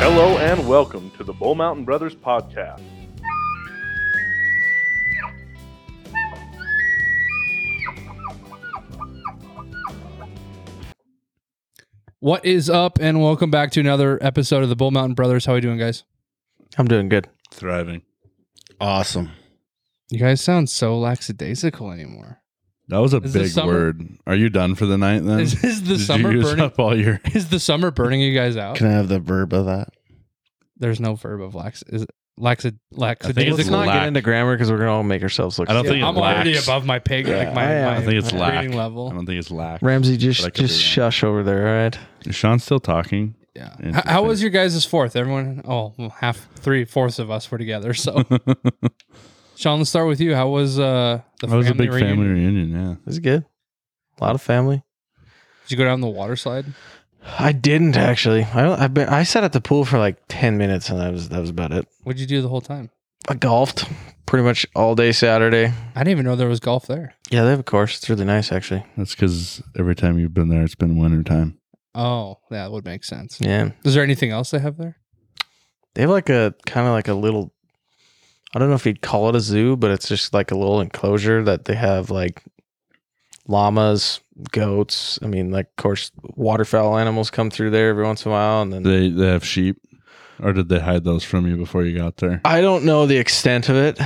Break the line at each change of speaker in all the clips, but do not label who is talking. Hello and welcome to the Bull Mountain Brothers podcast.
What is up, and welcome back to another episode of the Bull Mountain Brothers. How are we doing, guys?
I'm doing good.
Thriving.
Awesome.
You guys sound so lackadaisical anymore.
That was a
Is this
big
summer-
word. Are you done for the night then?
Is, is the
Did you
summer
use
burning?
up all your
Is the summer burning you guys out?
Can I have the verb of that?
There's no verb of lax. Is it laxi-
think
lackadaisical?
it's
Let's not
lack.
get into grammar because we're gonna all make ourselves look.
I don't
stupid.
think
I'm
it
already
lacks.
above my pay.
Yeah,
like my,
I
my
am.
I think it's
reading
lack. I
level.
don't think it's lack.
Ramsey
But I
just
could be
just
wrong.
shush over there. All right.
Is Sean still talking?
Yeah. H-
Interesting.
How was your guys' fourth? Everyone? Oh, well, half three fourths of us were together. So, Sean, let's start with you. How was uh the
that was a
family
big
reunion?
family reunion, yeah.
This is good. A lot of family.
Did you go down the water slide?
I didn't actually. I don't, I, been, I sat at the pool for like ten minutes and that was that was about it.
What'd you do the whole time?
I golfed pretty much all day Saturday.
I didn't even know there was golf there.
Yeah, they have a course. It's really nice actually.
That's because every time you've been there, it's been winter time.
Oh, that would make sense.
Yeah,
Is there anything else they have there?
they have like a kind of like a little. I don't know if you'd call it a zoo, but it's just like a little enclosure that they have like llamas, goats. I mean, like of course, waterfowl animals come through there every once in a while, and then
They they have sheep, or did they hide those from you before you got there?
I don't know the extent of it.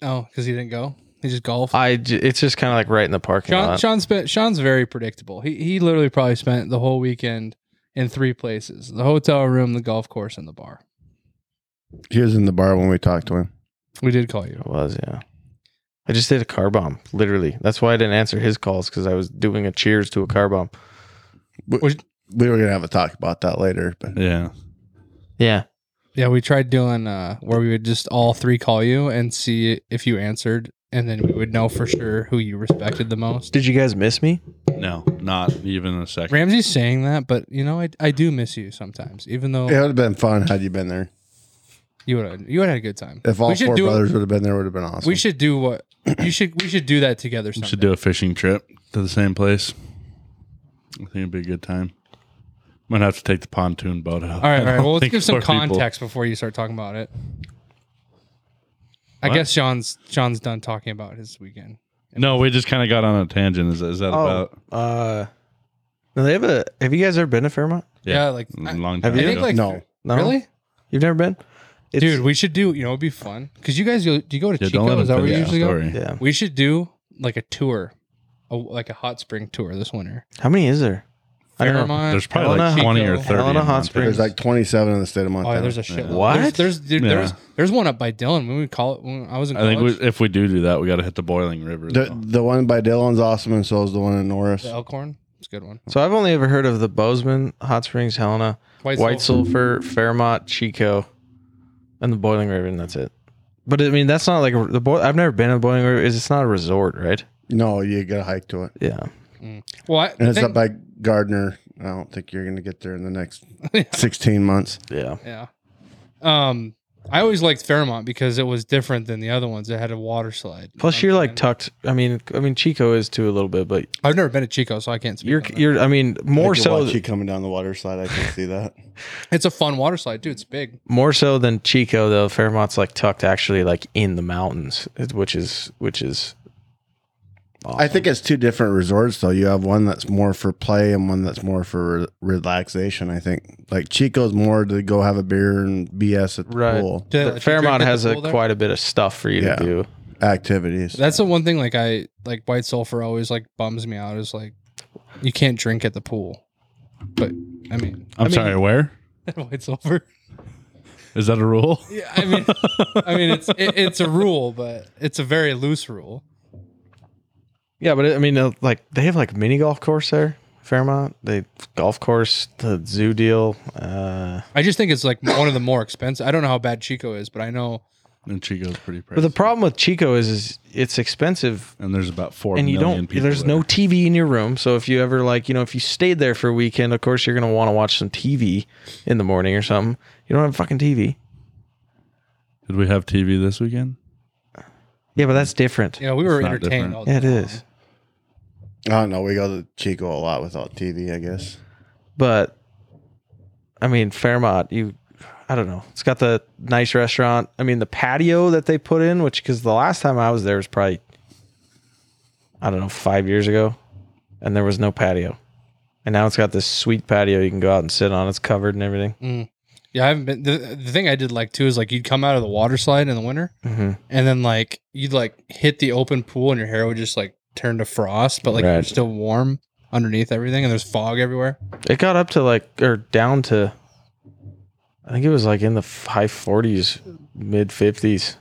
Oh, because he didn't go. He just golfed.
I j- it's just kind of like right in the parking
Sean,
lot.
Sean spent. Sean's very predictable. He he literally probably spent the whole weekend in three places: the hotel room, the golf course, and the bar.
He was in the bar when we talked to him.
We did call you.
It was yeah. I just did a car bomb, literally. That's why I didn't answer his calls because I was doing a cheers to a car bomb.
We were gonna have a talk about that later, but
Yeah.
Yeah,
Yeah, we tried doing uh, where we would just all three call you and see if you answered, and then we would know for sure who you respected the most.
did you guys miss me?
No, not even a second.
Ramsey's saying that, but you know, I, I do miss you sometimes, even though
it would have been fun had you been there.
you would you would have had a good time.
If all
We should
four
do it-
brothers would have been there, would have been awesome.
We should do what you should. We should do that together.
we
Someday.
should do a fishing trip to the same place. I think it'd be a good time. Might have to take the pontoon boat
All right,
out.
all
I
right.
don't
Well, let's
think
give some
four people-
context before you start talking about it. I
What?
guess Sean's Sean's done talking about his weekend.
No, we just kind of got on a tangent. Is, is that
Oh.
about
uh, no, they have a. Have you guys ever been to Fairmont?
Yeah, like I,
long time
Have
I
you?
think
ago.
like
no.
No,
really,
You've never been, It's-
dude. We should do. You know, it'd be fun because you guys go, do you go to
yeah, don't let
Chico?
him
Is that where you
finish the
usually go?
story.
Yeah.
We should do like a tour, a, like a hot spring tour this winter.
How many is there? I don't know.
Fairmont.
There's probably like
Helena-
20 or
Chico.
30. in
Helena Hot
Montana.
Springs.
There's like 27 in the state of
Oh,
Montana.
yeah, there's a shit.
What?
There's there's, dude,
Yeah.
there's there's one up by Dylan when we call it when I was in
I
college.
think we, if we do do that, we got to hit the boiling river.
the,
though.
the one by Dillon's awesome, and so is the one in Norris.
the Elkhorn. It's a good one.
So I've only ever heard of the Bozeman, Hot Springs, Helena,
White,
White
Sulphur.
Sulphur, Fairmont, Chico, and the Boiling River. and That's it. But I mean, that's not like a, the boil. I've never been to the Boiling River. Is it's not a resort, right?
No, you gotta hike to it,
Yeah.
Well, I,
and
the
it's
thing-
up by Gardner. I don't think you're gonna get there in the next 16 months.
Yeah.
Yeah. Um, I always liked Fairmont because it was different than the other ones. It had a water slide.
Plus, you're like tucked. I mean, I mean, Chico is too a little bit, but
I've never been to Chico, so I can't speak.
you're
on that.
you're. I mean, more
I can
so
watch you coming down the water slide. I can see that.
it's a fun water slide, dude. It's big.
more so than Chico though. Fairmont's like tucked actually like in the mountains, which is which is.
I think it's two different resorts, though. You have one that's more for play and one that's more for re- relaxation. I think like Chico's more to go have a beer and BS at the
Right.
pool
Did- did you
But
drink
Fairmont
at the
has a
pool there?
quite a bit of stuff for you
Yeah.
to do.
activities.
That's the one thing. Like I like White Sulphur always like bums me out. Is like you can't drink at the pool. But I mean, I
I'm
mean,
sorry, where?
White Sulphur.
Is that a rule?
Yeah, I mean, I mean, it's it, it's a rule, but it's a very loose rule.
Yeah, but I mean, uh, like they have like mini golf course there, Fairmont. They golf course, the zoo deal. Uh,
I just think it's like one of the more expensive. I don't know how bad Chico is, but I know
And Chico's pretty pricey.
but the problem with Chico is, is it's expensive,
and there's about four
and you
million
don't.
people.
There's
there.
no TV in your room, so if you ever like, you know, if you stayed there for a weekend, of course you're gonna want to watch some TV in the morning or something. You don't have fucking TV.
Did we have TV this weekend?
Yeah, but that's different.
you know we were
It's not
entertained.
different.
All
Yeah, it
day long.
is.
I don't know. We go to Chico a lot without TV, I guess.
But I mean, Fairmont, you I don't know. It's got the nice restaurant. I mean, the patio that they put in, which because the last time I was there was probably, I don't know, five years ago, and there was no patio, and now it's got this sweet patio you can go out and sit on. It's covered and everything.
Yeah, I haven't been. The, the thing I did like too is like you'd come out of the water slide in the winter,
Mhm.
and then like you'd like hit the open pool, and your hair would just like turn to frost, but like you're
Right.
still warm underneath everything, and there's fog everywhere.
It got up to like or down to, I think it was like in the f- high forties, mid fifties,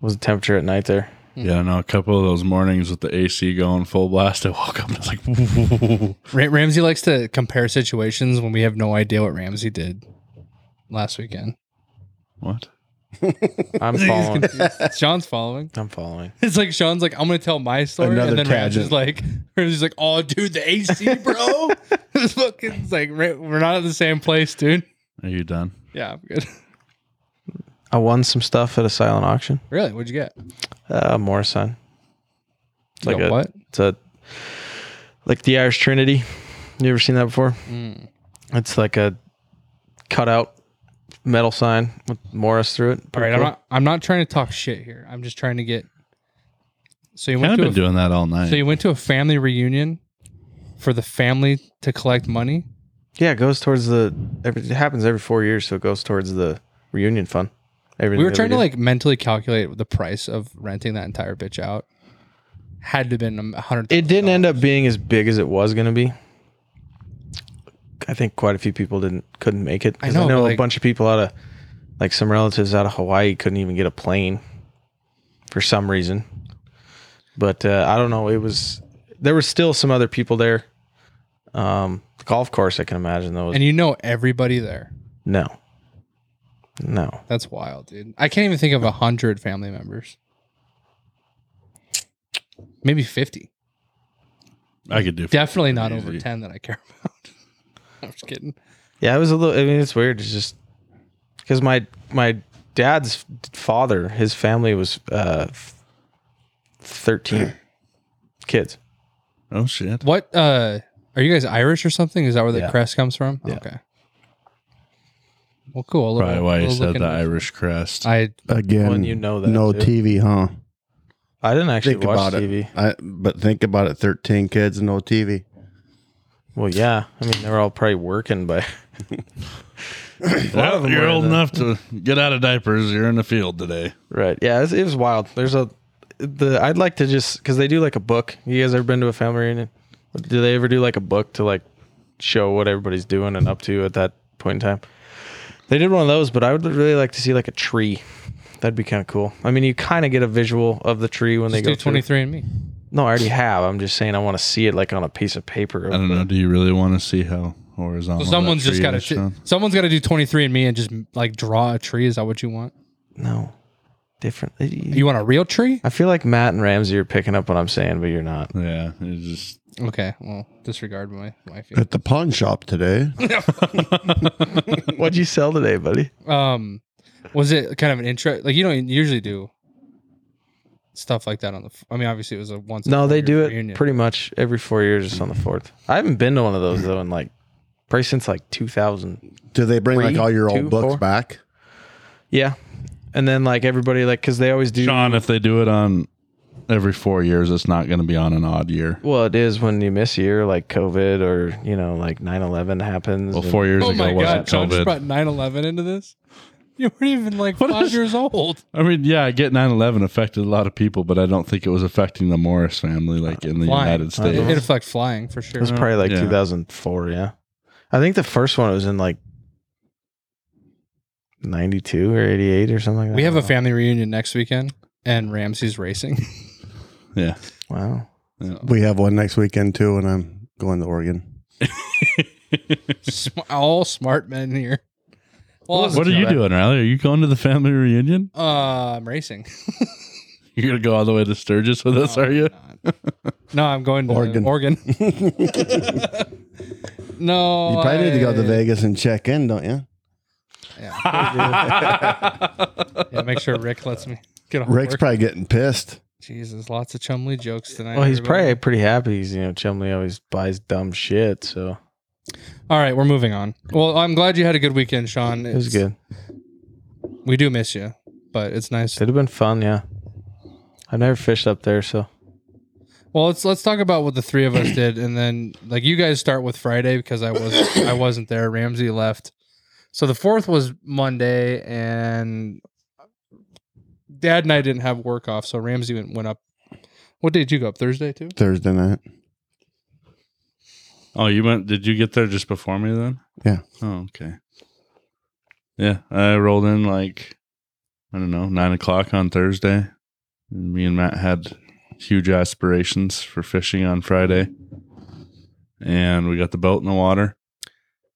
was the temperature at night there.
Yeah, no, a couple of those mornings with the AC going full blast, I woke up and I was like, "Whoa."
Ra- Ramsey likes to compare situations when we have no idea what Ramsey did last weekend.
what?
I'm following.
Sean's following.
I'm following.
It's like Sean's like, I'm gonna tell my story,
Another
and then Ramsey's
tangent.
like, Ramsey's like, oh, dude, the AC, bro. it's fucking it's like Ra- we're not at the same place, dude.
Are you done?
Yeah, I'm good.
I won some stuff at a silent auction.
Really? What'd you get? You
Uh, Morrison. It's like
got
a,
what?
It's a like the Irish Trinity. You ever seen that before?
Mm.
It's like a cutout metal sign with Morris through it.
All right, I'm not. I'm not trying to talk shit here. I'm just trying to get. So you
Kind
went
of
to a,
been doing that all night.
so you went to a family reunion for the family to collect money.
Yeah, it goes towards the. Every, it happens every four years, so it goes towards the reunion fund. Everything
We were
that
trying to
did.
like mentally calculate the price of renting that entire bitch out. Had to have been a hundred.
It didn't end up being as big as it was going to be. I think quite a few people didn't couldn't make it. 'Cause
I know,
I
but,
know
like-
a bunch of people out of like some relatives out of Hawaii couldn't even get a plane for some reason. But uh, I don't know. It was there were still some other people there. Um, the golf course, I can imagine though. Was,
and you know everybody there.
no, no.
That's wild, dude. I can't even think of a hundred family members. Maybe fifty.
I could do
Definitely not
Easy.
over ten that I care about. I'm just kidding.
Yeah, it was a little. I mean, it's weird. It's just because my my dad's father, his family was uh, f- thirteen kids.
Oh shit!
What uh are you guys Irish or something? Is that where the
Yeah.
crest comes from?
Yeah.
Okay. Well, cool. A little-
Probably why you
little
said
look
the
into-
Irish crest.
I
Again,
When you know that,
no
too.
TV, huh?
I didn't actually
Think
watch
about it.
TV.
I, but think about it: thirteen kids, no TV.
Well, yeah. I mean, they were all probably working, but
Well,
of them
you're
were
old
the-
enough to get out of diapers. You're in the field today.
right. Yeah, it was, it was wild. There's a the I'd like to just because they do like a book. You guys ever been to a family reunion? Do they ever do like a book to like show what everybody's doing and up to at that point in time? They did one of those, but I would really like to see like a tree. That'd be kind of cool. I mean, you kind of get a visual of the tree when
just
they
do
go through.
twenty three and me.
No, I already have. I'm just saying I want to see it like on a piece of paper.
I don't know. Do you really want to see how horizontal?
So
that
someone's just
tree
got to.
is, Sean?
someone's got to do twenty three and me and just like draw a tree. Is that what you want?
No, different.
You want a real tree?
I feel like Matt and Ramsey are picking up what I'm saying, but you're not.
Yeah, it's just
Okay. Well, disregard my my feelings.
At the pawn shop today,
What'd you sell today, buddy?
um, was it kind of an intro? Like you don't usually do stuff like that on the. f- I mean, obviously it was a once. in a
No, they
four-year
do it
reunion.
pretty much every four years, just on the fourth. I haven't been to one of those though in like probably since like 2000.
do they bring like
Three,
all your
two,
old books
four?
back?
Yeah, and then like everybody like because they always do.
Sean. If they do it on every four years, it's not going to be on an odd year.
Well, it is when you miss a year, like COVID or you know, like 9-11 happens.
Well,
and-
four years
Oh
ago
my
wasn't
god! Sean just
COVID.
brought 9-11 into this. You weren't even like
What
five
is-
years old.
I mean, yeah, I get 9/11 affected a lot of people, but I don't think it was affecting the Morris family like in the
Flying. Uh,
United States.
It affect flying for
it
sure.
was probably like
Yeah.
2004. Yeah, I think the first one was in like 92 or 88 or something. Like that.
We have a family reunion next weekend, and Ramsey's racing.
yeah.
wow.
We have one next weekend too, and I'm going to Oregon.
Sm- all smart men here. Well,
What are you doing, Riley? Are you going to the family reunion?
Uh, I'm racing.
You're gonna go all the way to Sturgis with us, are you?
No, I'm going to Oregon.
Oregon.
Oregon. no,
You probably need to go to
I-
Vegas and check in, don't you?
Yeah, make sure Rick lets me get off
Rick's
work.
probably getting pissed.
Jesus, lots of Chumley jokes tonight.
Well, he's
everybody.
probably pretty happy. He's you know, Chumley always buys dumb shit, so
All right, we're moving on. Well, I'm glad you had a good weekend, Sean.
It was
It's-
good.
We do miss you, but it's nice.
It'd have been fun. Yeah. I've never fished up there, so
Well, let's let's talk about what the three of us did, and then like you guys start with Friday because I was I wasn't there. Ramsey left, so the fourth was Monday, and Dad and I didn't have work off, so Ramsey went, went up. What day did you go up? Thursday too?
Thursday night.
Oh, you went? Did you get there just before me then?
Yeah.
Oh, okay. Yeah, I rolled in like I don't know nine o'clock on Thursday. And me and Matt had huge aspirations for fishing on Friday, and we got the boat in the water.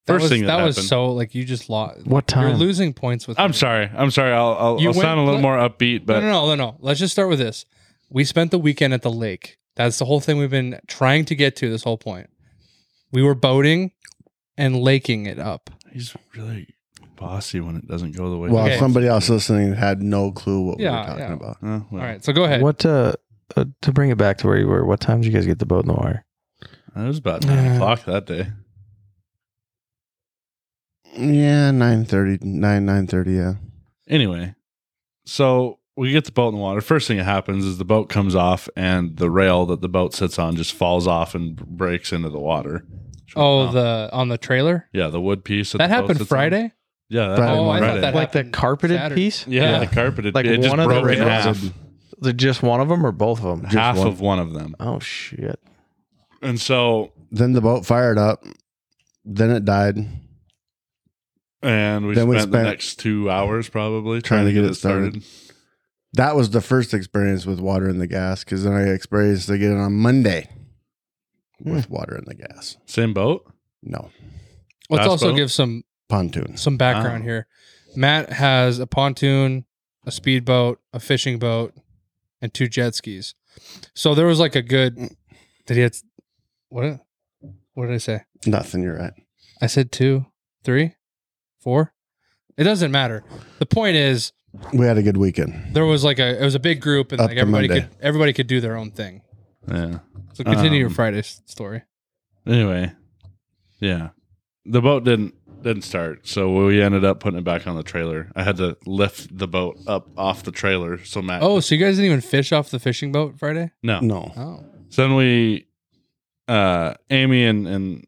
That
First
was,
thing that,
was
happened-
so like you just lost.
what
You're
time?
losing points with.
I'm
me.
sorry. I'm sorry. I'll I'll,
You
I'll
went-
sound a little
what-
more upbeat, but
no, no, no, no, no. Let's just start with this. We spent the weekend at the lake. That's the whole thing we've been trying to get to. This whole point. We were boating and laking it up.
he's really bossy when it doesn't go the way.
Well,
Okay.
he wants
somebody
it.
else listening had no clue what we
Yeah,
were talking
yeah.
Uh,
about.
well,
All right, so go ahead.
What uh, uh, to bring it back to where you were? What time did you guys get the boat in the water?
It was about nine
Uh,
o'clock that day.
Yeah, 9.30, 9, 9.30, yeah.
Anyway, so we get the boat in the water. First thing that happens is the boat comes off, and the rail that the boat sits on just falls off and breaks into the water.
Oh, the on the trailer
yeah, the wood piece
that
the boat
happened
sits on.
Friday.
Yeah, that
Friday
happened
Oh, I thought
Friday.
that
like the
happened
carpeted
Saturday.
piece?
yeah,
Yeah.
the carpeted.
Like
it just
one of the
broke in
rails
half.
The- just one of them or both of them?
just
half
one.
of one of them,
Oh shit!
and so
Then the boat fired up. Then it died.
and we
Then
spent,
we
the
spent-
next two hours probably
Trying
trying,
to
to
get
get,
it
it
started.
started.
That was the first experience with water in the gas because then I experienced again on Monday
Hmm.
with water in the gas.
Same boat.
No,
Let's
Bass
also
boat?
give some
pontoons.
some background
Ah.
here. Matt has a pontoon, a speedboat, a fishing boat, and two jet skis. So there was like a good. Did he? Have, what? What did I say?
Nothing, you're right.
I said two, three, four. It doesn't matter. The point is,
We had a good weekend.
there was like a it was a big group, and
Up
like
to
everybody
Monday.
could everybody could do their own thing.
Yeah.
So continue your
Um,
Friday s- story.
Anyway, yeah, the boat didn't didn't start, so we ended up putting it back on the trailer. I had to lift the boat up off the trailer so Matt.
Oh, so you guys didn't even fish off the fishing boat Friday?
no.
No.
Oh,
So then we, uh, Amy and and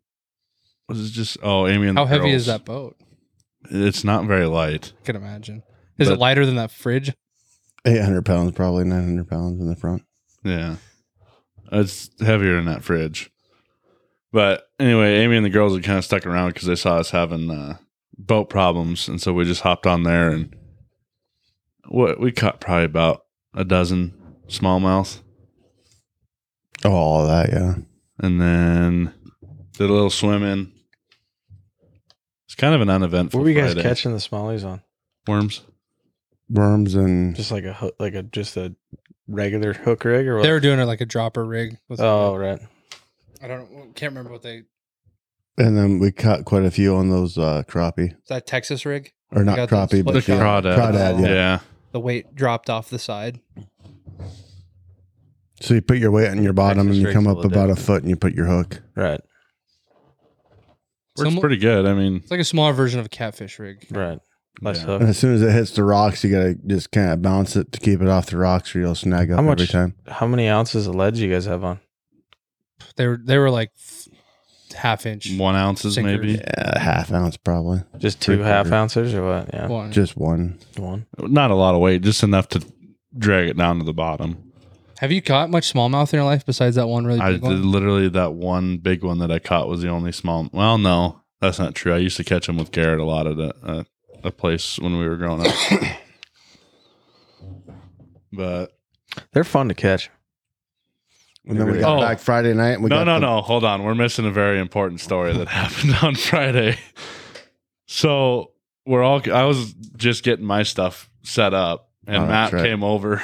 was it just oh Amy and
how
the
heavy
girls.
is that boat?
It's not very light.
I can imagine. Is it
But-
lighter than that fridge?
800 pounds, probably 900 pounds in the front.
Yeah, it's heavier than that fridge. But anyway, Amy and the girls had kind of stuck around because they saw us having uh, boat problems, and so we just hopped on there and what we caught probably about a dozen smallmouth,
Oh, all that, yeah.
and then did a little swimming. It's kind of an uneventful.
What were you guys
Friday.
catching the smallies on?
Worms.
Worms and
Just like a hook, like a just a regular hook rig or what?
They were doing it like a dropper rig. With
oh right.
I don't can't remember what they. Is
and then we caught quite a few on those uh, crappie
that Texas rig?
or not
got those
crappie, but
The
split
the
shot.
crawdad.
crawdad, yeah.
yeah.
The weight dropped off the side.
So you put your weight on your bottom
Texas
and you
rig's
come
a
up
little
about a
different.
foot and you put your hook.
Right.
Works
Some-
pretty good. I mean,
It's like a smaller version of a catfish rig.
Right. Nice
yeah.
hook.
And as soon as it hits the rocks, you gotta just kind of bounce it to keep it off the rocks, or you'll snag up
How much-
every time.
How many ounces of lead do you guys have on?
They were they were like f- half inch.
one ounces
Sinker.
maybe.
Yeah, a half ounce probably,
Just two
Three
half
quarter.
ounces or what? Yeah.
One.
just one.
One.
Not a lot of weight, just enough to drag it down to the bottom.
Have you caught much smallmouth in your life besides that one really
I
big
did
one?
literally that one big one that I caught was the only small. Well, no, that's not true. I used to catch them with Garrett a lot at a, a, a place when we were growing up. but
They're fun to catch.
And then we
Really?
got
Oh.
back Friday night. And we
no,
got
no,
the-
no. Hold on, we're missing a very important story that happened on Friday. So we're all. I was just getting my stuff set up, and
Oh,
Matt
that's right.
came over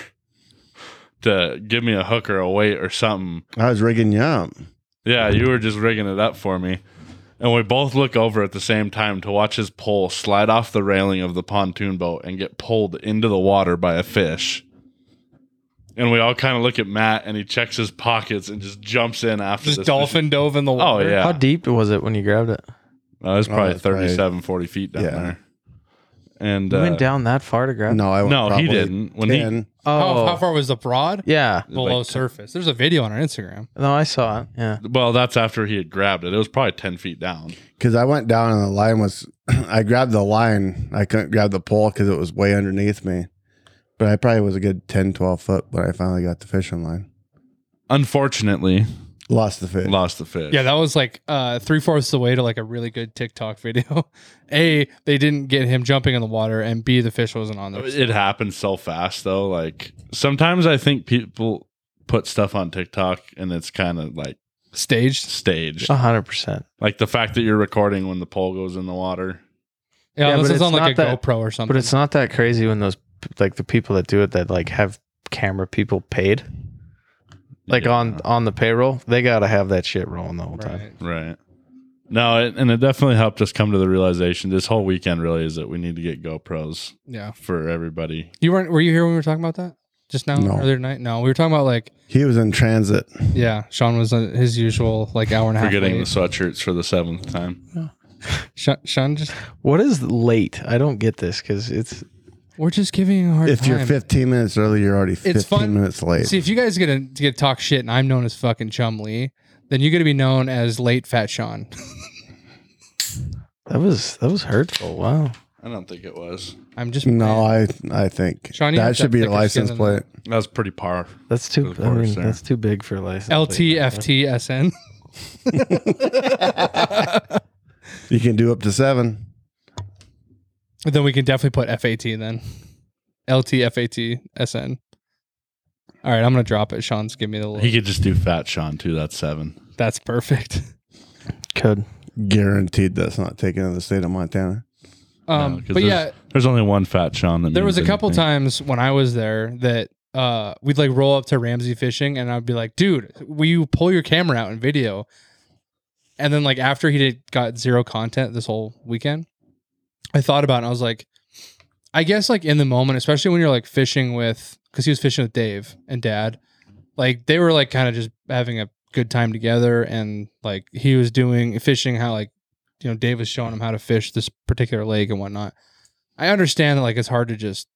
to give me a hook or a weight or something.
I was rigging you up.
Yeah, you were just rigging it up for me. And we both look over at the same time to watch his pole slide off the railing of the pontoon boat and get pulled into the water by a fish. and we all kind of look at Matt, and he checks his pockets and just jumps in after
Just
this
dolphin dove in the
Oh
water.
yeah,
How deep was it when you grabbed it?
Uh, it was
Oh,
probably
that's
37, 40 feet down
Yeah.
there. And
You
uh,
went down that far to grab?
No, I went
no, he
probably
didn't. When he
10.
How,
Oh,
how far was the prod?
yeah.
Below
like-
surface. There's a video on our Instagram.
No, I saw it. Yeah.
well, that's after he had grabbed it. It was probably ten feet down.
because I went down and the line was, I grabbed the line. I couldn't grab the pole because it was way underneath me. But I probably was a good 10, 12 foot when I finally got the fishing line.
Unfortunately,
Lost the fish.
lost the fish.
Yeah, that was like uh, three fourths the way to like a really good TikTok video. a, they didn't get him jumping in the water, and B, the fish wasn't on there.
it happened so fast though. Like sometimes I think people put stuff on TikTok and it's kind of like
Staged. Uh.
staged.
A hundred percent.
Like the fact that you're recording when the pole goes in the water.
Yeah,
Yeah,
unless
but
it's on
it's
like a
not that-
GoPro or something.
But it's not that crazy when those like the people that do it that like have camera people paid. Like
Yeah.
on on the payroll, they gotta have that shit rolling the whole time.
Right.
right. No, it, and it definitely helped us come to the realization this whole weekend really is that we need to get GoPros
Yeah.
for everybody.
You weren't were you here when we were talking about that? Just now,
No.
earlier tonight? No, we were talking about like
He was in transit.
yeah, Sean was on his usual like hour and a half.
Forgetting the
late.
sweatshirts for the seventh time.
Sean, Sean just
What is late? I don't get this because it's
we're just giving you a hard
If
time.
you're 15 minutes early, you're already 15
fun-
minutes late.
See, if you guys get to get to talk shit and I'm known as fucking Chum Lee, then you're gonna be known as late fat Sean.
that was that was hurtful. Wow.
I don't think it was.
I'm just
no, I I think
Sean, you have
that should be your
thicker skin
license
than
plate.
That was pretty par.
That's
For
too
the
I mean,
chorus there.
that's too big for license. plate.
LTFTSN.
You can do up to seven.
then we can definitely put FAT then. LTFATSN. All right, I'm gonna drop it. Sean's give me the
He
little.
could just do Fat Sean too. That's seven.
That's perfect.
Could.
Guaranteed that's not taken in the state of Montana.
Um,
'cause
but
there's-
yeah,
There's only one Fat Sean. That
there was a
means
couple
anything.
times when I was there that uh, we'd like roll up to Ramsey fishing, and I'd be like, "Dude, will you pull your camera out and video?" And then like after he did got zero content this whole weekend, I thought about it. and I was like, I guess like in the moment, especially when you're like fishing with, because he was fishing with Dave and Dad, like they were like kind of just having a good time together, and like he was doing fishing how like you know Dave was showing him how to fish this particular lake and whatnot. I understand that like it's hard to just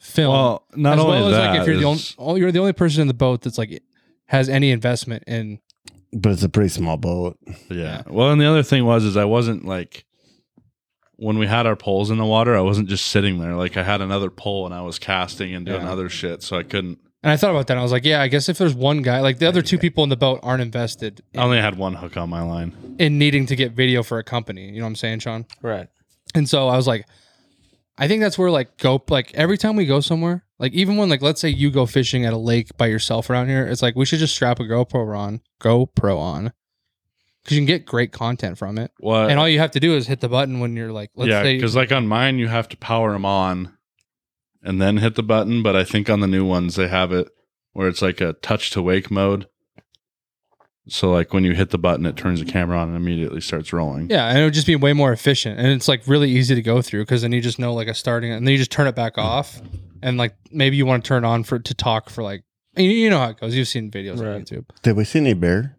film
Well, not
as
only
well as
that,
like if you're the only
is-
oh, you're the only person in the boat that's like has any investment in
But it's a pretty small boat.
yeah. Well, and the other thing was is I wasn't like when we had our poles in the water, I wasn't just sitting there. Like I had another pole and I was casting and doing
Yeah.
other shit, so I couldn't.
and I thought about that and I was like yeah I guess if there's one guy like the other two people in the boat aren't invested
I only had one hook on my line.
in needing to get video for a company you know what I'm saying Sean
Right.
And so I was like, I think that's where like go like every time we go somewhere, like even when like let's say you go fishing at a lake by yourself around here, it's like we should just strap a GoPro on, GoPro on, because you can get great content from it.
What?
and all you have to do is hit the button when you're like, let's
yeah,
say,
because like on mine, you have to power them on and then hit the button. But I think on the new ones, they have it where it's like a touch to wake mode. So like when you hit the button, it turns the camera on and immediately starts rolling.
yeah, and it would just be way more efficient, and it's like really easy to go through because then you just know like a starting, and then you just turn it back off, and like maybe you want to turn on for to talk for like. You- You know how it goes. You've seen videos on
Right.
YouTube.
Did we see any bear?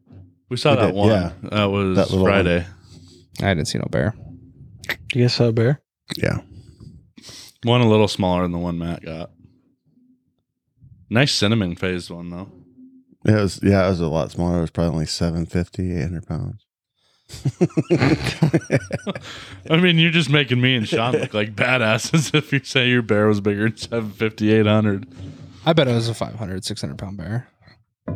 We saw
We
that
did,
one.
yeah.
That was
That little
Friday.
I didn't see no bear.
You guys saw a bear?
One a little smaller than the one Matt got. Nice cinnamon phased one though.
It was yeah, it was a lot smaller. It was probably only 750, 800 pounds.
I mean, you're just making me and Sean look like badasses if you say your bear was bigger than 750, 800.
I bet it was a 500, 600 pound bear.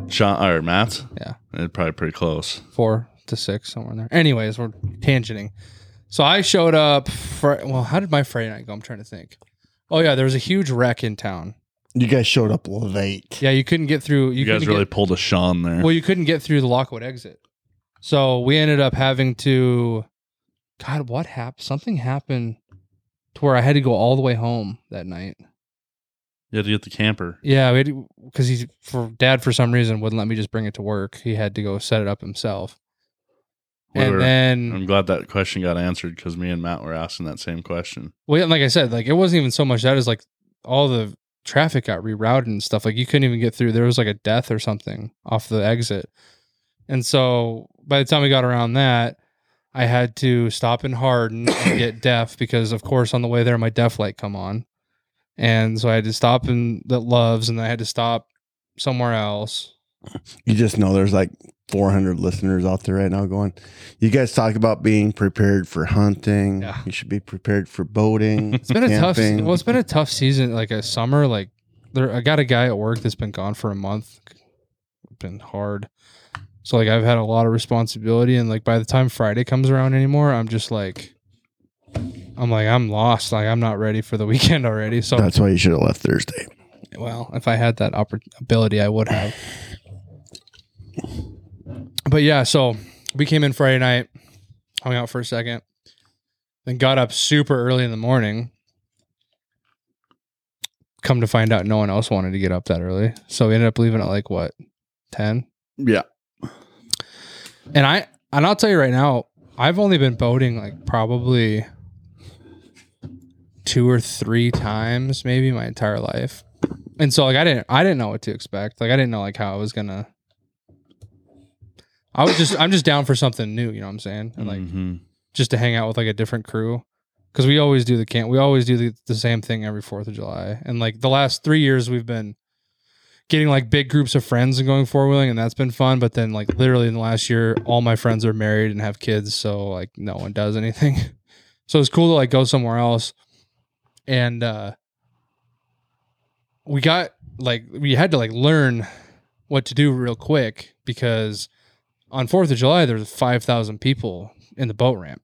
Sean or Matt's?
Yeah.
It's probably pretty close.
four to six somewhere in there. Anyways, we're tangenting. So I showed up for well, how did my Friday night go? I'm trying to think. Oh yeah, there was a huge wreck in town.
You guys showed up late.
Yeah, you couldn't get through. You,
You, guys
couldn't
really
get,
pulled a Sean there.
well, you couldn't get through the Lockwood exit. So we ended up having to. God, what happened? Something happened to where I had to go all the way home that night.
you had to get the camper.
Yeah, because he's for dad for some reason wouldn't let me just bring it to work. He had to go set it up himself.
Whatever.
And then
I'm glad that question got answered because me and Matt were asking that same question.
Well, yeah, like I said, like it wasn't even so much that is like all the traffic got rerouted and stuff. Like you couldn't even get through. There was like a death or something off the exit. And so by the time we got around that, I had to stop in Hardin and get deaf because of course on the way there my deaf light come on. And so I had to stop in that loves and I had to stop somewhere else.
You just know there's like 400 listeners out there right now going, you guys talk about being prepared for hunting.
Yeah.
You should be prepared for boating.
It's been a tough.
Camping.
Well, it's been a tough season. Like a summer. Like there, I got a guy at work that's been gone for a month. Been hard. So like I've had a lot of responsibility, and like by the time Friday comes around anymore, I'm just like, I'm like I'm lost. Like I'm not ready for the weekend already. So
That's why you should have left Thursday.
well, if I had that oppor- ability, I would have. But yeah, so we came in Friday night, hung out for a second, then got up super early in the morning. Come to find out, no one else wanted to get up that early, so we ended up leaving at like what ten.
Yeah.
And I and I'll tell you right now, I've only been boating like probably two or three times maybe my entire life. And so like I didn't I didn't know what to expect. Like I didn't know like how I was going to I was just I'm just down for something new, you know what I'm saying? And like
Mhm.
just to hang out with like a different crew because we always do the camp we always do the, the same thing every fourth of july and like the last three years we've been getting like big groups of friends and going four-wheeling and that's been fun but then like literally in the last year all my friends are married and have kids so like no one does anything so it's cool to like go somewhere else and uh we got like we had to like learn what to do real quick because on fourth of july there's 5000 people in the boat ramp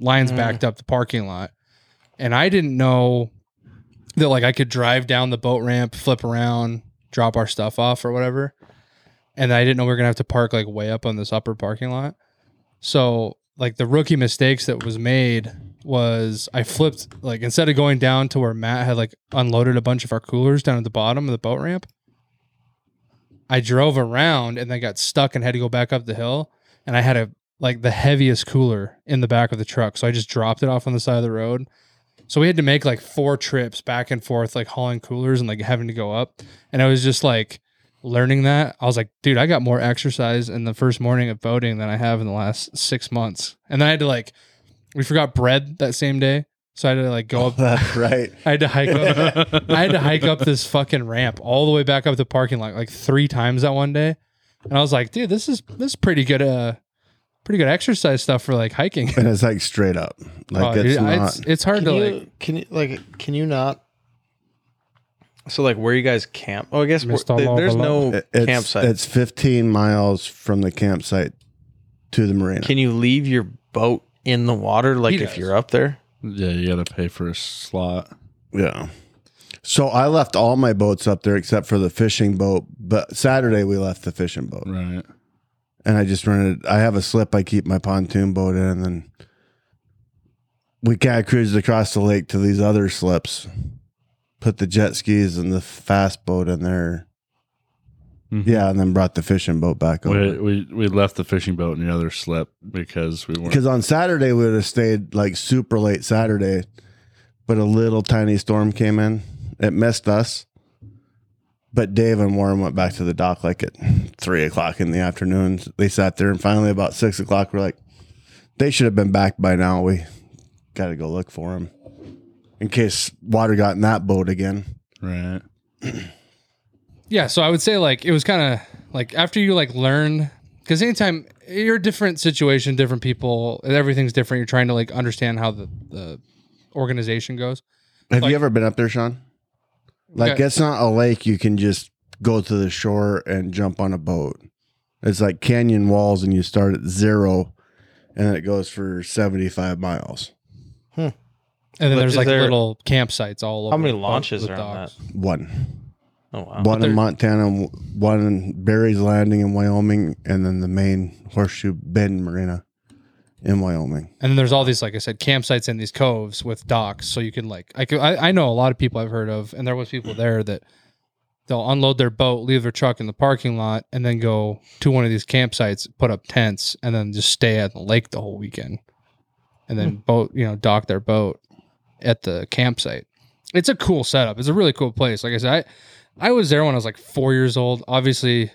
lines
Mm.
backed up the parking lot and i didn't know that like i could drive down the boat ramp flip around drop our stuff off or whatever and i didn't know we were gonna have to park like way up on this upper parking lot so like the rookie mistakes that was made was I flipped like instead of going down to where Matt had like unloaded a bunch of our coolers down at the bottom of the boat ramp, I drove around and then got stuck and had to go back up the hill. And I had a like the heaviest cooler in the back of the truck. So I just dropped it off on the side of the road. So we had to make like four trips back and forth, like hauling coolers and like having to go up. And I was just like learning that. I was like, dude, I got more exercise in the first morning of voting than I have in the last six months. And then I had to like, we forgot bread that same day. So I had to like go up.
That's right.
I had to hike up. I had to hike up this fucking ramp all the way back up the parking lot like three times that one day, and I was like, dude, this is this is pretty good. Uh, pretty good exercise stuff for like hiking.
And it's like straight up. Like
Oh,
it's
dude, I-
not.
it's, it's hard
Can
to
you,
like
can you like can you not? So like where you guys camp? Oh, I guess we're-
Missed all
there-
of
there's
the
no
it- it's,
campsite.
It's 15 miles from the campsite to the marina.
Can you leave your boat in the water like
He
if
does.
you're up there?
Yeah, you got to pay for a slot.
Yeah. So I left all my boats up there except for the fishing boat. But Saturday we left the fishing boat,
Right.
and I just rented. I have a slip. I keep my pontoon boat in, and then we kind of cruised across the lake to these other slips. Put the jet skis and the fast boat in
Mm-hmm.
there.
Mhm.
Yeah, and then brought the fishing boat back
We,
over.
we we left the fishing boat in the other slip because we weren't.
Because on Saturday we would have stayed like super late Saturday, but a little tiny storm came in. It missed us. But Dave and Warren went back to the dock like at three o'clock in the afternoon. They sat there and finally about six o'clock we're like, they should have been back by now. We got to go look for them in case water got in that boat again.
Right.
yeah so i would say like it was kind of like after you like learn because anytime you're a different situation different people everything's different you're trying to like understand how the, the organization goes
Have
Like-
you ever been up there, Sean? Like
Okay.
it's not a lake you can just go to the shore and jump on a boat. It's like canyon walls and you start at zero and it goes for 75 miles.
and then
But
there's
is
like
there-
little campsites all over
How many
the boat
launches
with
are on
docks.
that?
One.
Oh wow.
one
there-
in Montana, and one in Barry's Landing in Wyoming, and then the main horseshoe bend marina in Wyoming.
and then there's all these like i said campsites in these coves with docks so you can like i could I, I know a lot of people i've heard of and there was people there that they'll unload their boat leave their truck in the parking lot and then go to one of these campsites put up tents and then just stay at the lake the
Hmm.
whole weekend and then boat you know dock their boat at the campsite it's a cool setup. It's a really cool place. Like I said, I I was there when I was like four years old. Obviously,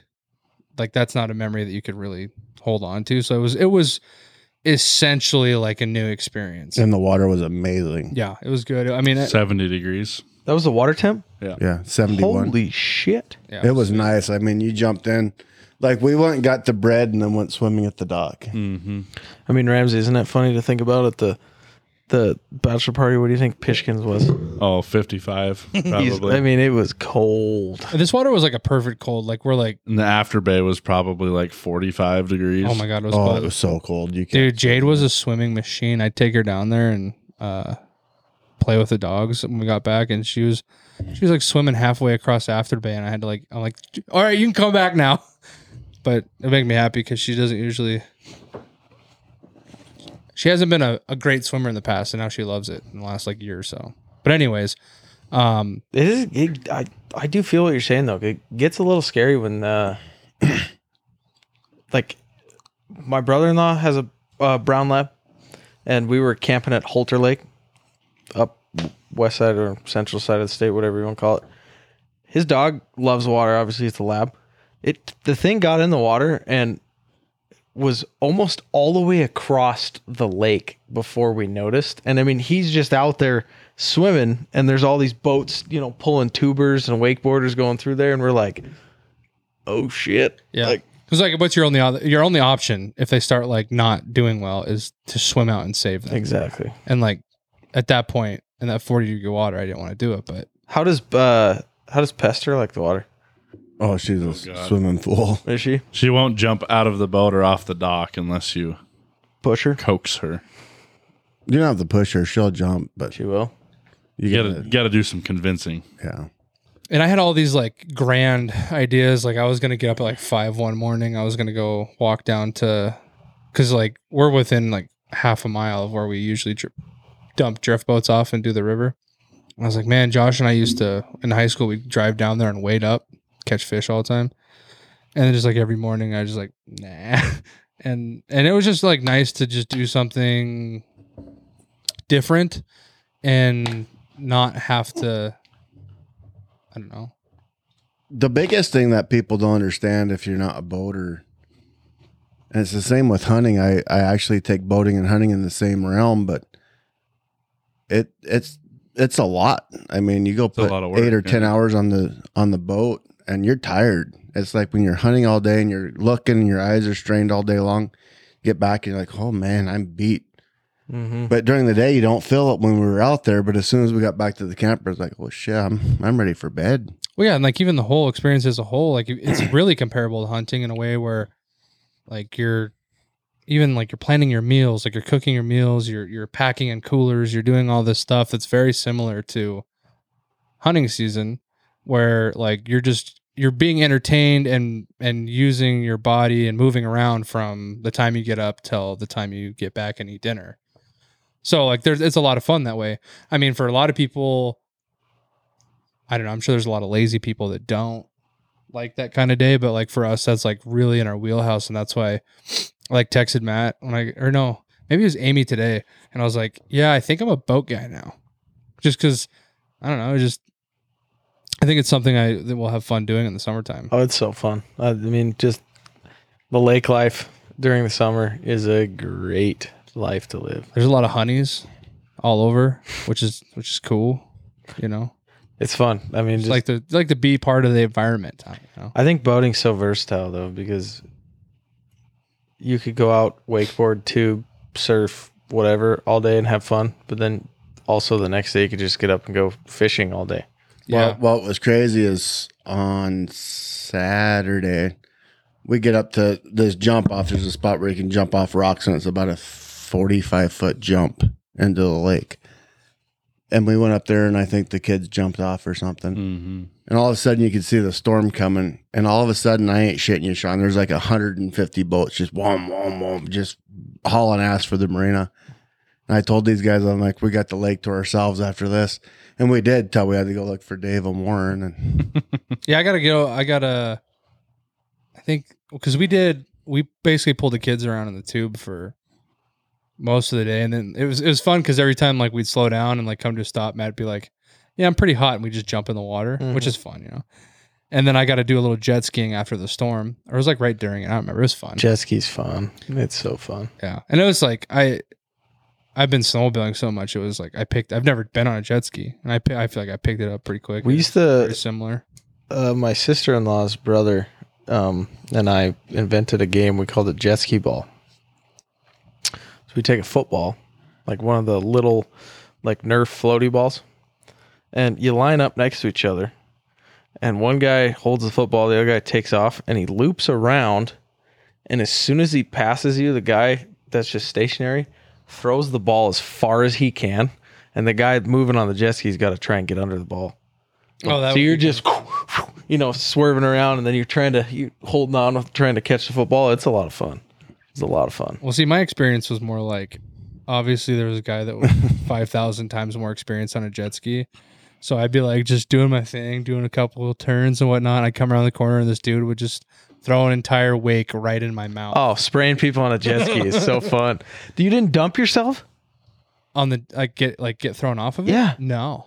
like that's not a memory that you could really hold on to. So it was it was essentially like a new experience.
And the water was amazing.
yeah, it was good. I mean, it,
70 degrees.
That was the water temp.
Yeah, 71.
Holy shit!
yeah,
it was nice. I mean, you jumped in. Like we went and got the bread and then went swimming at the dock.
Mm-hmm.
I mean, Ramsey, isn't it funny to think about at the the bachelor party? What do you think Pishkins was?
Oh, 55
He's-
probably.
I mean, it was cold.
This water was like a perfect cold. Like we're like,
and the after bay was probably like 45 degrees.
oh my god, it was
Oh,
cold.
it was so cold. You can't.
Dude, Jade was a swimming machine. I'd take her down there and uh, play with the dogs when we got back, and she was she was like swimming halfway across After Bay, and I had to like I'm like, all right, you can come back now. But it made me happy because she doesn't usually. She hasn't been a, a great swimmer in the past, and now she loves it in the last like year or so. But anyways, um,
It is. It, I I do feel what you're saying though. It gets a little scary when, uh, like, my brother-in-law has a uh, brown lab, and we were camping at Holter Lake, up west side or central side of the state, whatever you want to call it. His dog loves water. Obviously, it's a lab. It the thing got in the water and was almost all the way across the lake before we noticed. And I mean, he's just out there swimming, and there's all these boats, you know, pulling tubers and wakeboarders going through there, and we're like, "Oh shit!"
yeah,
Like,
it was like, what's your only other, your only option if they start like not doing well is to swim out and save them.
exactly.
And like at that point in that 40 degree water, I didn't want to do it, but
How does uh how does Pester like the water?
Oh, she's
Oh,
a
God.
swimming pool.
Is she
She won't jump out of the boat or off the dock unless you
push her?
coax her.
You don't have to push her; she'll jump. But
She will.
you
You
get
gotta
it.
gotta do some convincing.
Yeah.
and I had all these like grand ideas. Like I was gonna get up at like five one morning. I was gonna go walk down to because like we're within like half a mile of where we usually dr- dump drift boats off and do the river. And I was like, man, Josh and I used to in high school we'd drive down there and wade up, catch fish all the time. And then just like every morning, I was just like nah, and and it was just like nice to just do something different and not have to. I don't know.
the biggest thing that people don't understand if you're not a boater and it's the same with hunting i i actually take boating and hunting in the same realm but it it's it's a lot i mean you go
a
put
lot of work,
eight or ten
yeah.
hours on the on the boat and you're tired it's like when you're hunting all day and you're looking and your eyes are strained all day long get back and you're like oh man i'm beat
Mm-hmm.
but during the day you don't feel it when we were out there but as soon as we got back to the camper it's like well shit i'm, I'm ready for bed
Well, yeah, and like even the whole experience as a whole, like it's really comparable to hunting in a way where, like you're, even like you're planning your meals, like you're cooking your meals, you're you're packing in coolers, you're doing all this stuff that's very similar to hunting season, where like you're just you're being entertained and and using your body and moving around from the time you get up till the time you get back and eat dinner. So like there's it's a lot of fun that way. I mean, for a lot of people, I don't know. I'm sure there's a lot of lazy people that don't like that kind of day, but like for us, that's like really in our wheelhouse, and that's why, like, texted Matt when I or no, maybe it was Amy today, and I was like, yeah, I think I'm a boat guy now, just because I don't know, I just I think it's something I that we'll have fun doing in the summertime.
Oh, it's so fun. I mean, just the lake life during the summer is a great life to live.
There's a lot of honeys all over, which is which is cool, you know,
It's fun. I mean,
it's
just,
like the like to be part of the environment. I don't know.
I think boating's so versatile though because you could go out wakeboard, tube, surf, whatever all day and have fun, but then also the next day you could just get up and go fishing all day.
Well, what was crazy is on Saturday, we get up to this jump off. There's a spot where you can jump off rocks, and it's about a 45 foot jump into the lake. And we went up there, and I think the kids jumped off or something.
Mm-hmm.
And all of a sudden, you could see the storm coming. And all of a sudden, I ain't shitting you, Sean. There's like 150 boats just wom, wom, wom, just hauling ass for the marina. And I told these guys, I'm like, we got the lake to ourselves after this. And we did till we had to go look for Dave and Warren. And
Yeah, I gotta go. I gotta. I think because we did, we basically pulled the kids around in the tube for most of the day, and then it was it was fun because every time like we'd slow down and like come to a stop, Matt'd be like, yeah, I'm pretty hot, and we just jump in the water, which
Mhm.
is fun, you know. And then I got to do a little jet skiing after the storm, or it was like right during it. I don't remember. It was fun.
Jet ski's fun. It's so fun.
Yeah, and it was like I, I've been snowmobiling so much. It was like I picked. I've never been on a jet ski, and I pi- I feel like I picked it up pretty quick.
We
It's
used
very
to.
similar.
Uh, my sister in law's brother um, and I invented a game. We called it jet ski ball. So we take a football, like one of the little, like Nerf floaty balls, and you line up next to each other. And one guy holds the football, the other guy takes off, and he loops around. And as soon as he passes you, the guy that's just stationary throws the ball as far as he can. And the guy moving on the jet ski's got to try and get under the ball
Oh, that
so you're just, you know, swerving around, and then you're trying to you holding on, with- trying to catch the football. It's a lot of fun. It's a lot of fun.
Well, see, my experience was more like obviously there was a guy that was 5,000 times more experienced on a jet ski. So I'd be like just doing my thing, doing a couple of turns and whatnot. I'd come around the corner and this dude would just throw an entire wake right in my mouth.
Oh, spraying people on a jet ski is so fun. You didn't dump yourself?
On the, like, get, like, get thrown off of it?
Yeah.
No.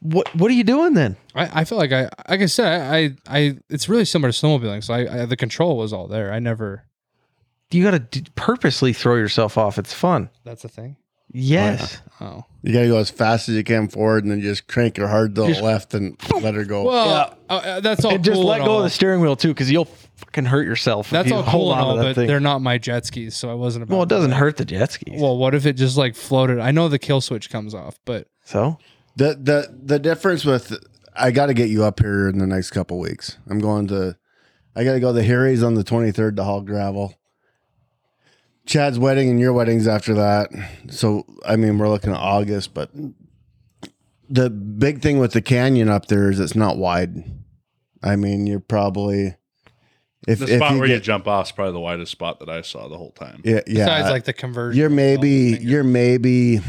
What What are you doing then?
I, I feel like I, like I said, I, I, it's really similar to snowmobiling. So I, I, the control was all there. I never,
You got to d- purposely throw yourself off. It's fun.
that's a thing.
Yes.
Oh.
You gotta go as fast as you can forward, and then just crank her hard to
Just-
the left and let her go.
Well, uh, uh, that's all.
And just
cool
let
and
go
all.
of the steering wheel too, because you'll fucking hurt yourself. if
That's
you
all cool and all,
that
but
thing.
they're not my jet skis. So I wasn't about
Well, it
that.
doesn't hurt the jet skis.
Well, what if it just like floated? I know the kill switch comes off, but
so
the the the difference with I got to get you up here in the next couple weeks. I'm going to I got to go to Harry's on the 23rd to haul gravel. Chad's wedding and your wedding's after that. So I mean we're looking at August, but the big thing with the canyon up there is it's not wide. I mean you're probably if,
The
if
spot
you
where you
get
jump off is probably the widest spot that I saw the whole time.
yeah, yeah
besides like the conversion,
you're maybe you're maybe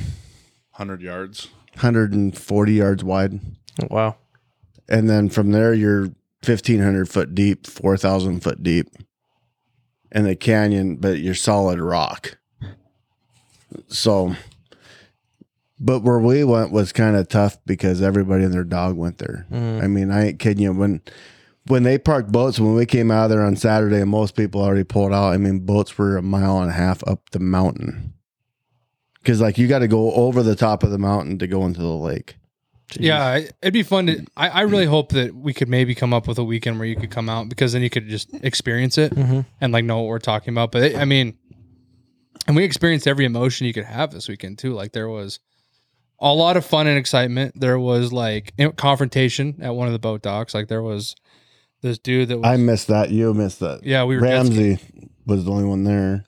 Hundred yards.
140 yards wide.
oh, wow.
and then from there you're 1500 foot deep 4000 foot deep in the canyon but you're solid rock so but where we went was kind of tough because everybody and their dog went there
Mm-hmm. mm.
i mean i ain't kidding you when when they parked boats when we came out of there on saturday and most people already pulled out i mean boats were a mile and a half up the mountain because like you got to go over the top of the mountain to go into the lake
yeah, I- it'd be fun to. I, I really hope that we could maybe come up with a weekend where you could come out because then you could just experience it
Mhm.
and like know what we're talking about. But it, I mean, and we experienced every emotion you could have this weekend too. Like there was a lot of fun and excitement. There was like you know, confrontation at one of the boat docks. Like there was this dude that was.
i missed that you missed that
yeah, we were jet skiing.
Ramsey was the only one there,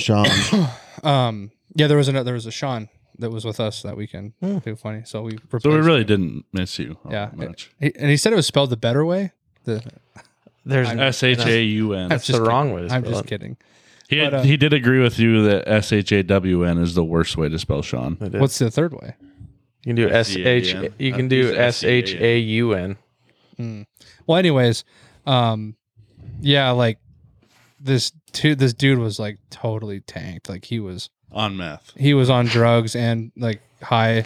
Sean.
Um, yeah, there was another. There was a Sean that was with us that weekend.
Hmm.
Too funny. So we
So we
replaced
really
him.
didn't miss you. all
Yeah.
Much.
He- and he said it was spelled the better way. The,
There's
I'm-
S H A U N.
that's the wrong
kidding.
way. to
I'm
spell
just
it.
kidding.
He
uh, But, uh,
he did agree with you that S H A W N is the worst way to spell Sean.
It is.
What's the third way?
You can do S H.
S-E-A-N.
You can
Uh,
do
use
S H A U N.
Hmm. Well, anyways, um, yeah, like this two, this dude was like totally tanked. Like he was
On meth.
he was on drugs and like high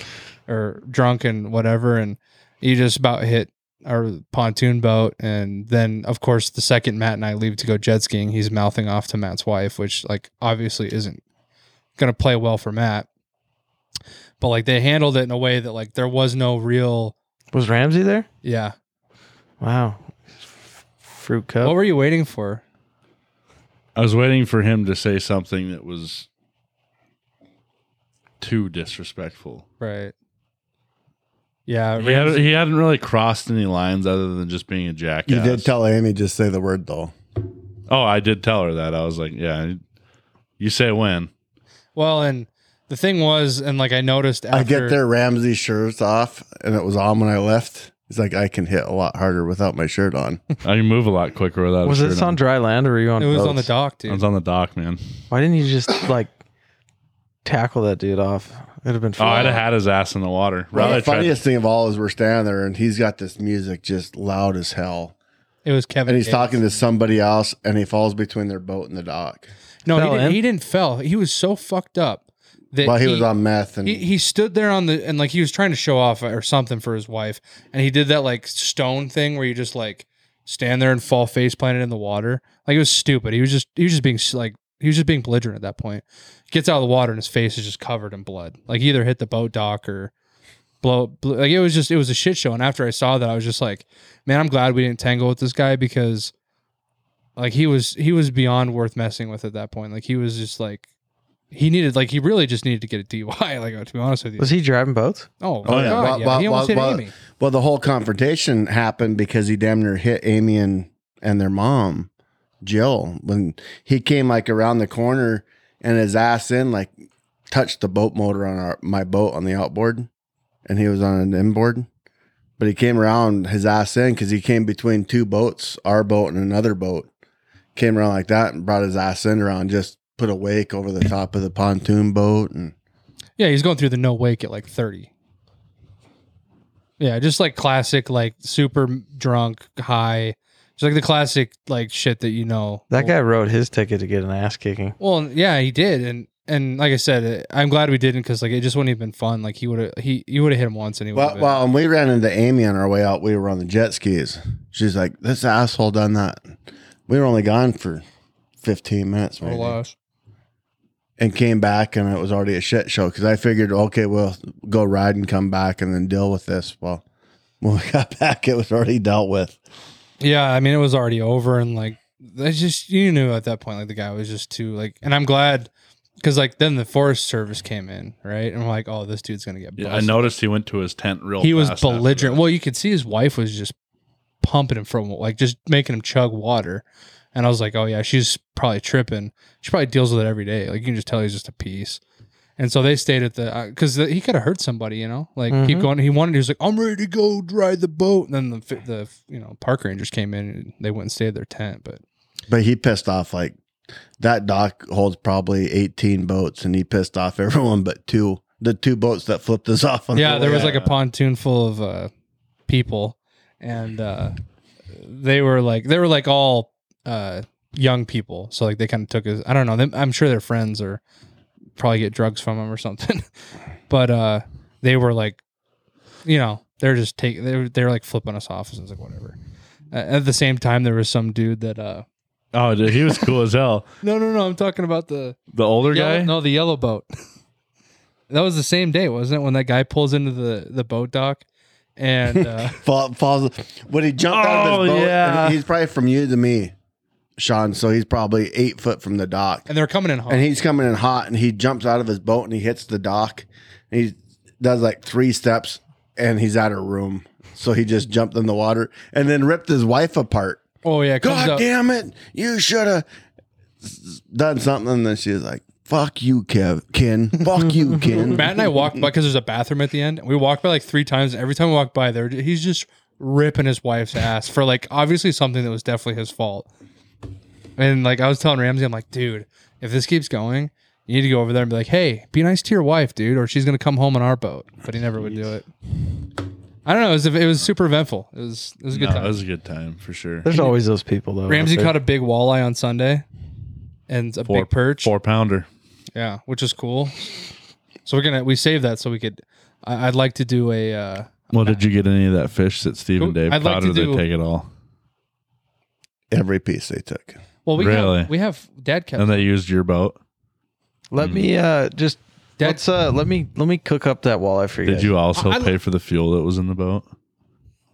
or drunk and whatever and he just about hit our pontoon boat and then of course the second matt and i leave to go jet skiing he's mouthing off to matt's wife which like obviously isn't going to play well for matt but like they handled it in a way that like there was no real
Was Ramsey there?
yeah
Wow. Fruit cup.
what were you waiting for
I was waiting for him to say something that was too disrespectful.
right yeah
He, had, he hadn't really crossed any lines other than just being a
You
jackass.
did tell Amy just say the word though.
Oh, I did tell her that. I was like, yeah, you say when.
well and the thing was and like i noticed after
I get their Ramsey shirts off, and it was on when I left. He's like, I can hit a lot harder without my shirt on.
I can Oh, move a lot quicker without.
was
a shirt
this on dry land or were you on?
it was
boats?
on the dock
I
dude
was on the dock, man.
Why didn't you just like tackle that dude off? It'd have been.
Oh,
Fun.
I'd have had his ass in the water.
Well,
Riley
the
tried-
funniest thing of all is we're standing there, and he's got this music just loud as hell,
it was kevin
and he's
Gates.
talking to somebody else, and he falls between their boat and the dock.
No,
Fell
he, didn't,
in?
he didn't fell. He was so fucked up that
While he was on meth and
he, he stood there on the and like he was trying to show off uh, or something for his wife and he did that like stone thing where you just like stand there and fall face planted in the water like it was stupid he was just he was just being like he was just being belligerent at that point gets out of the water and his face is just covered in blood like he either hit the boat dock or blow bl- like it was just it was a shit show and after i saw that i was just like man i'm glad we didn't tangle with this guy because like he was he was beyond worth messing with at that point like he was just like he needed like he really just needed to get a DUI. Like to be honest with you,
Was he driving boats?
oh,
Oh,
my
yeah.
God,
Well,
yeah.
well,
he almost
well, well,
hit Amy.
Well, the whole confrontation happened because he damn near hit Amy and and their mom, Jill, when he came like around the corner and his ass in like touched the boat motor on our my boat on the outboard, and he was on an inboard. But he came around his ass in because he came between two boats, our boat and another boat. Came around like that and brought his ass in around, just put a wake over the top of the pontoon boat and
Yeah, he's going through the no wake at like thirty. Yeah, just like classic, like super drunk, high, just like the classic like shit that you know.
That guy rode his ticket to get an ass kicking.
Well, yeah, he did, and and like I said, it- I'm glad we didn't because like it just wouldn't have been fun. Like he would have he you would have hit him once and he would.
Well,
have
well, and we ran into Amy on our way out. We were on the jet skis. She's like, "This asshole done that." We were only gone for fifteen minutes, maybe,
uh,
and came back, and it was already a shit show. Because I figured, okay, we'll go ride and come back, and then deal with this. Well, when we got back, it was already dealt with.
Yeah, I mean it was already over, and like I just you knew at that point like the guy was just too like, and I'm glad because like then the Forest Service came in right, and we're like, oh, this dude's gonna get.
Yeah, I
busted.
noticed he went to his tent real.
He was
fast after
belligerent.
that.
Well, you could see his wife was just pumping him from like just making him chug water, and I was like, oh yeah, she's probably tripping. She probably deals with it every day. Like you can just tell he's just a piece. And so they stayed at the because he could have hurt somebody, you know. Like keep
Mhm.
going. He wanted. He was like, "I'm ready to go ride the boat." And then the fi- the you know park rangers came in and they went and stayed at their tent. But
But he pissed off like that dock holds probably eighteen boats, and he pissed off everyone but two. The two boats that flipped us off. On
yeah
the
there
way
was
out.
like a pontoon full of uh people and uh they were like they were like all uh young people so like they kind of took his i don't know them, i'm sure their friends or probably get drugs from them or something but uh they were like you know they're just taking they were, they were like flipping us off and it's like whatever Uh, at the same time there was some dude that uh
Oh, dude, he was cool as hell.
no no no i'm talking about the
The older
Yellow-
guy.
No, the yellow boat. that was the same day, wasn't it? When that guy pulls into the the boat dock, and uh,
fall, falls when he jumped out of his
Oh,
boat.
yeah.
and he's probably from you to me, Sean. So he's probably eight foot from the dock,
and they're coming in hot.
and he's coming in hot. And he jumps out of his boat and he hits the dock. And he does like three steps, and he's out of room. So he just jumped in the water and then ripped his wife apart.
oh yeah, comes
God
up.
damn it! You should have done something. And then she was like, "Fuck you, Kev, Ken. Fuck you, Ken."
Matt and I walked by because there's a bathroom at the end. We walked by like three times. And every time we walked by there, he's just ripping his wife's ass for like obviously something that was definitely his fault. And like I was telling Ramsey, I'm like, dude, if this keeps going, you need to go over there and be like, hey, be nice to your wife, dude, or she's gonna come home on our boat. But he never would do it. I don't know. It was, it was super eventful. It was it was a good
No,
time.
that was a good time for sure.
There's always those people though.
Ramsey
out there.
caught a big walleye on Sunday and a
Four-
big perch.
four pounder.
Yeah, which is cool. So we're gonna we save that so we could. I, I'd like to do a. Uh,
Well, did you get any of that fish that Steve and
Go-
Dave
I'd like
caught,
to
or did
do-
they take it all?
Every piece they took.
well, we
Really?
have, we have dad kept
And they used your boat.
Let me uh just
Dad-
let's uh let me let me cook up that walleye for you.
Did
guys.
you also
I- I-
pay for the fuel that was in the boat?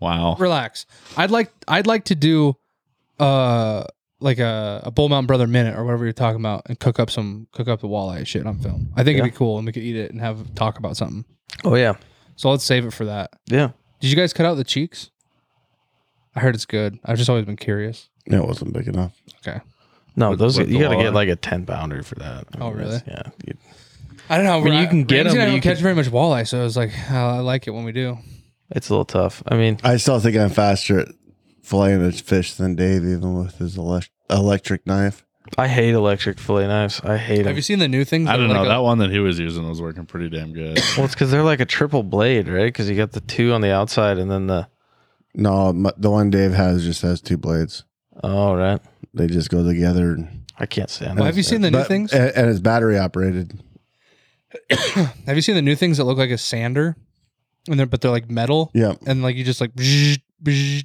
Wow.
relax. I'd like I'd like to do, uh, like a, a Bull Mountain Brother minute or whatever you're talking about, and cook up some cook up the walleye shit on film. I think it'd be cool, and we could eat it and have talk about something.
Oh yeah.
So let's save it for that.
Yeah.
Did you guys cut out the cheeks? I heard it's good. I've just always been curious.
It wasn't big enough.
Okay.
No,
With-
those
with
you
the
got to
walleye.
get like a 10 pounder for that. I
Oh,
mean,
really?
that's- Yeah. You-
I don't know.
mean, you can get
Ramsey and
'em,
I
but
don't
you
catch
can-
very much walleye, so I was like, oh, I like it when we do.
It's a little tough. I mean,
I still think I'm faster at filleting a fish than Dave, even with his elec electric knife.
I hate electric fillet knives. I hate
Have
them.
you seen the new things?
I
that
don't
are
know.
like
that one that he was using was working pretty damn good.
well, it's because they're like a triple blade, right? Because you got the two on the outside and then the
No, m- the one Dave has just has two blades.
oh right.
They just go together.
I can't stand
Well,
it.
have you seen the new
But- eh.
things?
And, and it's battery operated.
Have you seen the new things that look like a sander? And they're but they're like metal
Yeah.
and like you just like bzzz, bzzz.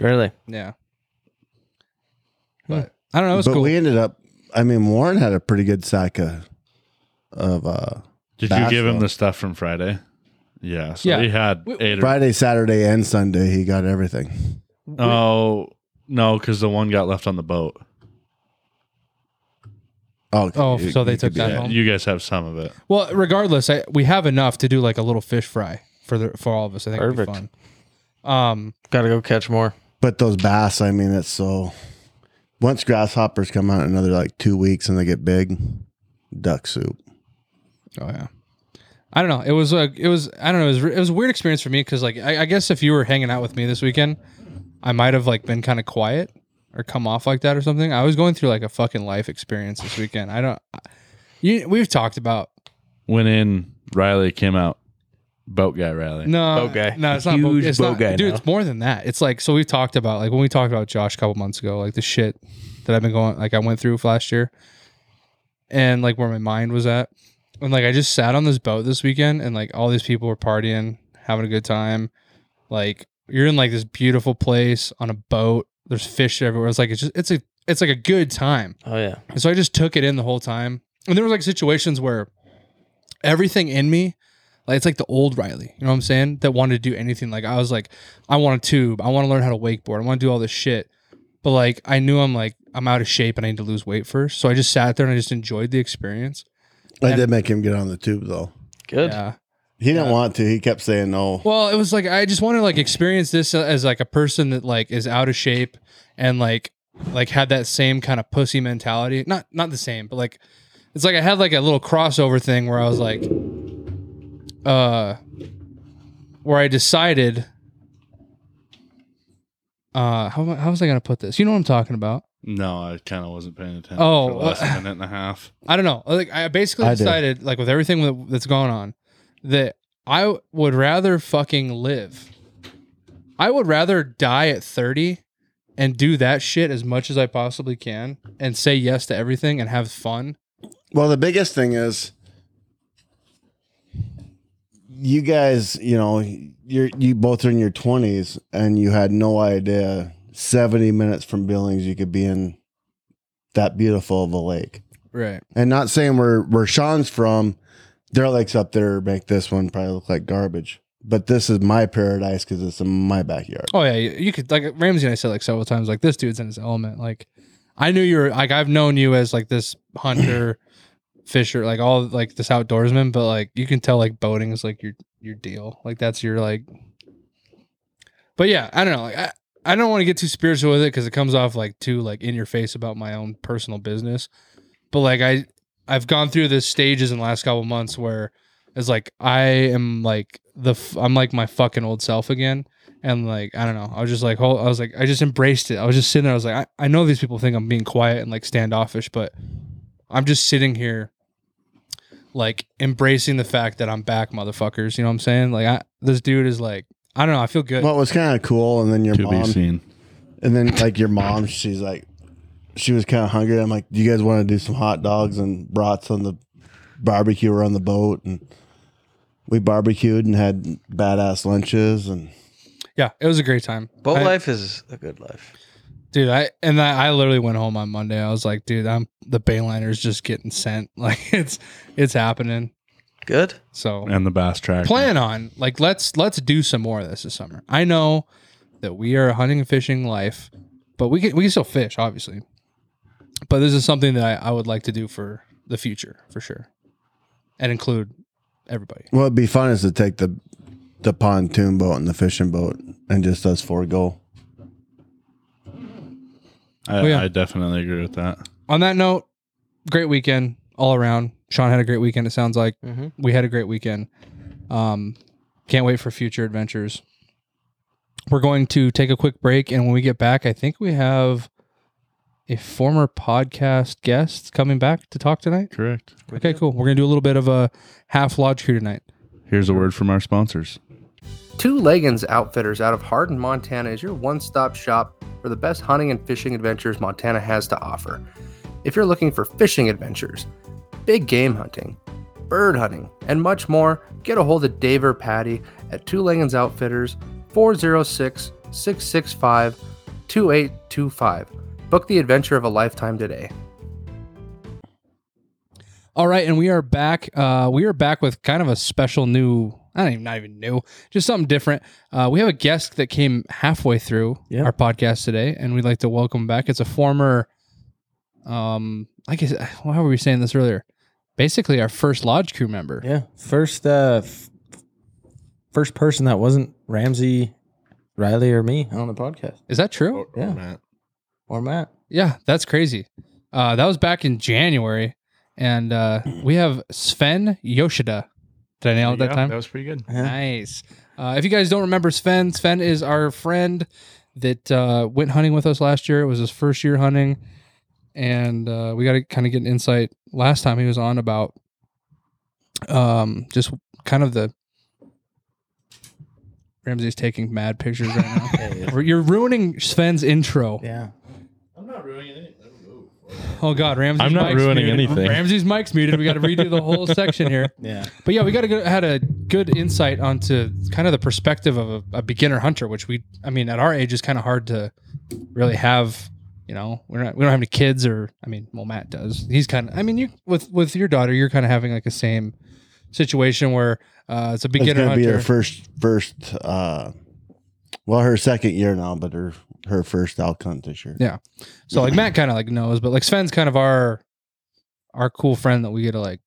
Really?
yeah.
Hmm.
But I don't know. It's
but
cool.
we ended up. I mean, Warren had a pretty good sack of, of uh,
Did
Bash
you give him
them.
the stuff from Friday? Yeah. So
Yeah.
he had
We-
eight or
Friday, Saturday, and Sunday. He got everything.
Oh no, because the one got left on the boat.
Oh,
Oh,
it-
so they
it
took
could be
that
it.
home?
You guys have some of it.
well, regardless, I, we have enough to do like a little fish fry for the for all of us. I think it'd be fun.
Perfect.
Um,
Gotta go catch more.
But those bass, I mean, it's so. Once grasshoppers come out another like two weeks and they get big, duck soup.
Oh yeah. I don't know. It was a. It was. I don't know. It was. It was a weird experience for me because, like, I, I guess if you were hanging out with me this weekend, I might have like been kind of quiet or come off like that or something. I was going through like a fucking life experience this weekend. I don't. I- You. We've talked about
Went in, Riley came out. Boat guy Riley.
no
Boat guy.
No, it's not. Boat,
Huge
it's
boat
not,
guy
dude.
now.
It's more than that. It's like so. We've talked about like when we talked about Josh a couple months ago, like the shit that I've been going, like I went through last year, and like where my mind was at, and like I just sat on this boat this weekend, and like all these people were partying, having a good time, like you're in like this beautiful place on a boat. There's fish everywhere. It's like it's just it's a it's like a good time.
Oh yeah.
And so I just took it in the whole time. And there was like situations where everything in me, like it's like the old Riley, you know what I'm saying? That wanted to do anything. Like I was like, I want to tube, I want to learn how to wakeboard, I want to do all this shit. But like I knew I'm like I'm out of shape and I need to lose weight first. So I just sat there and I just enjoyed the experience.
I
And-
did make him get on the tube though.
Good.
Yeah.
He didn't
Yeah.
want to. He kept saying no.
Well, it was like I just want to like experience this as like a person that like is out of shape and like like had that same kind of pussy mentality. Not not the same, but like it's like I had like a little crossover thing where I was like uh where I decided uh how am I- how was I going to put this? You know what I'm talking about.
No, I kind of wasn't paying attention
Oh,
for the last minute and a half.
I don't know. Like I basically
I do.
decided, like with everything that- that's going on, that I would rather fucking live. I would rather die at thirty and do that shit as much as I possibly can, and say yes to everything and have fun.
Well, the biggest thing is you guys, you know, you're you both are in your twenties and you had no idea seventy minutes from Billings you could be in that beautiful of a lake.
Right.
And not saying where where Sean's from, their lakes up there make this one probably look like garbage. But this is my paradise because it's in my backyard.
Oh yeah, you, you could like Ramsey and I said like several times like this dude's in his element. Like I knew you were like I've known you as like this hunter, fisher, like all like this outdoorsman, but like you can tell like boating is like your your deal. Like that's your like. But yeah, I don't know. Like I I don't want to get too spiritual with it because it comes off like too like in your face about my own personal business. But like I I've gone through this stages in the last couple months where it's like I am like the f- I'm like my fucking old self again and like I don't know, I was just like, hol- I was like, I just embraced it. I was just sitting there. I was like, I, I know these people think I'm being quiet and like standoffish, but I'm just sitting here, like embracing the fact that I'm back, motherfuckers. You know what I'm saying? Like, I, this dude is like, I don't know. I feel good.
Well, it was kind of cool, and then your
To
mom,
be seen.
and then like your mom, she's like, she was kind of hungry. I'm like, do you guys want to do some hot dogs and brats on the barbecue or on the boat? And we barbecued and had badass lunches, and
yeah, it was a great time.
Boat
I-
life is a good life.
dude. I and I, I literally went home on Monday. I was like, dude, I'm the Bayliner's just getting sent. Like it's it's happening.
Good.
So
And the bass track.
plan on like let's let's do some more of this this summer. I know that we are a hunting and fishing life, but we can we can still fish obviously. But this is something that I, I would like to do for the future for sure, and include everybody.
what would be fun is to take the the pontoon boat and the fishing boat, and just us four go.
I,
Oh, yeah.
I definitely agree with that.
On that note, great weekend all around. Sean had a great weekend. It sounds like
Mhm.
we had a great weekend. Um, can't wait for future adventures. We're going to take a quick break, and when we get back, I think we have a former podcast guest coming back to talk tonight.
Correct.
Okay, cool. We're gonna do a little bit of a half lodge crew tonight.
Here's a word from our sponsors.
Two Leggins Outfitters out of Hardin, Montana is your one stop shop for the best hunting and fishing adventures Montana has to offer. If you're looking for fishing adventures, big game hunting, bird hunting, and much more, get a hold of Dave or Patty at Two Leggins Outfitters, 406 665 2825. Book the adventure of a lifetime today.
All right, and we are back. Uh, we are back with kind of a special new. I don't even, not even new, just something different. Uh, we have a guest that came halfway through
Yeah.
our podcast today, and we'd like to welcome back. It's a former, um, like I said, how were we saying this earlier? Basically, our first lodge crew member.
Yeah. First uh f- first person that wasn't Ramsey, Riley or me on the podcast.
Is that true?
Or- or
Yeah.
Matt.
Or Matt.
Yeah, that's crazy. Uh, that was back in January, and uh, we have Sven Yoshida. Did I
Oh,
nail it that
Yeah,
time?
That was pretty good.
Yeah.
Nice. Uh, if you guys don't remember Sven, Sven is our friend that uh, went hunting with us last year. It was his first year hunting, and uh, we got to kind of get an insight. Last time he was on about um, just kind of the Ramsey's taking mad pictures right
Yeah, yeah.
now. You're ruining Sven's intro.
Yeah.
Oh God, Ramsey's
I'm not
mic's
ruining
muted.
anything.
Ramsey's mic's muted. We got to redo the whole section here.
Yeah.
But yeah, we got to go, had a good insight onto kind of the perspective of a, a beginner hunter, which we, I mean, at our age is kind of hard to really have. You know, we're not we don't have any kids, or I mean, well, Matt does. He's kind of, I mean, you with with your daughter, you're kind of having like the same situation where uh, it's a
It's
beginner
gonna be her
hunter.
first first uh well her second year now, but her her first elk hunt this year.
Yeah. so like Matt kind of like knows, but like Sven's kind of our our cool friend that we get to like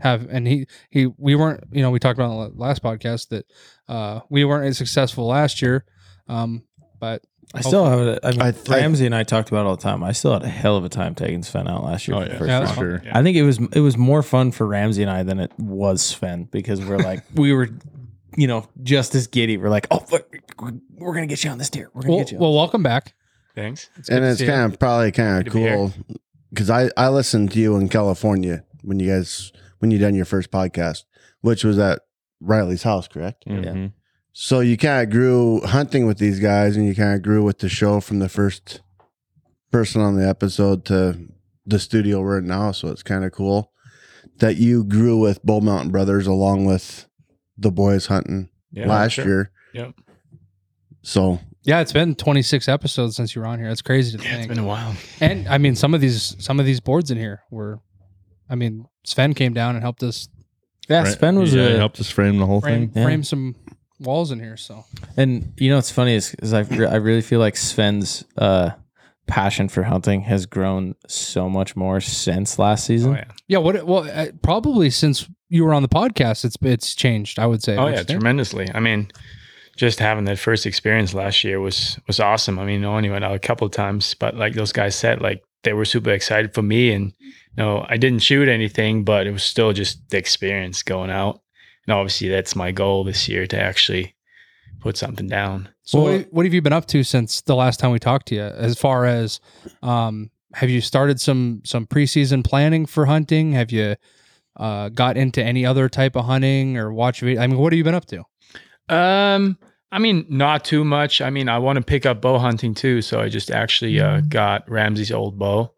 have, and he he we weren't you know we talked about on the last podcast that uh, we weren't as successful last year, um, but
I still have it. I mean,
I th-
Ramsey and I talked about it all the time. I still had a hell of a time taking Sven out last year.
Oh
for the
yeah,
first
Yeah,
for
that's
round.
sure.
fine.
I think it was it was more fun for Ramsey and I than it was Sven because we're like we were, you know, just as giddy. We're like, oh, fuck, we're gonna get you on this deer. We're gonna
Well,
get you. on
well, welcome back.
Thanks.
and it's
of
kind of probably kind
Good
of
to be here.
cool because I I listened to you in California when you guys when you done your first podcast, which was at Riley's house, correct?
Mhm.
So you kind of grew hunting with these guys, and you kind of grew with the show from the first person on the episode to the studio we're in now. So it's kind of cool that you grew with Bull Mountain Brothers along with the boys hunting
Yeah,
last
sure.
year.
Yep.
So
yeah, it's been 26 episodes since you were on here. That's crazy to
Yeah, it's
think.
been a while.
and I mean, some of these some of these boards in here were, I mean, Sven came down and helped us
Yeah,
Right.
Sven was
yeah,
a
he helped us frame the whole
frame
thing.
Yeah.
frame some walls in here. So
And you know what's funny is, is I I really feel like Sven's uh, passion for hunting has grown so much more since last
Oh
season.
yeah.
yeah, what? Well, uh, probably since you were on the podcast, it's it's changed. I would say.
Oh
don't you
yeah,
think?
tremendously. I mean, just having that first experience last year was was awesome. I mean, I only went out a couple of times, but like those guys said, like they were super excited for me, and you know, I didn't shoot anything, but it was still just the experience going out. And obviously, that's my goal this year to actually put something down.
So
Well-
what, what have you been up to since the last time we talked to you? As far as um, have you started some some preseason planning for hunting? Have you uh, got into any other type of hunting or watch video? I mean, what have you been up to?
Um, I mean, not too much. I mean, I want to pick up bow hunting too, so I just actually uh, got Ramsey's old bow.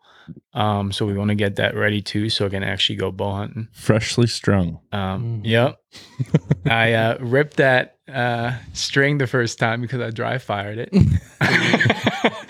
Um, so we want to get that ready too, so I can actually go bow hunting.
Freshly strung.
Mm.
Um,
Mhm.
Yep. I uh, ripped that uh, string the first time because I dry fired it.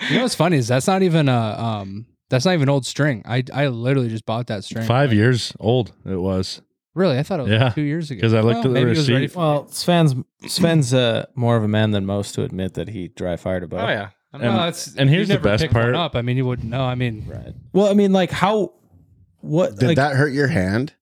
You know what's funny is that's not even a um, that's not even old string. I I literally just bought that string.
Five years old it was
Really, I thought it was
Yeah.
two years ago.
because I looked
Well,
at the
maybe it was ready
receipt.
for-
Well, Sven's Sven's uh, more of a man than most to admit that he dry fired a bow.
oh yeah. I'm
And-
Well,
not-
that's-
and here's
you
the
never
best
picked one
part.
Up, I mean, you wouldn't know. I mean,
Right. Well, I mean, like how? What?
did
like,
that hurt your hand?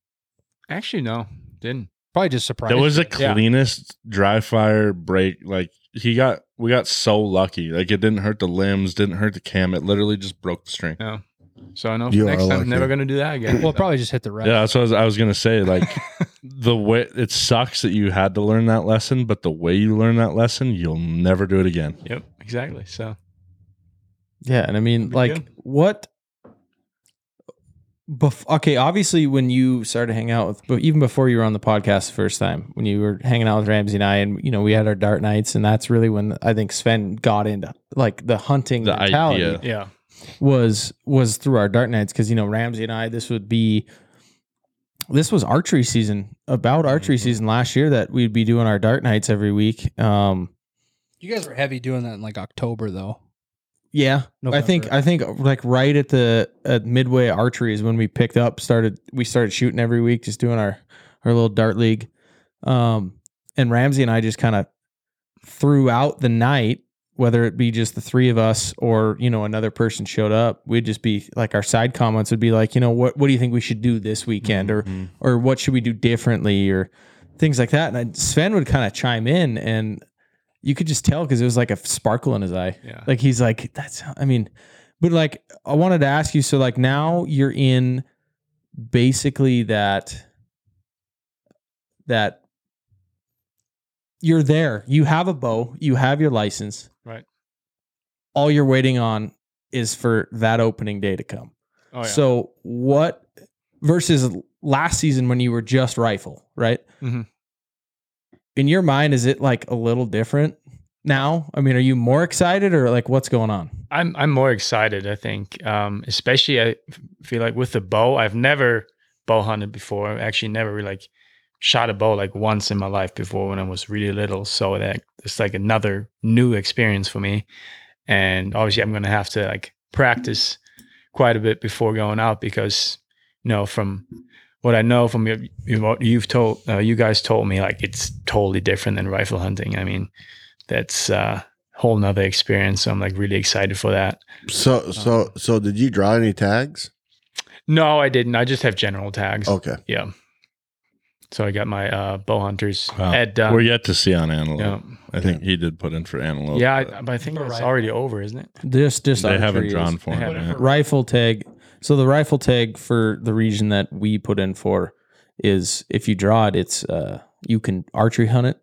actually no, didn't.
probably just surprised.
That was the
you.
Yeah.
cleanest dry fire break. Like he got, we got so lucky. Like it didn't hurt the limbs, didn't hurt the cam. It literally just broke the string.
No. So I know for
You
next
are
time
lucky.
I'm never gonna do that again.
well, it probably just hit the rest.
Yeah, that's what I was, I was gonna say. Like the way it sucks that you had to learn that lesson, but the way you learn that lesson, you'll never do it again.
Yep. Exactly. So
Yeah, and I mean,
Pretty
like,
good.
what? Bef- okay, obviously, when you started hanging out with, but even before you were on the podcast the first time, when you were hanging out with Ramsey and I, and you know, we had our dart nights, and that's really when I think Sven got into like the hunting
The
mentality
idea.
yeah.
was was through our dart nights because you know Ramsey and I, this would be this was archery season, about archery season last year that we'd be doing our dart nights every week. Um,
You guys were heavy doing that in like October though.
yeah, I
November.
think I think like right at the at midway archery is when we picked up started we started shooting every week just doing our our little dart league. Um and Ramsey and I just kind of throughout the night whether it be just the three of us or you know another person showed up we'd just be like our side comments would be like you know what what do you think we should do this weekend or
Mhm.
Mm-hmm.
or what should we do differently or things like that and I, Sven would kind of chime in and you could just tell cuz it was like a sparkle in his eye
Yeah.
like he's like, that's I mean, but like I wanted to ask you, so like now you're in basically that that you're there. You have a bow, you have your license.
Right.
All you're waiting on is for that opening day to come.
Oh, yeah.
So what versus last season when you were just rifle, right?
Mhm.
In your mind, is it like a little different now? I mean, are you more excited or like what's going on?
I'm I'm more excited. I think, um, especially I f- feel like with the bow, I've never bow hunted before. I actually never really like shot a bow like once in my life before when I was really little. So that it's like another new experience for me. And obviously, I'm gonna have to like practice quite a bit before going out because you know from what I know from your, your- what you've told uh, you guys told me like it's totally different than rifle hunting. I mean, that's. uh whole nother experience. So I'm like really excited for that.
So so so did you draw any tags?
No, I didn't. I just have general tags.
Okay.
Yeah. So I got my uh, bow hunters
Wow.
Ed done.
We're yet to see on antelope.
yeah,
I think he did put in for antelope.
yeah I,
but
but I think
But
it's
right.
already over, isn't it?
This just
they haven't
archery is-
drawn for
They
him.
haven't
yet.
rifle tag. So the rifle tag for the region that we put in for is if you draw it, it's uh you can archery hunt it,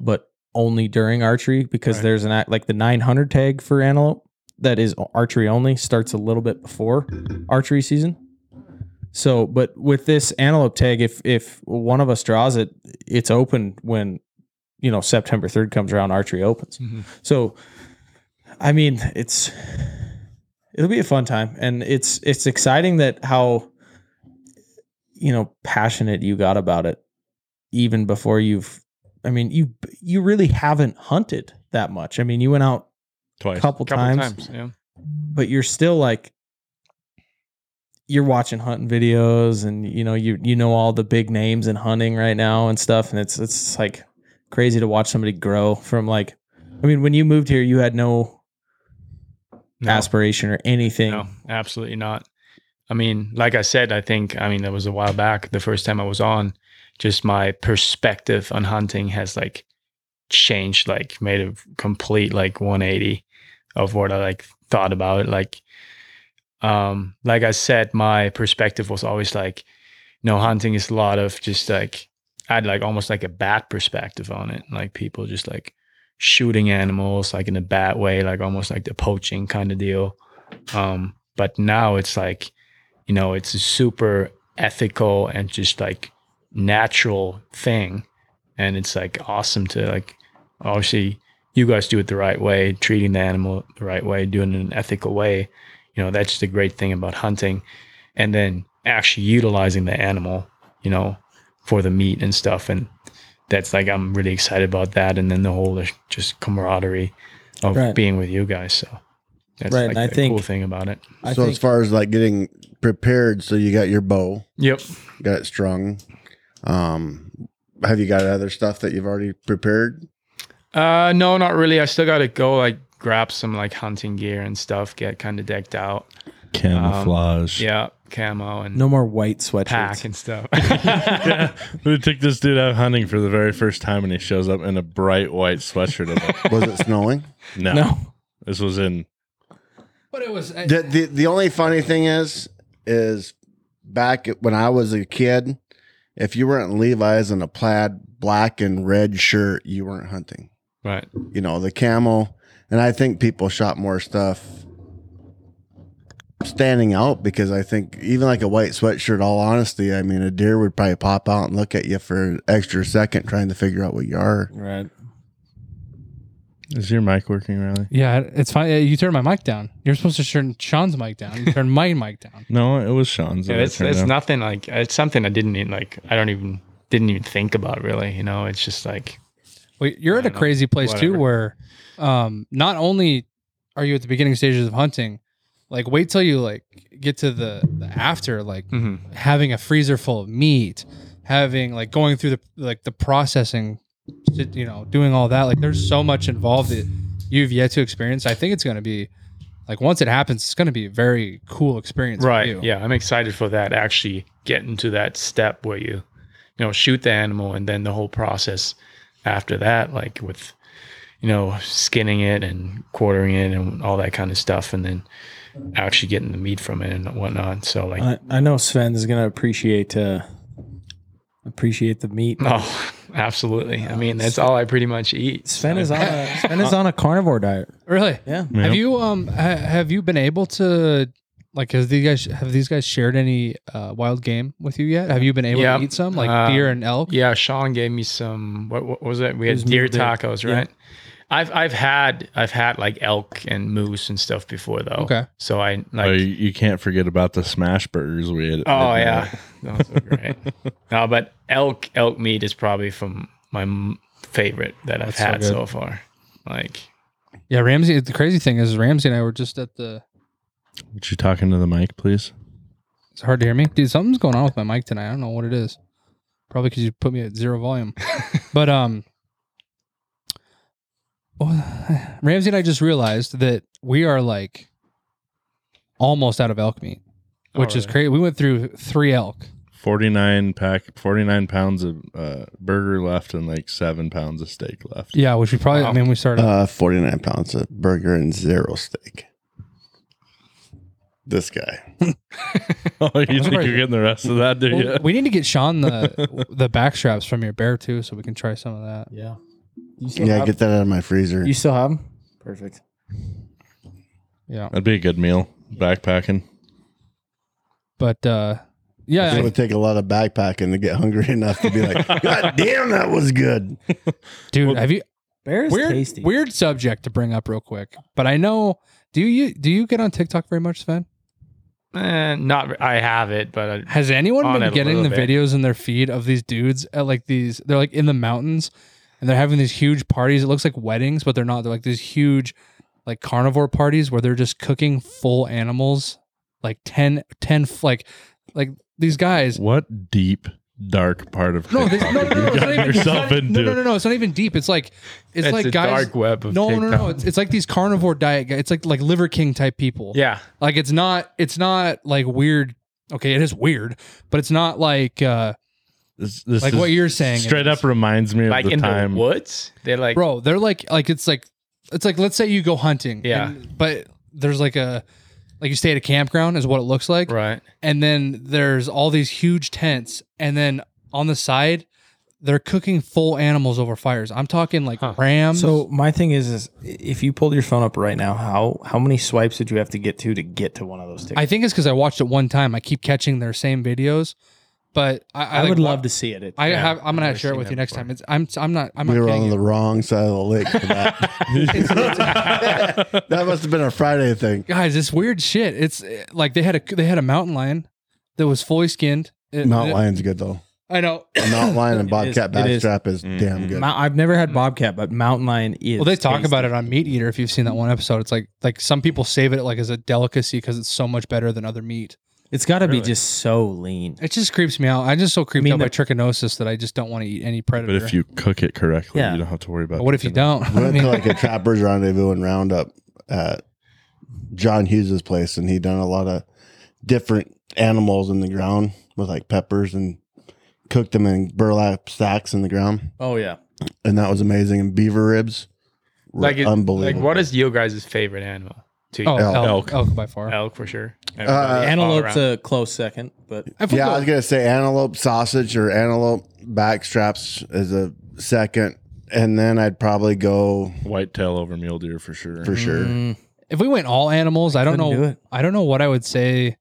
but only during archery because
Right.
there's an act like the 900 tag for antelope that is archery only starts a little bit before archery season. So, but with this antelope tag, if if one of us draws it, it's open when you know September 3rd comes around. Archery opens.
Mhm.
So, I mean, it's it'll be a fun time and it's it's exciting that how you know passionate you got about it even before you've i mean you you really haven't hunted that much i mean you went out a
Twice.
couple,
A couple
times,
times. Yeah.
but you're still like you're watching hunting videos and you know you you know all the big names in hunting right now and stuff and it's it's like crazy to watch somebody grow from like i mean when you moved here you had no,
No,
aspiration or anything
no, absolutely not. I mean, like I said, I think, I mean, that was a while back. The first time I was on, just my perspective on hunting has like changed, like made a complete like 180 of what I like thought about it. Like, um, like I said, my perspective was always like, you know, hunting is a lot of just like I had like almost like a bad perspective on it. Like people just like shooting animals like in a bad way, like almost like the poaching kind of deal. Um, but now it's like, you know, it's a super ethical and just like natural thing. And it's like awesome to like obviously you guys do it the right way, treating the animal the right way, doing it in an ethical way. You know, that's the great thing about hunting. And then actually utilizing the animal, you know, for the meat and stuff. And that's like I'm really excited about that. And then the whole like, just camaraderie of
Right.
being with you guys. So that's
Right,
like
and I
the
think-
cool thing about it.
I
so
think-
as far as like getting prepared, so you got your bow,
Yep.
got it strung. Um have you got other stuff that you've already prepared?
Uh, no, not really. I still got to go like grab some like hunting gear and stuff, get kind of decked out.
Camouflage.
Yeah, camo and
No more white sweatshirts.
pack and stuff.
yeah, we took this dude out hunting for the very first time, and he shows up in a bright white sweatshirt. I'm like,
Was it snowing?
no,
No.
this was in
But it was
the, the the only funny thing is is back when I was a kid, if you weren't in Levi's in a plaid black and red shirt, you weren't hunting.
right.
You know the camel, and I think people shot more stuff standing out because I think even like a white sweatshirt. All honesty, I mean a deer would probably pop out and look at you for an extra second trying to figure out what you are.
Right.
Is your mic working, Riley?
Yeah, it's fine. Uh, You turn my mic down. You're supposed to turn Sean's mic down. You turn my mic down.
No, it was Sean's.
Yeah,
that I
it's
turned
it's
down.
nothing like it's something I didn't even like. I don't even didn't even think about really. You know, it's just like
Well, you're
I
at a
don't know.
crazy place too,
Whatever.
where um, not only are you at the beginning stages of hunting, like wait till you like get to the, the after, like
Mm-hmm.
having a freezer full of meat, having like going through the like the processing, you know, doing all that. Like there's so much involved that you've yet to experience. I think it's going to be like once it happens, it's going to be a very cool experience. for
right.
you.
Yeah, I'm excited for that. Actually, getting to that step where you, you know, shoot the animal and then the whole process after that, like with, you know, skinning it and quartering it and all that kind of stuff, and then actually getting the meat from it and whatnot. So like,
I, I know Sven is gonna appreciate uh, appreciate the meat.
Uh-huh.
oh, absolutely. I mean, that's all I pretty much eat.
Sven is on a, Sven is on a carnivore diet.
Really?
Yeah.
Yeah.
Have you um ha- have you been able to like has these guys have these guys shared any uh, wild game with you yet? Have you been able
Yeah.
to eat some like
Uh,
deer and elk?
Yeah, Sean gave me some. What, what was it? We
It
had
was
deer
mule deer.
tacos,
Yeah.
right? I've I've had I've had like elk and moose and stuff before though.
Okay.
So
Oh,
I
you,
like.
you can't forget about the smash burgers we ate. at
Oh,
midnight.
yeah, those are great. no, but elk elk meat is probably from my m- favorite that I've
That's so
had
good.
so, far. Like
Yeah, Ramsey. The crazy thing is Ramsey and I were just at the.
Would you talk into the mic, please?
It's hard to hear me, dude. Something's going on with my mic tonight. I don't know what it is. Probably because you put me at zero volume. but um, well, oh, Ramsey and I just realized that we are like almost out of elk meat,
Oh,
which is
really?
crazy. We went through three elk.
Forty nine pack, forty nine pounds of uh, burger left, and like seven pounds of steak left.
Yeah, which we probably. I
Wow.
mean, we started.
Uh, 49 pounds of burger and zero steak. This guy.
Oh, you think
surprised-
you're getting the rest of that, do
Well,
you?
We need to get Sean the the back straps from your bear too, so we can try some of that.
Yeah. You still
Yeah,
have,
get that out of my freezer.
you still have them? Perfect.
Yeah,
That'd be a good meal. Backpacking.
but uh, yeah,
It
I-
would take a lot of backpacking to get hungry enough to be like, God damn, that was good.
dude. have you
Bear is
weird
tasty.
weird subject to bring up real quick? But I know. Do you do you get on TikTok very much, Sven?
eh, not. re- I have it, but I,
Has anyone
On it
been
a
getting the
little bit.
videos in their feed of these dudes at like these? They're like in the mountains, and they're having these huge parties. It looks like weddings, but they're not. They're like these huge, like carnivore parties where they're just cooking full animals, like 10, 10 f- like like these guys.
What deep, dark part of
No,
TikTok
this, no, no,
have
no,
you
no, it's not
gotten
even, it's
yourself
not, no,
into?
no, no, no, it's not even deep. It's like it's,
it's
like
a
guys.
dark web of
No, no, no, no.
TikTok.
It's, it's like these carnivore diet guys. It's like like Liver King type people.
Yeah,
Like it's not it's not like weird. Okay, it is weird, but it's not like uh
This, this
Like
is-
what you're saying
Straight
is-
up reminds me of
like
the
in
time.
the woods, they're like
bro, they're like like it's like it's like let's say you go hunting.
Yeah.
and- but there's like a like you stay at a campground is what it looks like.
right.
And then there's all these huge tents and then on the side they're cooking full animals over fires. I'm talking like
Huh.
rams.
So my thing is, is if you pulled your phone up right now, how how many swipes did you have to get to to get to one of those tickets?
I think it's because I watched it one time. I keep catching their same videos, but I, I,
I,
like,
would
wa-
love to see it. It-
I
Yeah,
have. I'm gonna
I've
share it
seen
with you
that
next
before.
time. It's. I'm. I'm not. I'm
we
not.
were
kidding
on the
you.
wrong side of the lake for that. that must have been a Friday thing.
guys. It's weird shit. It's uh, like they had a they had a mountain lion that was fully skinned. It-
Mount
it-
lion's good though.
I know.
A Mount lion and
It is-
bobcat
it is.
backstrap is,
Mm.
damn good.
Mou- I've never had bobcat, but mountain lion is.
Well, they talk
tasty.
about it on Meat Eater. If you've seen that one episode, it's like like some people save it like as a delicacy because it's so much better than other meat.
It's got to be
Really?
just so lean.
It just creeps me out. I'm just so creeped
mean,
out by
the-
trichinosis that I just don't want to eat any
But
predator.
if you cook it correctly,
Yeah.
you don't have to worry about.
But what if you
cooking
don't?
We
I
went
mean,
to like a trapper's rendezvous and roundup at John Hughes's place, and he done a lot of different animals in the ground with like peppers and cooked them in burlap sacks in the ground,
Oh yeah,
and that was amazing. And beaver ribs, were
Like it- Like,
unbelievable.
what is your guys' favorite animal? To
oh, elk.
elk.
elk, by far.
elk for sure.
Uh,
All
antelope's
around.
a close second, but
If we
yeah,
go-
I was gonna say antelope sausage or antelope backstraps is a second, and then I'd probably go
whitetail over mule deer for sure?
for sure.
Mm,
if we went all animals, I don't
couldn't
know.
do it.
I don't know what I would say.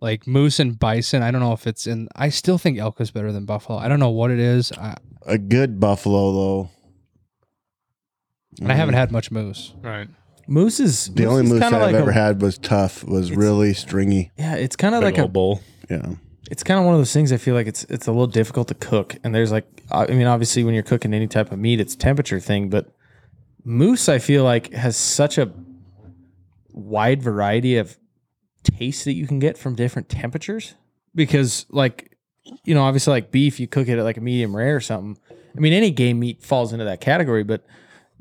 Like moose and bison, I don't know if it's in. I still think elk is better than buffalo. I don't know what it is. I,
A good buffalo though
And I haven't had much moose.
Right.
Moose is
The only
is
moose
kinda
I've
like
ever
a-
had was tough. Was
It's-
really stringy.
Yeah, it's kind of
Big
like a
old bowl.
Yeah.
it's kind of one of those things I feel like it's it's a little difficult to cook. And there's like I I mean, obviously when you're cooking any type of meat, it's temperature thing, but moose I feel like has such a wide variety of taste that you can get from different temperatures because like you know, obviously like beef you cook it at like a medium rare or something. I mean, any game meat falls into that category, but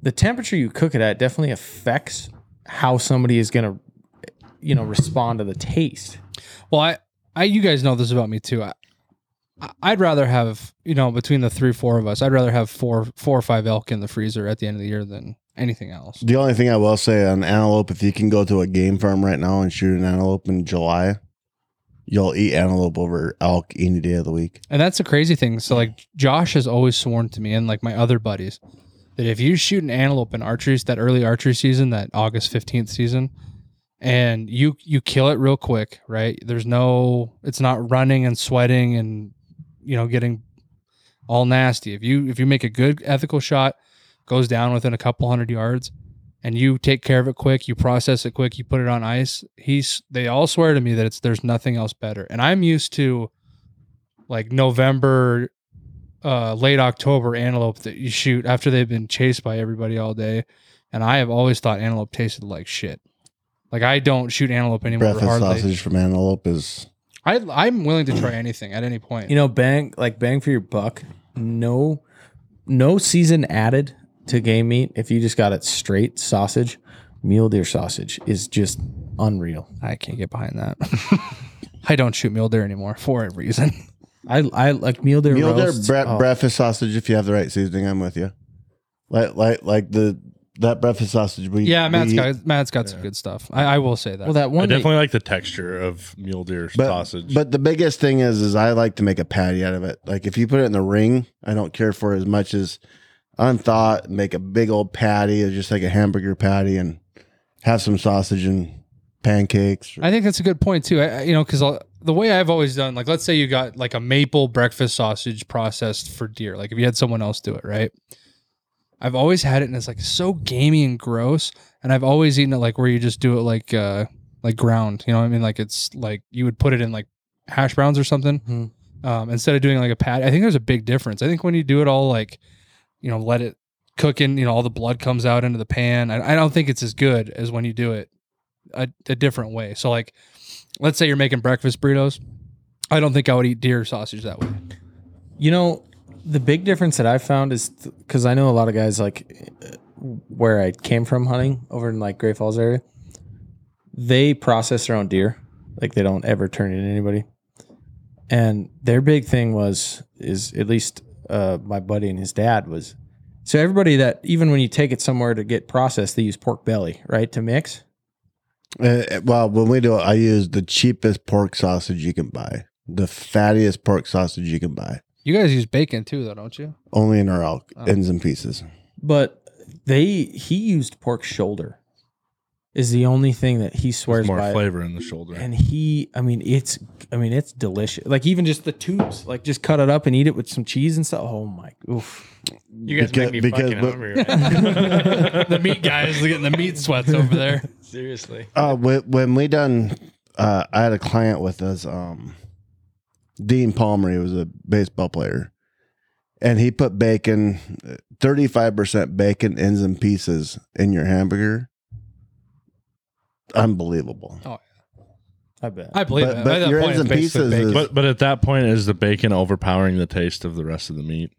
the temperature you cook it at definitely affects how somebody is going to you know, respond to the taste.
Well, I, I, you guys know this about me too. I, I'd rather have you know between the three, four of us, I'd rather have four, four or five elk in the freezer at the end of the year than anything else.
The only thing I will say on antelope, if you can go to a game farm right now and shoot an antelope in July, you'll eat antelope over elk any day of the week.
And that's the crazy thing. So like Josh has always sworn to me and like my other buddies that if you shoot an antelope in archery, that early archery season, that August fifteenth season, and you you kill it real quick, right? There's no, it's not running and sweating and you know getting all nasty. If you if you make a good ethical shot, goes down within a couple hundred yards, and you take care of it quick, you process it quick, you put it on ice. He's they all swear to me that it's there's nothing else better, and I'm used to like November, uh, late October antelope that you shoot after they've been chased by everybody all day. And I have always thought antelope tasted like shit. Like I don't shoot antelope anymore.
Breakfast
Hardly.
sausage from antelope is
I I'm willing to try anything at any point.
you know bang like bang for your buck no no season added to game meat if you just got it straight sausage mule deer sausage is just unreal
I can't get behind that. I don't shoot mule deer anymore for a reason.
i i like mule deer
mule deer
roasts.
bre-
Oh,
breakfast sausage. If you have the right seasoning, I'm with you. Like like like the that breakfast sausage. We
Yeah, Matt's
we eat.
got Matt's got some good stuff. I, I will say that.
well that
I
one
definitely like the texture of mule deer
But,
sausage.
But the biggest thing is, is I like to make a patty out of it. Like if you put it in the ring, I don't care for it as much as unthought. Make a big old patty, or just like a hamburger patty, and have some sausage and pancakes.
I think that's a good point too. I, I- you know, because the way I've always done, like, let's say you got like a maple breakfast sausage processed for deer, like if you had someone else do it, right? I've always had it, and it's like so gamey and gross. And I've always eaten it like where you just do it like uh like ground. You know what I mean? Like it's like you would put it in like hash browns or something
Mhm.
um, instead of doing like a pat. I think there's a big difference. I think when you do it all like you know let it cook in, you know all the blood comes out into the pan. I, I don't think it's as good as when you do it a, a different way. So like, let's say you're making breakfast burritos. I don't think I would eat deer sausage that way.
You know, the big difference that I found is because I know a lot of guys like uh, where I came from hunting over in like Gray Falls area. They process their own deer, like they don't ever turn it in anybody. And their big thing was is at least uh, my buddy and his dad was. So everybody that even when you take it somewhere to get processed, they use pork belly, right, to mix.
Uh, well, when we do it, I use the cheapest pork sausage you can buy, the fattiest pork sausage you can buy,
You guys use bacon too, though, don't you?
only in our elk
Oh.
ends and pieces.
But they he used pork shoulder, is the only thing that he
There's
swears
more
by.
flavor in the shoulder.
and he i mean it's i mean it's delicious like even just the tubes like just cut it up and eat it with some cheese and stuff oh my oof
You guys
Because-
make me
because-
fucking
but-
hungry. Right?
the meat guys are getting the meat sweats over there.
Seriously.
Uh, when, when we done, uh, I had a client with us, um, Dean Palmer. He was a baseball player, and he put bacon, thirty-five percent bacon ends and pieces in your hamburger. Unbelievable.
i bet
I believe
But-
that.
but
At that
your
point,
ends
it's
and
basically
pieces
bacon.
is-
but but at that point, is the bacon overpowering the taste of the rest of the meat?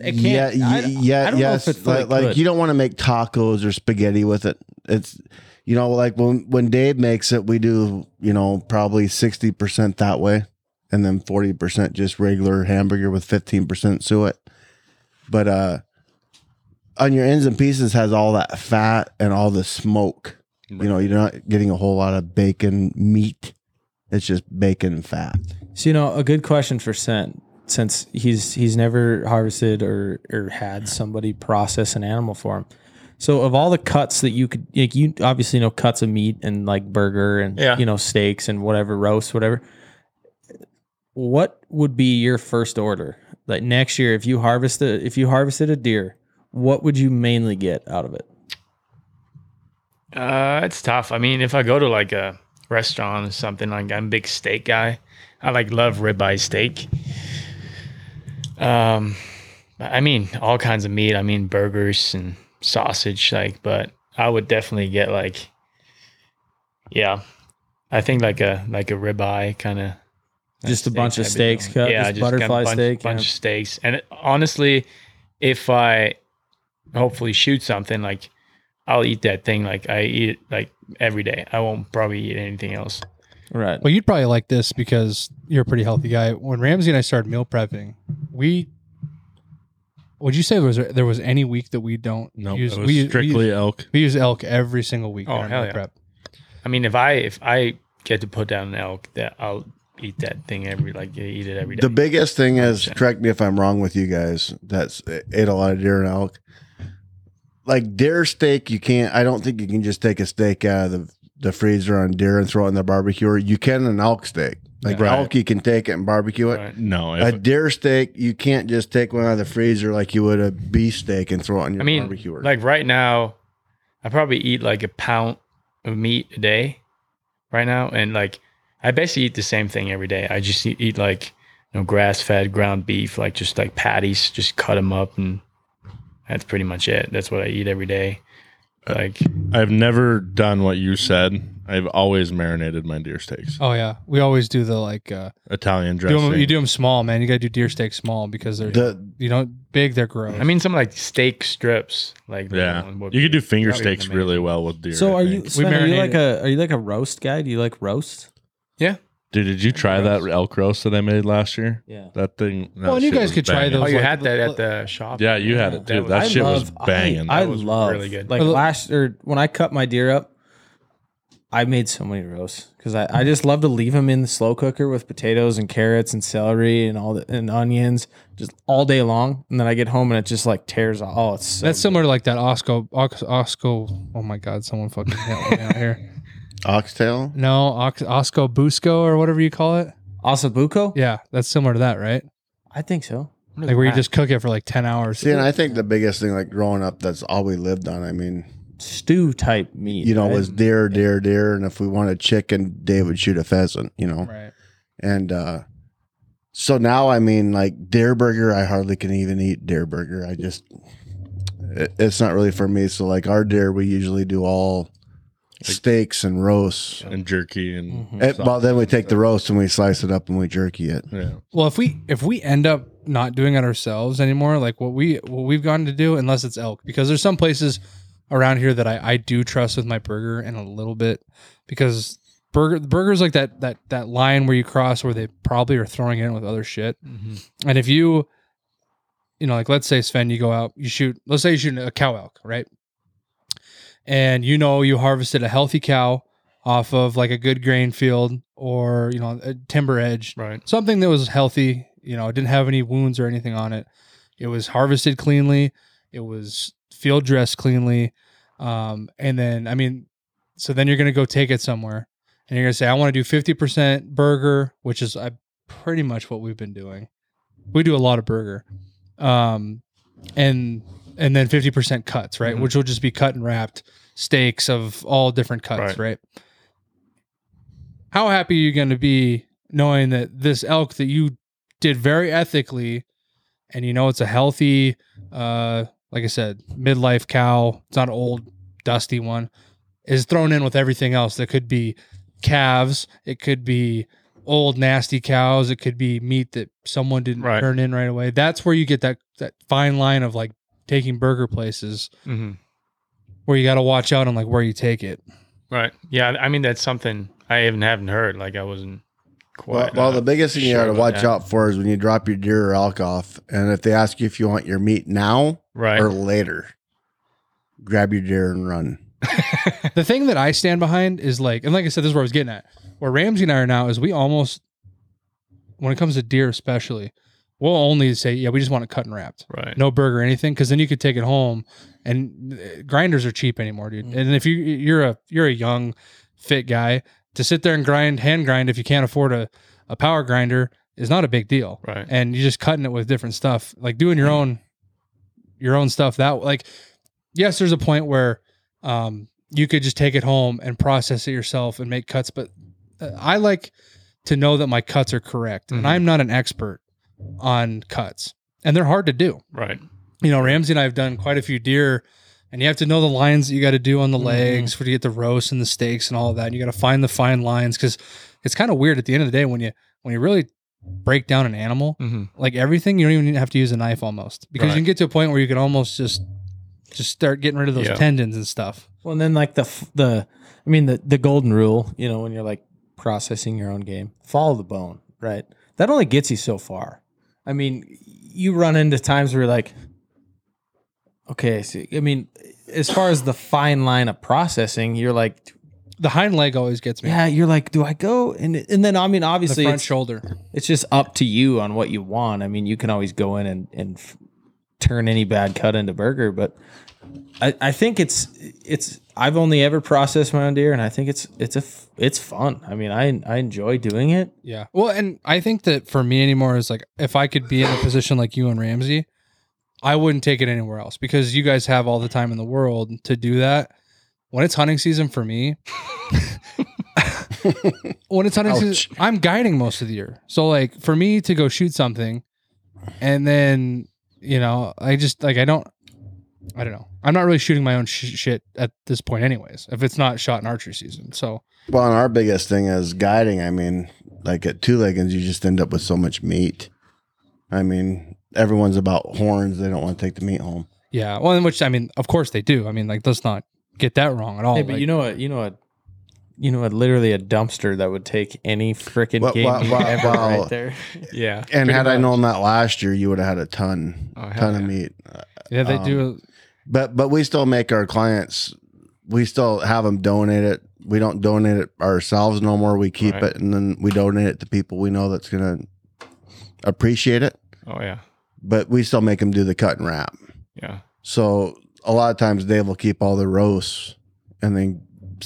It can't-
yeah,
I-
y- yeah,
I don't know
yes.
if it's,
like,
like,
like,
good.
you don't want to make tacos or spaghetti with it. It's you know, like when when Dave makes it, we do you know probably sixty percent that way, and then forty percent just regular hamburger with fifteen percent suet. But uh, on your ends and pieces has all that fat and all the smoke. You know, you're not getting a whole lot of bacon meat. It's just bacon fat.
so you know a good question for sen since he's he's never harvested or or had somebody process an animal for him so of all the cuts that you could like you obviously know cuts of meat and like burger and
Yeah.
you know steaks and whatever roasts whatever what would be your first order like next year if you harvest a, if you harvested a deer
what would you mainly get out of it?
Uh, it's tough. I mean, if I go to like a restaurant or something, like I'm a big steak guy. I like love ribeye steak. Um, but I mean, all kinds of meat. I mean, burgers and sausage. Like, but I would definitely get like, yeah, I think like a like a ribeye kind of.
Just a bunch of steaks cut, just butterfly
bunch,
steak,
bunch
yeah.
of steaks. And it- honestly, if I hopefully shoot something like I'll eat that thing like I eat it like every day. I won't probably eat anything else.
Right.
Well, you'd probably like this because you're a pretty healthy guy. When Ramsey and I started meal prepping, we would you say there was there was any week that we don't
No,
use
it was
we
strictly
we use,
elk.
we use elk every single week.
Oh,
in our
hell
meal
yeah.
prep.
I mean, if I if I get to put down an elk, that I'll eat that thing every like I eat it every day.
The biggest thing is,
100%.
correct me if I'm wrong with you guys. That's ate a lot of deer and elk. Like deer steak, you can't. I don't think you can just take a steak out of the, the freezer on deer and throw it in the barbecue. Or you can an elk steak. Like
Yeah. Right.
elk, you can take it and barbecue it.
Right.
No,
A
if,
deer steak, you can't just take one out of the freezer like you would a beef steak and throw it on your
I mean,
barbecue. Or
Like right now, I probably eat like a pound of meat a day right now. And like, I basically eat the same thing every day. I just e-, eat, eat like, you know, grass fed ground beef, like just like patties, just cut them up. And that's pretty much it. That's what I eat every day.
Uh,
Like,
I've never done what you said. I've always marinated my deer steaks.
Oh yeah, we always do the like uh,
Italian
do 'em-
dressing.
you do them small, man. You got to do deer steak small because they're
the
you know big, they're gross.
I mean, some like steak strips, like,
yeah.
would
You could
be-
do finger
that would be
steaks
amazing.
really well with deer.
So
I
are
think.
you? Sven, are you
marinate
like a are you like a roast guy? Do you like roast?
Dude, did you try that elk roast that I made last year?
Yeah.
That thing. that
Well, and you
shit
guys
was
could try
banging.
Oh,
those-
you
like-
had that at the shop?
Yeah, you had it too. That
I
shit was
love-
banging.
I, I
That was
love
really good.
like
Well,
last or when I cut my deer up, I made so many roasts because I, I just love to leave them in the slow cooker with potatoes and carrots and celery and all the and onions just all day long, and then I get home and it just like tears off. Oh, it's so
That's
good.
similar to like that Osco Ox, Osco. Oh my God, someone fucking help me out here.
oxtail.
No, Ox, Osco Busco or whatever you call it.
Asabuco.
Yeah, that's similar to that, right?
I think so.
Like where you just cook it for like ten hours.
See, and I think the biggest thing, like growing up, that's all we lived on. I mean,
Stew type meat.
you know,
right?
was deer, deer, deer, and if we wanted chicken, Dave would shoot a pheasant. You know,
Right.
and uh, so now, I mean, like deer burger, I hardly can even eat deer burger. I just, it, it's not really for me. So, like our deer, we usually do all steaks and roasts.
and jerky and
Mhm.
Eh, well, then we take the roast and we slice it up and we jerky it.
yeah.
Well, if we if we end up not doing it ourselves anymore, like what we what we've gotten to do, unless it's elk, because there's some places around here that I, I do trust with my burger and a little bit because burger burgers like that that that line where you cross where they probably are throwing in with other shit.
Mm-hmm.
And if you, you know, like let's say Sven, you go out, you shoot, let's say you shoot a cow elk, right? And you know you harvested a healthy cow off of like a good grain field or you know a timber edge,
Right.
something that was healthy. You know, it didn't have any wounds or anything on it. It was harvested cleanly. It was field dressed cleanly. Um, and then, I mean, so then you're going to go take it somewhere and you're going to say, I want to do 50% burger, which is uh, pretty much what we've been doing. We do a lot of burger. Um, and, and then 50% cuts, right?
Mhm.
Which will just be cut and wrapped steaks of all different cuts, right? How happy are you going to be knowing that this elk that you did very ethically and you know it's a healthy uh like i said midlife cow it's not an old dusty one is thrown in with everything else that could be calves it could be old nasty cows it could be meat that someone didn't
Right.
turn in right away that's where you get that that fine line of like taking burger places
hmm
where you got to watch out on like where you take it
Right. Yeah. I mean, that's something I even haven't heard. Like, I wasn't
Well,
quite.
well,
uh,
the biggest thing you
sure
got to
about
watch
that.
out for is when you drop your deer or elk off, and if they ask you if you want your meat now
right.
or later, grab your deer and run.
the thing that I stand behind is like, and like I said, this is where I was getting at. Where Ramsey and I are now is we almost, when it comes to deer especially, we'll only say, yeah, we just want it cut and wrapped,
Right.
no burger or anything, because then you could take it home. And uh, grinders are cheap anymore, dude. And if you you're a you're a young, fit guy to sit there and grind hand grind if you can't afford a a power grinder is not a big deal
Right.
and you're just cutting it with different stuff. Like doing your own your own stuff that like yes there's a point where um you could just take it home and process it yourself and make cuts but uh, i like to know that my cuts are correct and
Mhm.
i'm not an expert on cuts and they're hard to do
Right.
you know ramsey and i have done quite a few deer and you have to know the lines that you got to do on the
Mhm.
legs for to get the roast and the steaks and all that and you got to find the fine lines because it's kind of weird at the end of the day when you when you really break down an animal
Mm-hmm.
like everything you don't even have to use a knife almost because
Right.
you can get to a point where you can almost just just start getting rid of those
Yeah.
tendons and stuff
Well, and then like the f- the, I mean the the golden rule, you know, when you're like processing your own game, follow the bone, right? That only gets you so far. I mean, you run into times where you're like, okay, so, I mean, as far as the fine line of processing, you're like,
the hind leg always gets me
yeah, you're like, do I go? And and then I mean,
the
obviously,
front
it's,
shoulder
it's just up to you on what you want. I mean, you can always go in and and f- turn any bad cut into burger, but I, I think it's it's I've only ever processed my own deer, and I think it's it's a f- it's fun. I mean, I I enjoy doing it.
yeah well and i think that for me anymore is like if i could be in a position like you and ramsey i wouldn't take it anywhere else because you guys have all the time in the world to do that when it's hunting season for me when it's hunting season i'm guiding most of the year so like for me to go shoot something and then you know i just like i don't i don't know i'm not really shooting my own sh- shit at this point anyways if it's not shot in archery season so
Well, and our biggest thing is guiding. I mean, like at two leggings, you just end up with so much meat. I mean, everyone's about horns. They don't want to take the meat home.
yeah well in which i mean of course they do i mean like let's not get that wrong at all
Hey, but
Like,
you know what? You know what? You know what? Literally a dumpster that would take any freaking
Well,
game
well,
meat
well,
ever
well,
right there.
Yeah.
And
Pretty
had I
much.
known that last year, you would have had a ton,
Oh, hell
ton
yeah.
of meat.
yeah they
um,
do
But but we still make our clients. We still have them donate it. We don't donate it ourselves no more. We keep
Right.
it, and then we donate it to people we know that's gonna appreciate it.
Oh yeah.
But we still make them do the cut and wrap.
Yeah.
So a lot of times Dave will keep all the roasts and then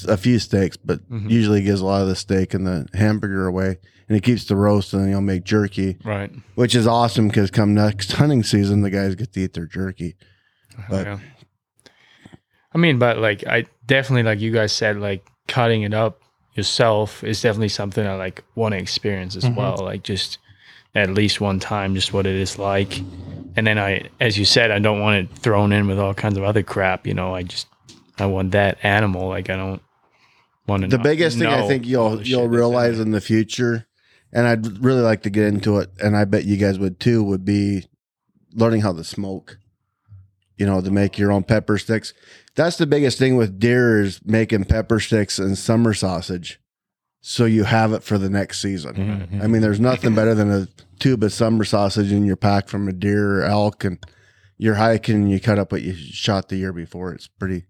a few steaks, but
Mhm.
usually gives a lot of the steak and the hamburger away. And he keeps the roast and then he'll make jerky,
Right.
which is awesome because come next hunting season, the guys get to eat their jerky. But-
Uh-huh. yeah. I mean, but like I definitely like you guys said, like cutting it up yourself is definitely something I like want to experience as
Mm-hmm.
Mhm.
well. Like just at least one time, just what it is like. And then I, as you said, I don't want it thrown in with all kinds of other crap. You know, I just I want that animal. Like I don't want to.
The biggest thing I think you'll you'll realize in the future, and I'd really like to get into it, and I bet you guys would too, would be learning how to smoke. You know, to make your own pepper sticks. That's the biggest thing with deer is making pepper sticks and summer sausage, so you have it for the next season. I mean, there's nothing better than a tube of summer sausage in your pack from a deer or elk, and you're hiking and you cut up what you shot the year before. It's pretty,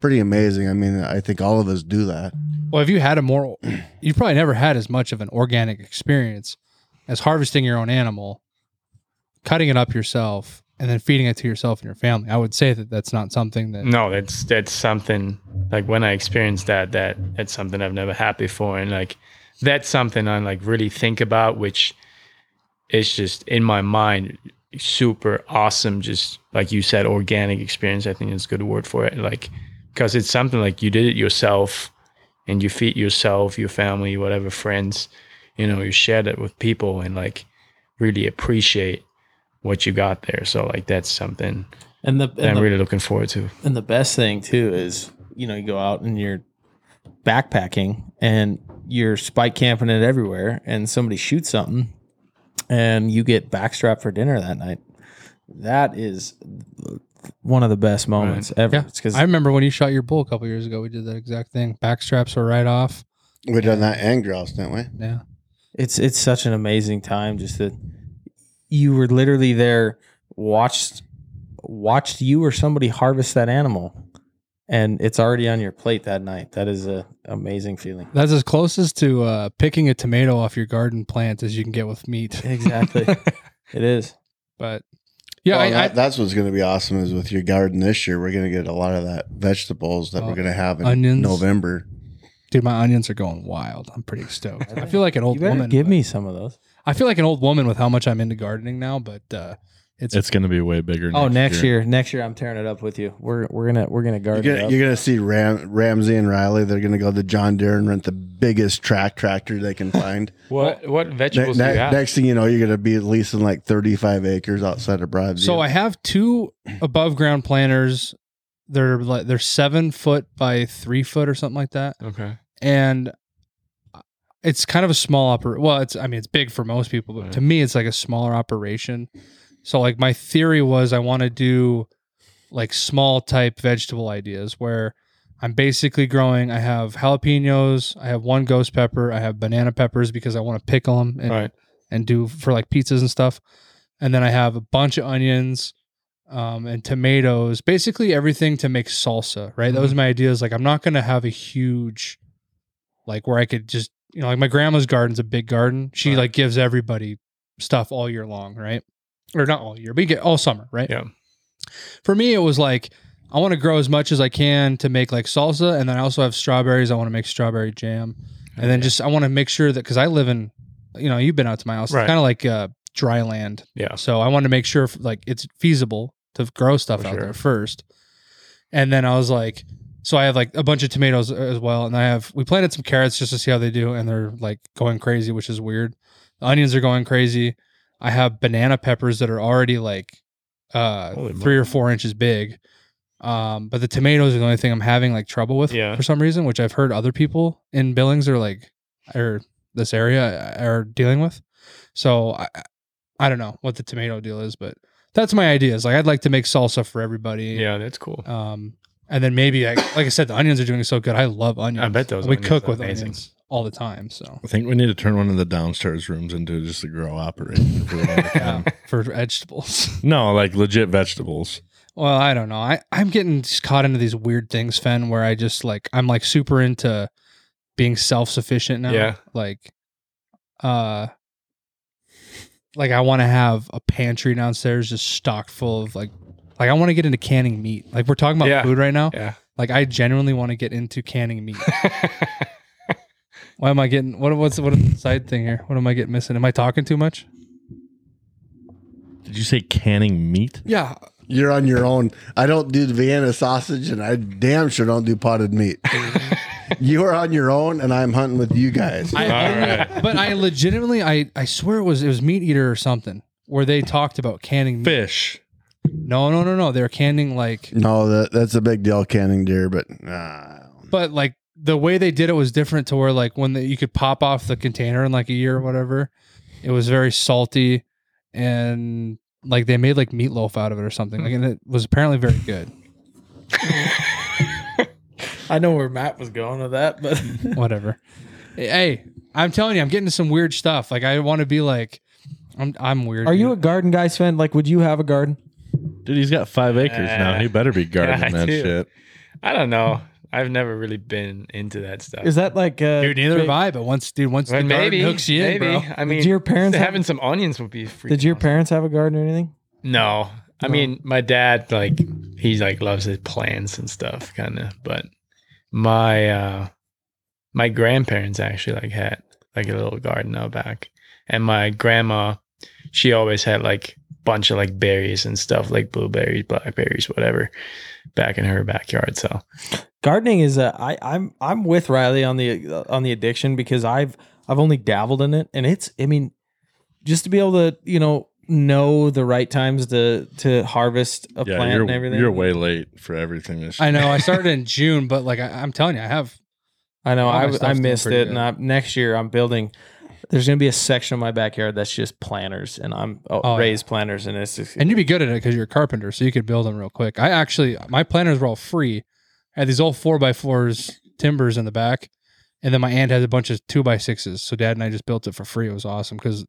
pretty amazing. I mean, I think all of us do that.
well if you had a more you've probably never had as much of an organic experience as harvesting your own animal cutting it up yourself and then feeding it to yourself and your family i would say that that's not something that
No, that's that's something like when I experienced that that that's something I've never had before and like that's something I like really think about which is just in my mind super awesome just like you said organic experience I think is a good word for it like because it's something like you did it yourself and you feed yourself your family whatever friends you know you share that with people and like really appreciate what you got there so like that's something
And the
that
and
I'm
the
really looking forward to
And the best thing too is, you know, you go out and you're backpacking and you're spike camping it everywhere and somebody shoots something and you get backstrap for dinner that night. That is one of the best moments ever.
Yeah.
It's because
i remember when you shot your bull a couple years ago we did that exact thing backstraps were right off
We've done that and grouse, didn't we?
yeah
it's it's such an amazing time just that you were literally there watched watched you or somebody harvest that animal and it's already on your plate that night. That is a amazing feeling.
that's as close as to uh, picking a tomato off your garden plant as you can get with meat
Exactly. it is.
but yeah
Well,
I,
that- that's what's going to be awesome is with your garden this year. We're going to get a lot of that vegetables that
Oh,
we're going to have in
onions.
November.
Dude, my onions are going wild. I'm pretty stoked. I feel like an old
you better
woman.
give
but-
me some of those.
I feel like an old woman with how much I'm into gardening now, but uh, It's,
It's going to be way bigger.
Oh, next year. next year I'm tearing it up with you. We're we're gonna we're gonna
You're
guard it
gonna,
up.
you're gonna see Ram, Ramsey and Riley. They're gonna go to John Deere and rent the biggest track tractor they can find.
What what
Ne-
vegetables
ne-
do you have?
next thing you know, you're gonna be leasing like 35 acres outside of Broadview.
So I have two above ground planters. They're like they're seven foot by three foot or something like that,
okay.
and uh, it's kind of a small oper. Well, it's I mean it's big for most people, but to me it's like a smaller operation. So like my theory was I want to do like small type vegetable ideas where I'm basically growing. I have jalapenos, I have one ghost pepper, I have banana peppers because I want to pickle them and
Right.
and do for like pizzas and stuff. And then I have a bunch of onions um, and tomatoes, basically everything to make salsa, right? That was
Mm-hmm.
my idea. Is like, I'm not going to have a huge, like, where I could just, you know, like my grandma's garden's a big garden. She
Right.
like gives everybody stuff all year long, right? Or not all year, but you get all summer, right?
Yeah.
For me, it was like, I want to grow as much as I can to make like salsa. And then I also have strawberries. I want to make strawberry jam. And then
Okay.
just, I want to make sure that, because I live in, you know, you've been out to my house.
Right.
It's kind of like uh, dry land.
yeah.
So I wanted to make sure like it's feasible to grow stuff
For
out
sure.
there first. And then I was like, so I have like a bunch of tomatoes as well, and I have we planted some carrots just to see how they do, and they're like going crazy, which is weird. The onions are going crazy. I have banana peppers that are already like uh
Holy
three or four inches big. Um, but the tomatoes are the only thing I'm having like trouble with
Yeah.
for some reason, which I've heard other people in Billings are like or this area uh, are dealing with. So I, I don't know what the tomato deal is, but that's my idea. Is like I'd like to make salsa for everybody.
Yeah, that's cool.
Um, and then maybe I, like I said, the onions are doing so good. I love onions.
I bet those
we
onions
cook
are
with
amazing.
onions all the time. So
I think we need to turn one of the downstairs rooms into just a grow operation. for a lot of
yeah,
time.
for vegetables.
no, like legit vegetables.
Well, I don't know. I I'm getting just caught into these weird things, Fen, where I just like I'm like super into being self sufficient now.
Yeah.
Like, uh, like I want to have a pantry downstairs just stocked full of like, like I want to get into canning meat. Like we're talking about
Yeah.
food right now.
Yeah.
Like I genuinely want to get into canning meat. Why am I getting what? What's what is the side thing here? What am I getting missing? Am I talking too much?
Did you say canning meat?
Yeah.
you're on your own. I don't do the Vienna sausage, and I damn sure don't do potted meat. you are on your own, and I'm hunting with you guys.
I only- but I legitimately, I, I swear it was it was Meat Eater or something where they talked about canning meat.
Fish.
No, no, no, no. They're canning like,
no, that, that's a big deal, canning deer, but uh, nah.
but like the way they did it was different to where like when the, you could pop off the container in like a year or whatever, it was very salty and like they made like meatloaf out of it or something. Like and it was apparently very good.
I know where Matt was going with that, but
whatever. Hey, I'm telling you, I'm getting some weird stuff. Like I want to be like, I'm I'm weird.
are you a
dude.
garden guy, Sven? Like, would you have a garden?
Dude, he's got five acres now. He better be gardening
Yeah, I
that
do.
shit.
I don't know. I've never really been into that stuff.
Is that like uh,
dude? Neither have I. But once, dude, once
Well,
the
maybe,
garden hooks you in,
maybe.
bro.
I mean,
your parents have-
having some onions would be freaking
Did your
awesome.
parents have a garden or anything?
No. I
No.
mean, my dad like he like loves his plants and stuff kind of, but my uh my grandparents actually like had like a little garden out back. And my grandma, she always had like bunch of like berries and stuff like blueberries, blackberries, whatever back in her backyard. So,
gardening is a I I'm I'm with Riley on the on the addiction because I've I've only dabbled in it and it's I mean just to be able to you know know the right times to to harvest a
Yeah,
plant
you're,
and everything.
you're way late for everything this
I know. I started in June, but like I, I'm telling you, I have.
I know
All my
I
stuff's
I
doing
missed
pretty
it
good.
and I, next year I'm building. There's gonna be a section of my backyard that's just planters and I'm oh,
Oh, yeah.
raised planters and it's just,
And you'd be good at it because you're a carpenter, so you could build them real quick. I actually, my planters were all free. I had these old four by fours timbers in the back, and then my aunt had a bunch of two by sixes. So dad and I just built it for free. It was awesome because,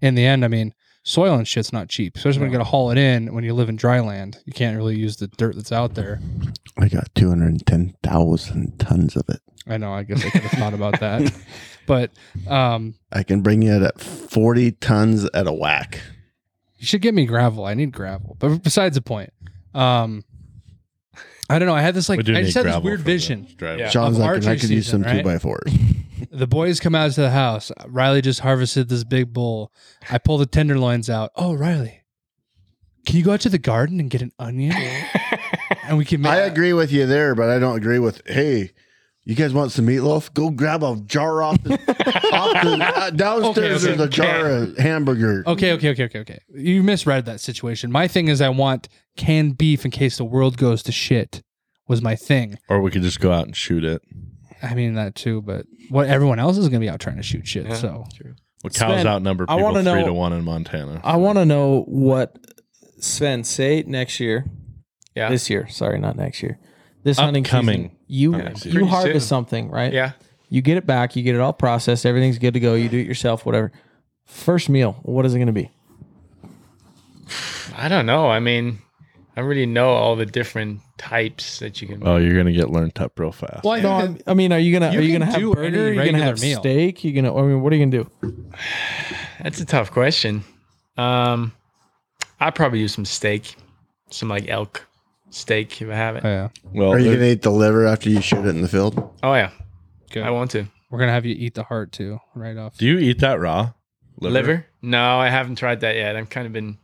in the end, I mean, soil and shit's not cheap, especially when you got to haul it in when you live in dry land. You can't really use the dirt that's out there.
I got 210,000 tons of it.
I know. I guess I could have thought about that, but um,
I can bring you it at 40 tons at a whack.
You should get me gravel. I need gravel. But besides the point, um, I don't know. I had this like I just had this weird vision.
Yeah.
Sean's
Of
like, I
archery
could use
season,
some
right?
2x4s.
The boys come out to the house. Riley just harvested this big bull. I pull the tenderloins out. Oh, Riley, Can you go out to the garden and get an onion? and we can make
I agree with you there, but I don't agree with hey. You guys want some meatloaf? Go grab a jar off the, off the uh, downstairs.
Okay, okay.
There's a jar of hamburger.
Okay, okay, okay, okay, okay. You misread that situation. My thing is I want canned beef in case the world goes to shit was my thing.
Or we could just go out and shoot it.
I mean that too, but what everyone else is gonna be out trying to shoot shit.
Yeah.
So
Well, cows
Sven,
outnumber
I
people
wanna
three
know-
to one in Montana.
I want to know what Sven say next year.
Yeah.
This year, sorry, not next year. This hunting
Upcoming.
season, you
Okay.
you
Pretty
harvest
soon.
something, right?
Yeah.
You get it back, you get it all processed, everything's good to go. You do it yourself, whatever. First meal, what is it going to be?
I don't know. I mean, I really know all the different types that you can.
Oh, you're gonna get learnt up real fast.
well, I
No, I'm- I mean, are you gonna
You
are you
can
gonna have
do any
burger? Are you gonna
regular
have
meal.
steak? You gonna? I mean, what are you gonna do?
That's a tough question. Um, I probably use some steak, some like elk steak if I have it.
oh, yeah.
Well, uh,
Are you
there-
gonna eat the liver after you shoot it in the field?
Oh yeah,
Good.
I want to
We're gonna have you eat the heart too, right off.
do you eat that raw
liver? No, I haven't tried that yet. I've kind of been.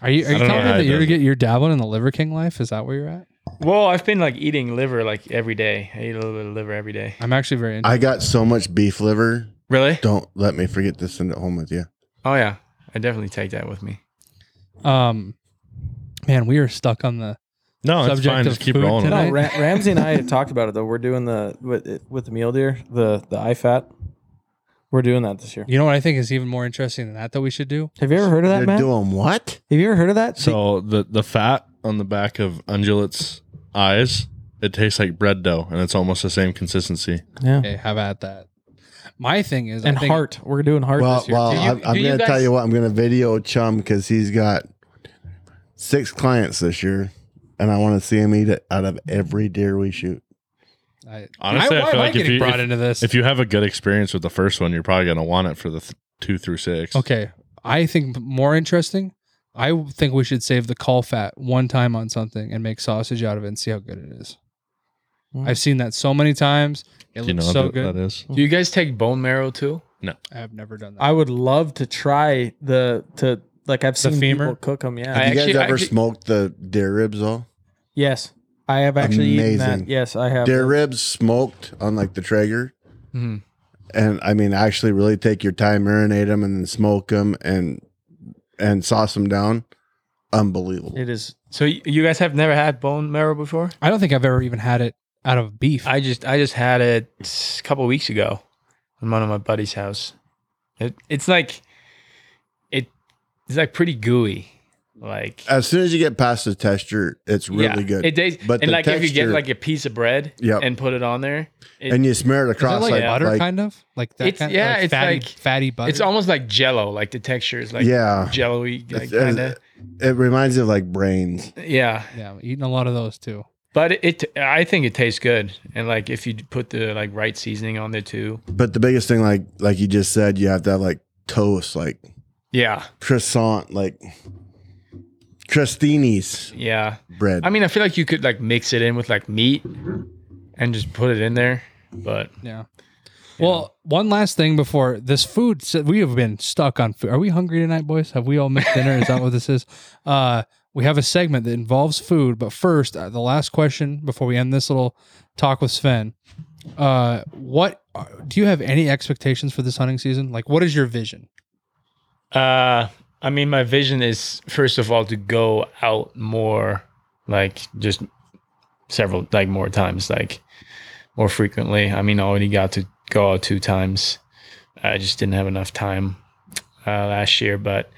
are you are
I
you
don't know
telling me
how
that
it
you're
does
get you're dabbling in the Liver King life? Is that where you're at?
Well, I've been like eating liver like every day. I eat a little bit of liver every day.
I'm actually very into
I got so much beef liver.
Really?
Don't let me forget to send it home with you.
Oh yeah, I definitely take that with me.
um man, we are stuck on the
No, it's
Subject
fine.
of
Just keep
food
rolling.
tonight.
with
No,
I-
Ra- Ramsey and I have talked about it though. We're doing the with, with the meal deer, the the IFAT. We're doing that this year.
you know what I think is even more interesting than that that we should do?
Have you ever heard of that,
You're
Matt?
doing what?
Have you ever heard of that?
it. So the the fat on the back of ungulates' eyes, it tastes like bread dough, and it's almost the same consistency.
yeah.
Okay, how about that? My thing is
And
I think
heart. We're doing heart
Well,
this year.
well,
Do you-
I'm, I'm
do you
gonna
guys-
tell you what. I'm gonna video Chum because he's got six clients this year, and I want to see him eat it out of every deer we shoot.
I,
Honestly, I
why
feel
am
like if
getting
you-
brought into this.
If you have a good experience with the first one, you're probably gonna want it for the th- two through six.
Okay. I think more interesting. I think we should save the call fat one time on something and make sausage out of it and see how good it is.
Mm.
I've seen that so many times. It
Do you know
looks
what
so
that-
good.
that is?
Do you guys take bone marrow too?
I've never done that.
I would love to try the to like I've
The
seen
femur?
people cook them. Yeah.
I
Have you
actually-
guys ever
I-
smoked the deer ribs though?
yes, I have actually eaten
Amazing.
that. Yes, I have.
Deer ribs smoked on like the Traeger,
hmm
and I mean actually really take your time, marinate them, and then smoke them and and sauce them down. Unbelievable.
It is.
So y- you guys have never had bone marrow before?
I don't think I've ever even had it out of beef.
I just I just had it a couple weeks ago in one of my buddy's house. It, it's like it it's like pretty gooey. Like
As soon as you get past the texture, it's really
yeah.
good.
It tastes,
But
and
the
like if you get
texture-
like a piece of bread
Yep.
and put it on there, it-
and you smear
is
it
it
across
like,
like,
butter,
like-
kind of like that.
It's-
kind
yeah,
like
it's
fatty,
like-
fatty butter.
it's almost like jello, like the texture is like
yeah.
jello-y like,
It's- it's-
kinda.
It reminds you of like brains.
Yeah.
yeah, eating a lot of those too.
But it, it I think it tastes good. And like if you put the like right seasoning on there too.
But the biggest thing, like like you just said, you have to have like toast, like
Yeah.
croissant, like crostini's
Yeah.
bread.
I mean, I feel like you could like mix it in with like meat and just put it in there. But
Yeah. Well, one last thing before this food, so we have been stuck on food. Are we hungry tonight, boys? Have we all missed dinner? Is that what this is? Uh, we have a segment that involves food, but first, uh, the last question before we end this little talk with Sven. Uh, what do you have any expectations for this hunting season? Like, what is your vision?
uh I mean, my vision is first of all to go out more, like just several, like more times, like more frequently. I mean, I already got to go out two times. I just didn't have enough time uh, last year, but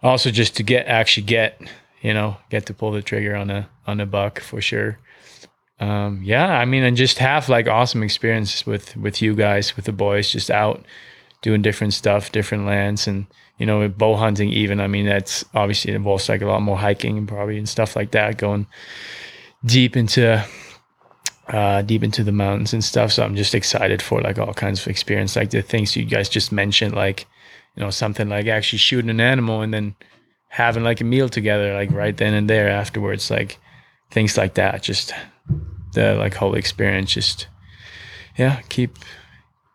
also just to get actually get you know get to pull the trigger on a on a buck for sure. Um, yeah, I mean, and just have like awesome experiences with with you guys, with the boys, just out doing different stuff, different lands, and you know, with bow hunting. Even I mean, that's obviously it involves like a lot more hiking and probably and stuff like that, going deep into uh, deep into the mountains and stuff. So I'm just excited for like all kinds of experience, like the things you guys just mentioned, like you know, something like actually shooting an animal and then having like a meal together, like right then and there afterwards, like things like that. Just the like whole experience, just yeah, keep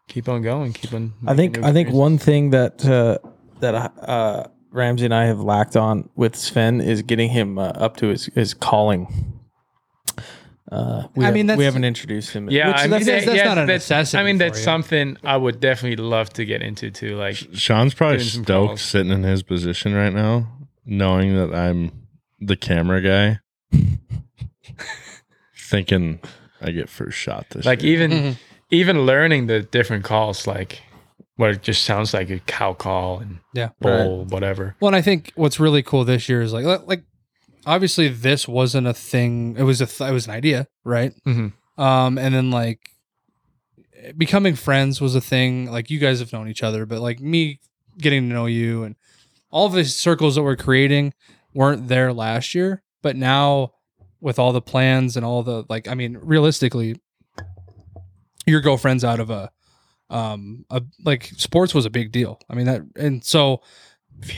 keep on going, keep on.
I
making
think
new
I think
experiences.
one thing that uh, that uh, Ramsey and I have lacked on with Sven is getting him uh, up to his, his calling. Uh, we
I
have-
mean, that's-
we haven't introduced him.
Yeah,
Which
I mean,
that's- that's
yeah,
not a necessity
I mean,
for
that's
you.
something I would definitely love to get into too. Like,
Sean's probably
Doing some
stoked
calls.
sitting in his position right now, knowing that I'm the camera guy, thinking I get first shot this.
like
year.
even
Mhm.
even learning the different calls, like what it just sounds like a cow call and
Yeah.
bowl, whatever.
Well, and I think what's really cool this year is like, li- like obviously this wasn't a thing. It was a, th- it was an idea, right?
Mhm.
Um, and then like becoming friends was a thing. Like you guys have known each other, but like me getting to know you and all the circles that we're creating weren't there last year, but now with all the plans and all the like, I mean, realistically, your girlfriend's out of a, um, a like sports was a big deal. I mean that, and so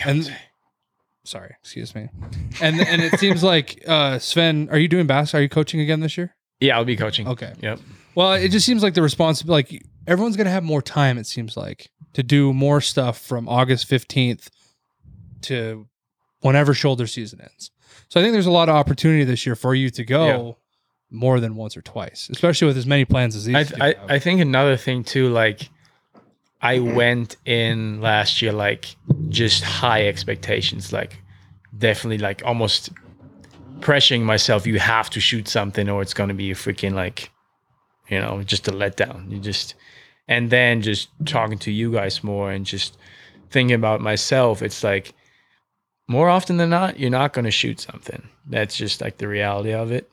and sorry, excuse me. And and it seems like uh Sven, are you doing bass? Are you coaching again this year?
Yeah, I'll be coaching.
Okay.
Yep.
Well, it just seems like the response like everyone's gonna have more time, it seems like, to do more stuff from August fifteenth to whenever shoulder season ends. So I think there's a lot of opportunity this year for you to go
Yeah.
more than once or twice, especially with as many plans as these.
I,
two
I,
have.
I think another thing too, like I went in last year like just high expectations, like definitely like almost pressuring myself. You have to shoot something, or it's going to be a freaking like, you know, just a letdown. You just and then just talking to you guys more and just thinking about myself. It's like more often than not, you're not going to shoot something. That's just like the reality of it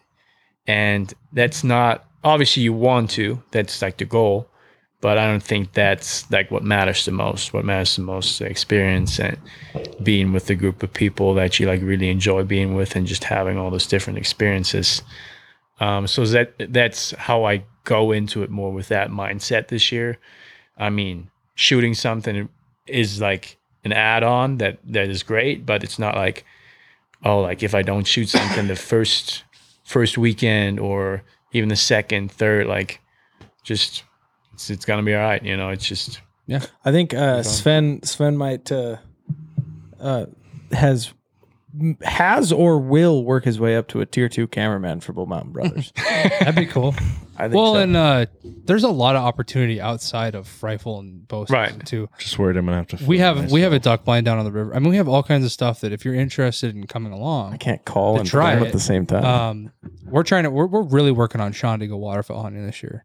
and that's not obviously you want to that's like the goal but i don't think that's like what matters the most what matters the most is the experience and being with a group of people that you like really enjoy being with and just having all those different experiences um, so that that's how i go into it more with that mindset this year i mean shooting something is like an add-on that that is great but it's not like oh like if i don't shoot something the first first weekend or even the second, third, like just it's, it's gonna be all right. You know, it's just
I think uh, Sven Sven might uh, uh, has m- has or will work his way up to a tier two cameraman for Bull Mountain Brothers.
that'd be cool.
I think
Well,
so.
and uh there's a lot of opportunity outside of rifle and bow season,
Right.
too.
just worried I'm gonna have to.
we
film
have we have a
myself.
duck blind down on the river. I mean, we have all kinds of stuff that if you're interested in coming
I
along,
can't call
to
and
try
try
it.
at the same time.
um, we're trying to we're, we're really working on Sean to go waterfowl hunting this year.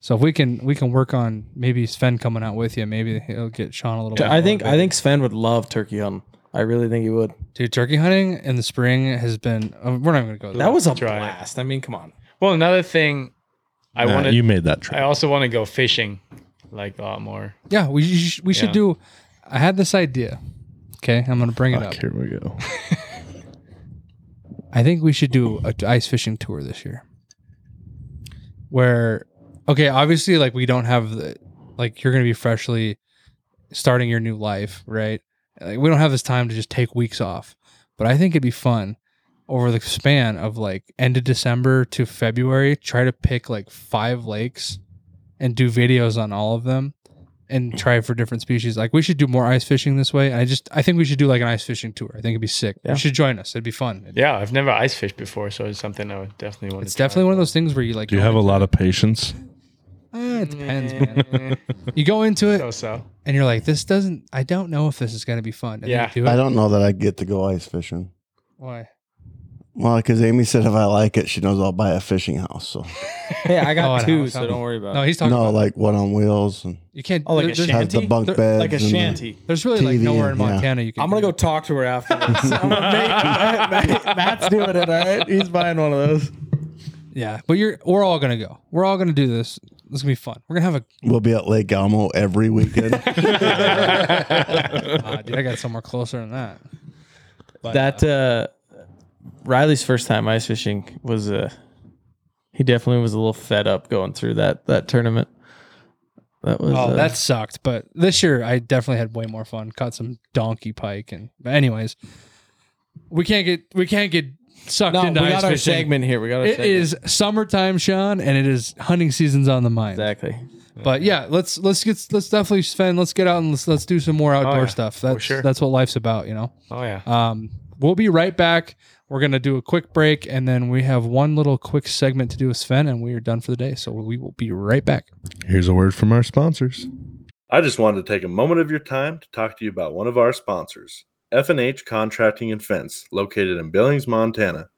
So if we can we can work on maybe Sven coming out with you, maybe he'll get Sean a little. bit
I think I
motivated.
think Sven would love turkey hunting. I really think he would.
dude, turkey hunting in the spring has been. um, we're not even gonna go. There.
That was a
Try it.
blast. I mean, come on.
well another thing I
Nah,
want
you
to
made that
I
trip.
also want to go fishing like a lot more.
yeah. We sh- we should
Yeah.
do. I had this idea. Okay, I'm gonna bring it
Fuck,
up.
here we go.
I think we should do a ice fishing tour this year. Where, okay, obviously, like we don't have the, like you're gonna be freshly starting your new life, right? Like we don't have this time to just take weeks off, but I think it'd be fun over the span of like end of December to February. Try to pick like five lakes and do videos on all of them and try for different species. Like we should do more ice fishing this way. I just I think we should do like an ice fishing tour. I think it'd be sick.
Yeah.
You should join us. It'd be fun.
Yeah, I've never ice fished before, so it's something I would definitely want
It's
to try.
definitely one of those things where you like.
Do you
go
have a
in-
lot of patience?
Eh, it depends, man. You go into it
so so.
and you're like, "This doesn't. I don't know if this is going to be fun." And
Yeah.
You do
I
it.
don't know that I get to go ice fishing.
Why?
Well, because Amy said if I like it, she knows I'll buy a fishing house. So
Hey, I
Oh,
got
no,
two,
it's
so
not-
don't worry about
No,
it.
he's talking.
no,
about,
like one on wheels and
you can't.
Oh, like
there-
a
there's,
shanty?
has the bunk
there-
beds.
Like a
and the-
shanty.
there's really like
TV,
nowhere in
yeah.
Montana you can.
I'm gonna
do
go
it.
talk to her afterwards. I'm gonna make- Matt- Matt- Matt's doing it. All right, he's buying one of those.
yeah, but you're. We're all gonna go. We're all gonna do this. This is gonna be fun. We're gonna have
We'll be at Lake Elmo every weekend.
a. Ah, dude, I got somewhere closer than that. But,
That uh, Riley's first time ice fishing was uh, he definitely was a little fed up going through that that tournament. That was
Oh,
uh,
that sucked. But this year, I definitely had way more fun. Caught some donkey pike, and but anyways, we can't get we can't get sucked
no. We
into ice
got our
fishing.
segment here. We got our
It
segment.
is summertime, Sean, and it is hunting season's on the mind.
exactly.
But yeah, let's let's get let's definitely spend let's get out and let's let's do some more outdoor
Oh, yeah,
stuff. That's
sure.
that's what life's about, you know.
Oh yeah.
Um, we'll be right back. We're gonna do a quick break, and then we have one little quick segment to do with Sven, and we are done for the day. So we will be right back.
Here's a word from our sponsors.
I just wanted to take a moment of your time to talk to you about one of our sponsors, F&H Contracting and Fence, located in Billings, Montana.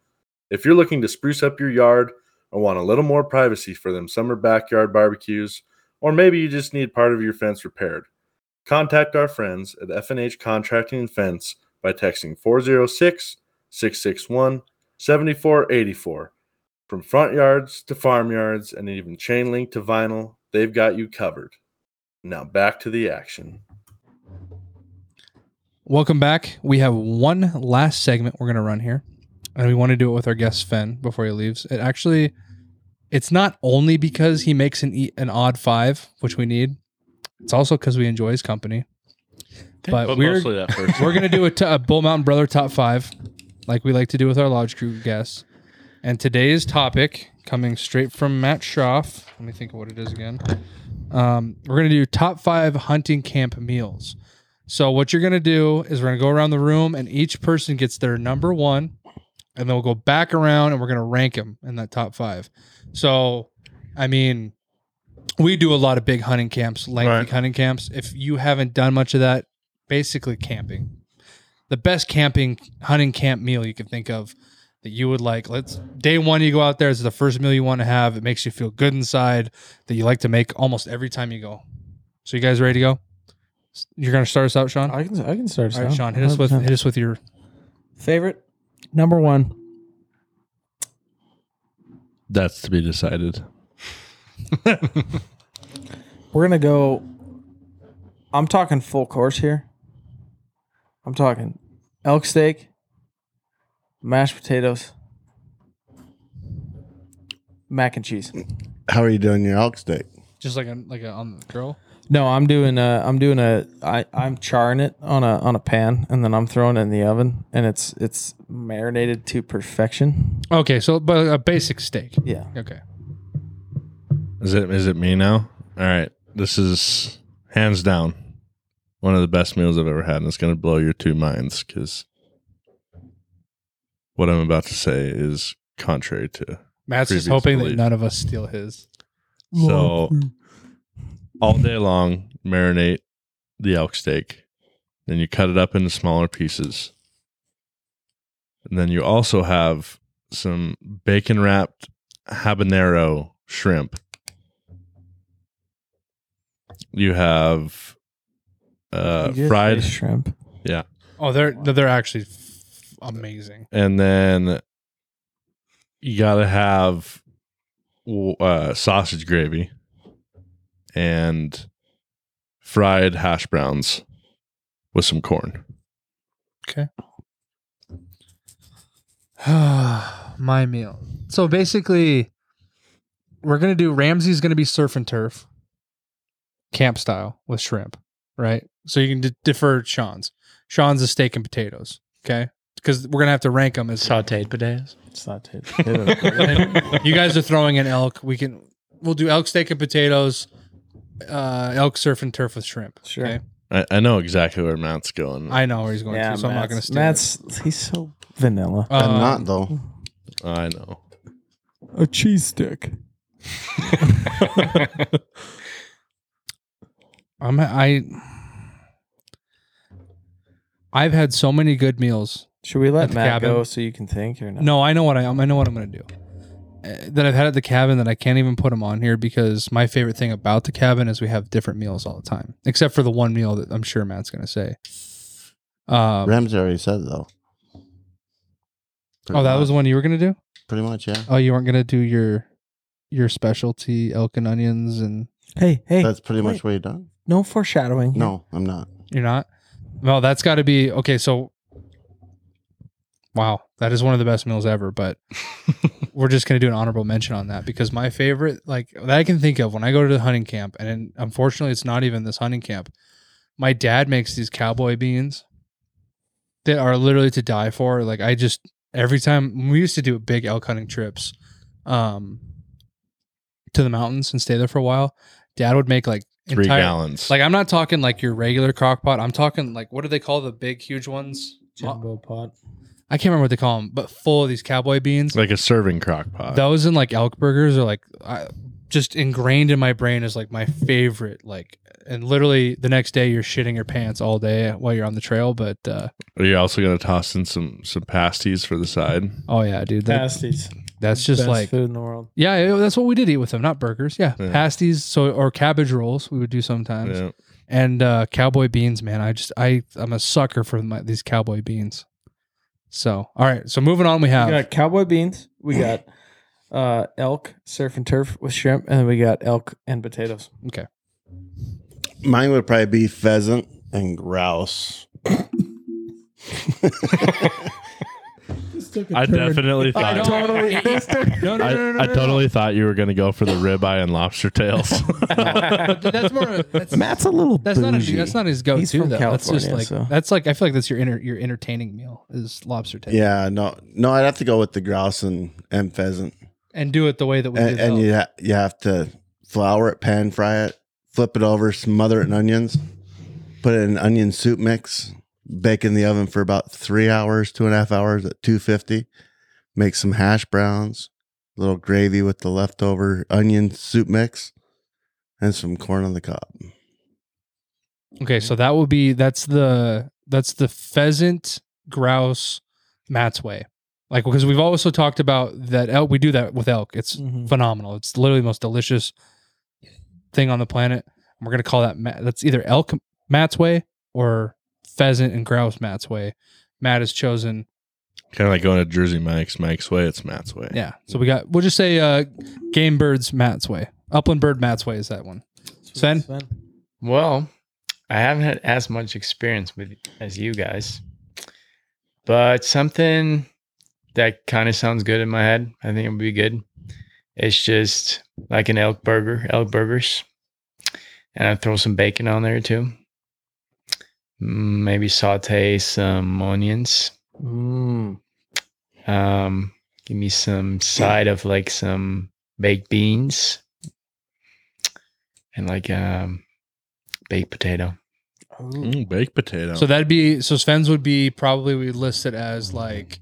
If you're looking to spruce up your yard or want a little more privacy for them summer backyard barbecues, or maybe you just need part of your fence repaired, contact our friends at F&H Contracting and Fence by texting 406-661-7484. From front yards to farm yards and even chain link to vinyl, they've got you covered. Now back to the action.
Welcome back. We have one last segment we're going to run here, and we want to do it with our guest Fenn before he leaves. It actually, it's not only because he makes an e- an odd five, which we need. It's also because we enjoy his company. But, we're
mostly that first.
we're going to do a, t- a Bull Mountain Brother top five, like we like to do with our lodge crew guests. And today's topic, coming straight from Matt Schroff, let me think of what it is again. Um, we're going to do top five hunting camp meals. So what you're going to do is we're going to go around the room, and each person gets their number one, and then we'll go back around and we're going to rank them in that top five. So, I mean. We do a lot of big hunting camps, lengthy
Right.
hunting camps. If you haven't done much of that, basically camping. The best camping hunting camp meal you can think of that you would like. Let's day one you go out there, it's the first meal you want to have. It makes you feel good inside that you like to make almost every time you go. So you guys ready to go? S- You're gonna start us out, Sean?
I can I can start. us
All right,
out.
Sean, hit us with
100%.
hit us with your
favorite number one.
That's to be decided.
We're gonna go. I'm talking full course here. I'm talking elk steak, mashed potatoes, mac and cheese.
How are you doing your elk steak?
just like a like a on the grill.
No, I'm doing a. I'm doing a. I I'm charring it on a on a pan, and then I'm throwing it in the oven, and it's it's marinated to perfection.
Okay, so but a basic steak.
Yeah.
Okay.
Is it is it me now? All right. This is hands down one of the best meals I've ever had, and it's gonna blow your two minds because what I'm about to say is contrary to
Matt's just
Previous
hoping that
belief.
none of us steal his.
So
mm.
all day long, marinate the elk steak. Then you cut it up into smaller pieces. And then you also have some bacon wrapped habanero shrimp. You have uh,
You just
fried
say shrimp.
Oh, they're they're actually f- amazing.
and then you gotta have w- uh, sausage gravy and fried hash browns with some corn.
My meal. So basically, we're gonna do Ramsey's gonna be surf and turf, camp style with shrimp, right? So you can d- defer Sean's. Sean's is steak and potatoes, okay? Because we're gonna have to rank them as
Sauteed potatoes.
It's not too.
you guys are throwing in elk. We can we'll do elk steak and potatoes, uh, elk surf and turf with shrimp.
Sure.
I, I know exactly where Matt's going. I,
I know where he's going to, so I'm not gonna steal. it.
Matt's he's so vanilla.
Um,
I'm not though.
I know.
A cheese stick.
I'm I. I've had so many good meals
Should we
At
let
the
Matt
cabin?
go so you can think or no?
No, I know what I am. I know what I'm going to do. Uh, That I've had at the cabin that I can't even put them on here because my favorite thing about the cabin is we have different meals all the time, except for the one meal that I'm sure Matt's going to say. Um,
Ramsey already said though.
oh, that was the one you were going to do.
pretty much yeah.
Oh, you weren't going to do your your specialty elk and onions, and
Hey, hey.
That's pretty much
wait.
what you done.
no foreshadowing. here.
No, I'm not.
you're not. No, that's got to be okay. So, wow, that is one of the best meals ever. But we're just gonna do an honorable mention on that because my favorite, like that I can think of when I go to the hunting camp, and then, unfortunately, it's not even this hunting camp. My dad makes these cowboy beans that are literally to die for. Like I just every time we used to do big elk hunting trips, um, to the mountains and stay there for a while. Dad would make like
Three
entire-
gallons.
Like I'm not talking like your regular crock pot. I'm talking like what do they call the big huge ones?
Jumbo pot.
I can't remember what they call them, but full of these cowboy beans.
like a serving crock pot.
Those and like elk burgers are like I, just ingrained in my brain as like my favorite. Like and literally the next day you're shitting your pants all day while you're on the trail. But uh,
Are you also gonna toss in some some pasties for the side?
oh yeah, dude, that,
Pasties.
that's just
Best
like
food in the world.
yeah, it- that's what we did eat with them. Not burgers, yeah,
Yeah.
pasties. So or cabbage rolls we would do sometimes.
Yeah.
and uh, cowboy beans, man. I just I I'm a sucker for my, these cowboy beans. So all right, so moving on, we have
We got cowboy beans. We got uh, elk surf and turf with shrimp, and then we got elk and potatoes.
okay.
Mine would probably be pheasant and grouse.
I definitely thought I totally,
No, no, no, no, no, no,
thought you were gonna go for the ribeye and lobster tails.
no. that's more. That's,
Matt's a little.
that's not a,
bougie.
that's not his go-to
He's from
though. that's just
California,
like
so.
that's like I feel like that's your inner your entertaining meal is lobster tail.
Yeah, no, no, I'd have to go with the grouse and, and pheasant.
and do it the way that we
And,
do.
and you, ha- you have to flour it, pan fry it, flip it over, smother it in onions, put it in onion soup mix, bake in the oven for about three hours, two and a half hours at 250. Make some hash browns, a little gravy with the leftover onion soup mix, and some corn on the cob.
okay, so that will be that's the that's the pheasant grouse Matt's way. Like because we've also talked about that elk. We do that with elk. It's
Mhm.
phenomenal. It's literally the most delicious thing on the planet. And we're gonna call that Ma- that's either elk Matt's way or pheasant and grouse Matt's way. Matt has chosen.
kind of like going to Jersey Mike's. Mike's way. It's Matt's way.
Yeah, so we got. We'll just say uh, game birds Matt's way. Upland bird Matt's way is that one. Sven?
Well, I haven't had as much experience with as you guys, but something that kind of sounds good in my head. I think it would be good. It's just like an elk burger, elk burgers, and I throw some bacon on there too. Mm, Maybe saute some onions.
Mm.
Um, give me some side of like some baked beans and like um baked potato.
Mm, baked potato.
So that'd be so Sven's would be probably we list it as like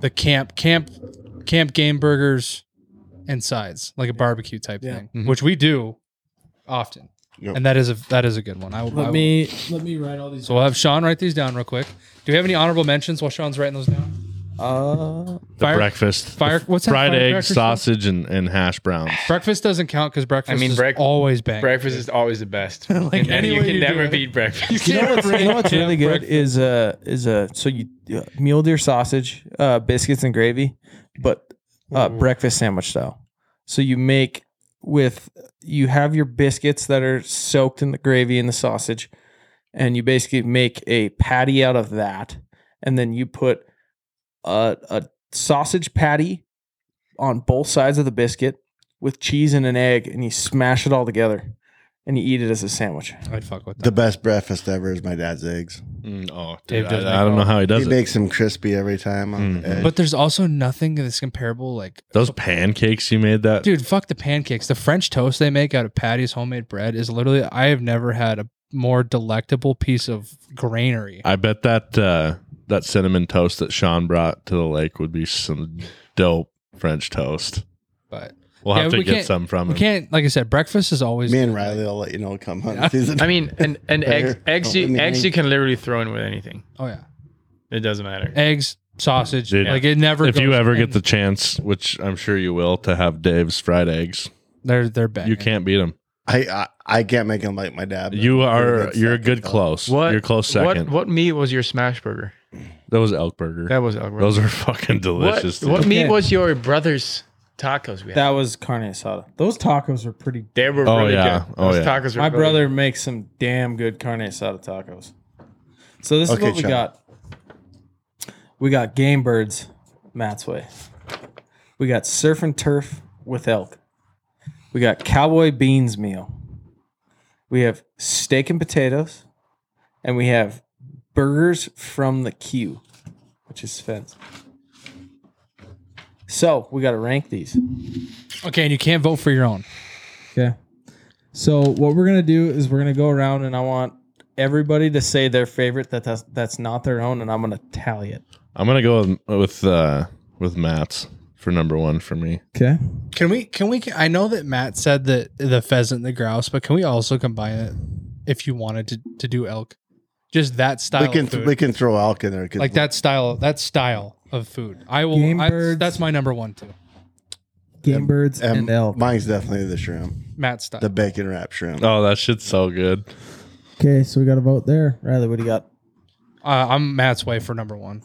the camp camp camp game burgers and sides like a barbecue type
Yeah.
thing,
Mhm.
which we do often,
Yep.
and that is a that is a good one. I, will- I
Let
will-
me let me write all these.
So we'll have Sean write these down real quick. Do we have any honorable mentions while Sean's writing those down?
Uh,
the
fire-
breakfast.
Fire what's that?
fried egg,
Firecrackers?
sausage, and, and hash browns.
Breakfast doesn't count because breakfast.
I mean,
is
break-
always bang.
Breakfast is always the best.
Like
You can-
any
you
way
can
you do
never
it.
beat breakfast.
you know what's, you know what's
Yeah,
really good
breakfast.
is uh is uh so you uh, mule deer sausage, uh biscuits and gravy, but uh breakfast sandwich style. So you make with you have your biscuits that are soaked in the gravy and the sausage, and you basically make a patty out of that, and then you put a, a sausage patty on both sides of the biscuit with cheese and an egg, and you smash it all together, and you eat it as a sandwich.
I'd fuck with that.
The best breakfast ever is my dad's eggs.
Mm, oh,
Dave
dude,
does make
I, I don't know how he does
he
it.
makes them crispy every time. On the
Mhm.
edge.
But there's also nothing that's comparable. Like
Those pancakes you made that
Dude, fuck the pancakes. The French toast they make out of Patty's homemade bread is literally I have never had a more delectable piece of granary.
I bet that uh, that cinnamon toast that Sean brought to the lake would be some dope French toast.
But
We'll
Yeah,
have to
we
get
can't-
some from
we
him.
can't like I said, breakfast is always
me and Riley will let you know come hunting
Yeah.
season.
I mean, and, and
Right
eggs,
here.
eggs,
Don't let
you,
me
eggs
hang.
you can literally throw in with anything.
Oh yeah.
It doesn't matter.
Eggs, sausage.
Dude,
like it never
If you
goes-
ever get
and
the chance, which I'm sure you will, to have Dave's fried eggs,
they're they're bad.
you can't beat him.
I, I I can't make him like my dad. but
You
I'm pretty
are you're a
second,
good
though.
close. You're close second.
What, what meat was your smash burger?
That was elk burger.
That was elk burger.
Those are fucking delicious.
What, what
dude.
meat was your brother's tacos? We had?
That was carne asada. Those tacos were pretty.
they were
Oh,
really
yeah.
good.
Oh,
Those
yeah.
tacos were
My
really
brother makes some damn good carne asada tacos. So this
Okay,
is what we
Sean.
got. We got game birds, Matt's way. We got surf and turf with elk. We got cowboy beans meal. We have steak and potatoes, and we have burgers from the queue, which is Sven's. So we got to rank these.
Okay, and you can't vote for your own.
Okay. So what we're gonna do is we're gonna go around and I want everybody to say their favorite that that's, that's not their own, and I'm gonna tally it.
I'm gonna go with with uh, with Matt's for number one for me.
Okay.
Can we? Can we? I know that Matt said that the pheasant, and the grouse, but can we also combine it if you wanted to to do elk? Just that style.
we can
of food.
we can throw elk in there. 'cause
like that style. That style of food. I will.
Game
I-
birds.
that's my number one too.
Game
Um,
birds
um,
and elk.
Mine's definitely the shrimp,
Matt style.
the bacon wrap shrimp.
Oh, that shit's so good.
Okay, so we got a vote there. Riley, what do you got?
uh, I'm Matt's way for number one.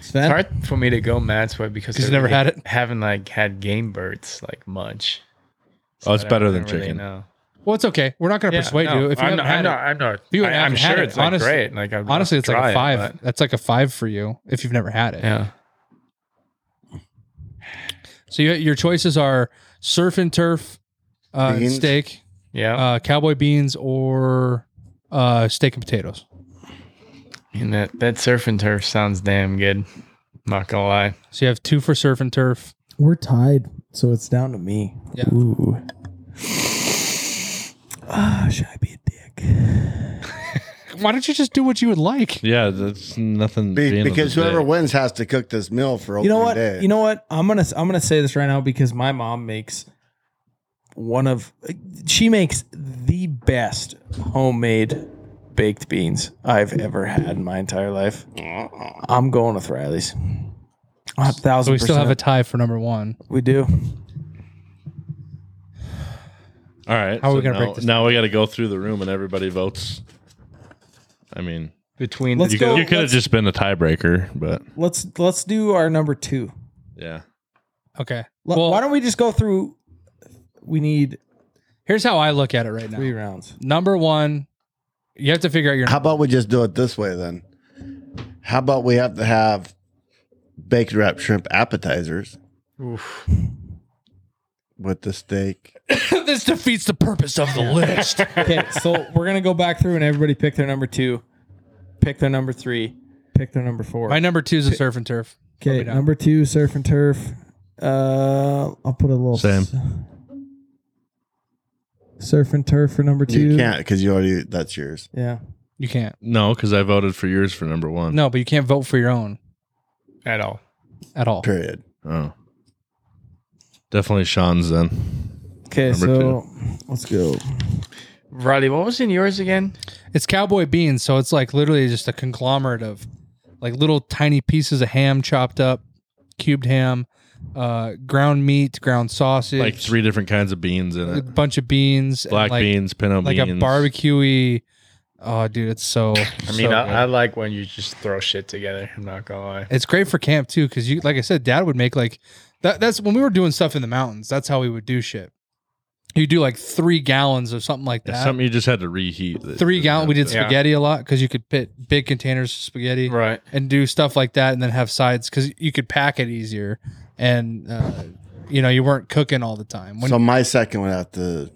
Sven?
It's hard for me to go Matt's way because
'Cause
I
you never
really
had it?
Haven't like had game birds like much.
Oh, it's
I
better
don't
than
really
chicken.
know.
Well, it's okay. We're not going to
Yeah,
persuade
no,
you if you
I'm
haven't
not,
had
I'm
it.
not. I'm not.
If you
I,
haven't
am
had
sure
it,
it's like
honestly-
great. Like I'd
Honestly, it's like
try
a
it,
five.
but-
That's like a five for you if you've never had it.
yeah.
So you, your choices are surf and turf uh,
Beans.
steak,
Yeah.
uh, cowboy beans, or uh, steak and potatoes.
and that that surf and turf sounds damn good. Not gonna lie.
So you have two for surf and turf.
We're tied, so it's down to me.
Yeah.
Ooh. Ah, should I be a dick?
Why don't you just do what you would like?
Yeah, that's nothing.
Be-
at the end of
because
the
whoever
day.
wins has to cook this meal for opening
You know what?
day.
You know what? I'm gonna I'm gonna say this right now because my mom makes one of she makes the best homemade baked beans I've ever had in my entire life. I'm going with Riley's. A
So
thousand.
we still have a
percent.
tie for number one.
we do.
All right.
How are we
so
gonna
now,
break this
Now we got to go through the room and everybody votes. I mean,
Between
Let's
you,
go.
you could have
let's-
just been a tiebreaker, but
Let's let's do our number two.
yeah.
Okay.
L-
Well-
why don't we just go through? We need
Here's how I look at it right now.
three rounds.
Number one, you have to figure out your.
How about we just do it this way then? How about we have to have baked wrap shrimp appetizers with the steak?
this defeats the purpose of the list.
Okay, so we're gonna go back through and everybody pick their number two, pick their number three, pick their number four.
My number two is a surf and turf.
Okay,
Put me down.
number two, surf and turf. Uh, I'll put a little
Same.
Surf and turf for number two.
You can't because you already that's yours.
Yeah.
You can't.
No, because I voted for yours for number one.
No, but you can't vote for your own
at all.
at all.
Period.
Oh. Definitely Sean's then.
Okay,
Number
so let's go.
Riley, what was in yours again?
It's cowboy beans, so it's like literally just a conglomerate of like little tiny pieces of ham chopped up, cubed ham, uh, ground meat, ground sausage,
Like three different kinds of beans in
a
it.
bunch of beans, and,
Black
like,
beans, pinto
like
beans.
a barbecuey. Oh, dude, it's so.
I mean, I, I like when you just throw shit together. I'm not gonna lie.
It's great for camp too, because you, like I said, Dad would make like that. That's when we were doing stuff in the mountains. That's how we would do shit. You do like three gallons of something like
It's
that.
something you just had to reheat. that
three
doesn't
gallon. We
have
did
to-
Yeah.
spaghetti a lot because you could pit big containers of spaghetti
Right.
and do stuff like that, and then have sides because you could pack it easier, and uh, you know you weren't cooking all the time. When,
so my second would have to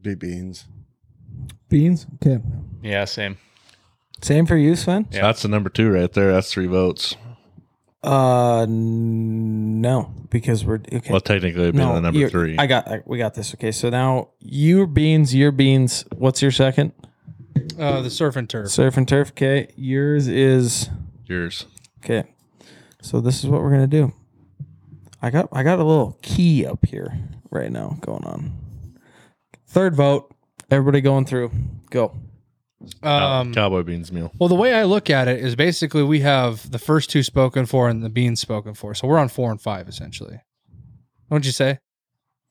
be beans.
Beans. Okay.
Yeah. Same.
Same for you, Sven.
Yeah.
That's the number two right there. That's three votes.
Uh, n- no, because we're okay.
Well, technically, it'd be
no,
the number
you're-
three.
I got. I, we got this. Okay, so now your beans, your beans. What's your second?
uh, the surf and turf.
Surf and turf. Okay, yours is
Yours.
Okay. So this is what we're gonna do. I got I got a little key up here right now going on. Third vote. Everybody going through. Go.
Oh,
Cow-
Um,
Cowboy beans meal.
well, the way I look at it is basically we have the first two spoken for and the beans spoken for, so we're on four and five essentially. Don't you say,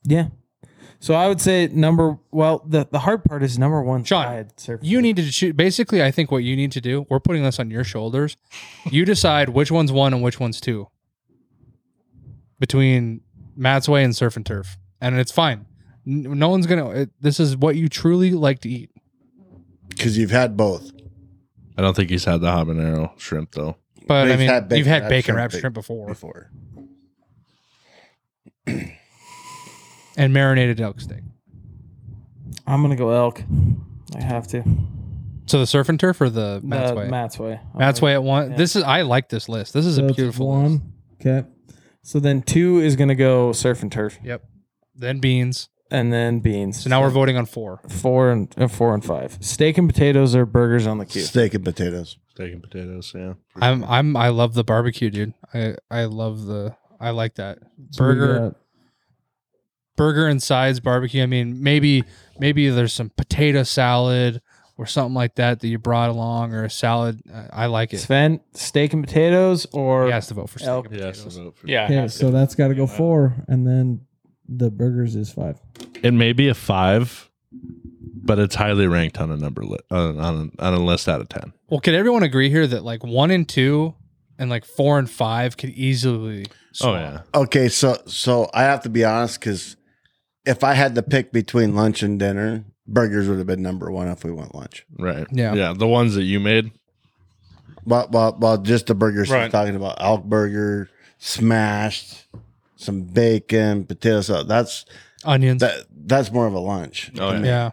Yeah. So I would say number well, the, the hard part is number one
Sean,
side surf.
You need to choose. Basically, I think what you need to do, we're putting this on your shoulders. you decide which one's one and which one's two between Matt's Way and Surf and Turf. And it's fine. N- No one's going to. This is what you truly like to eat.
Because you've had both.
I don't think he's had the habanero shrimp though.
But I
We've
mean,
had bacon
you've had
wrapped
bacon
shrimp
wrapped
be-
shrimp before
Before.
and marinated elk steak.
I'm gonna go elk. I have to.
So the Surf and Turf or the Matt's
Matt's
Way?
Matt's way.
Matt's Way at one.
Yeah.
This is, I like this list. This is a beautiful list.
Okay. So then two is gonna go surf and turf.
Then beans.
and then beans.
So now we're voting on four.
four and uh, four and five. Steak and potatoes or burgers on the queue.
Steak and potatoes.
Steak and potatoes, yeah.
I'm I'm I love the barbecue, dude. I I love the I like that burger burger and sides barbecue. I mean, maybe maybe there's some potato salad or something like that that you brought along or a salad. I, I like it.
Sven, steak and potatoes or
He has to vote for steak
Elk.
and
yes,
potatoes.
I vote for-
Yeah. I
Okay,
have
so
to.
that's got to go
Yeah.
four, and then the burgers is five.
It may be a five, but it's highly ranked on a number li- on, on, on a list out of ten.
Well, could everyone agree here that like one and two and like four and five could easily swap?
Oh yeah.
Okay, so so I have to be honest because if I had to pick between lunch and dinner, burgers would have been number one if we went lunch.
Right.
Yeah.
Yeah. The ones that you made.
Well, well, well just the burgers
Right.
she's talking about, elk burger, smashed, some bacon, potato salad. That's
onions.
that that's more of a lunch.
Oh,
to
yeah.
me.
yeah.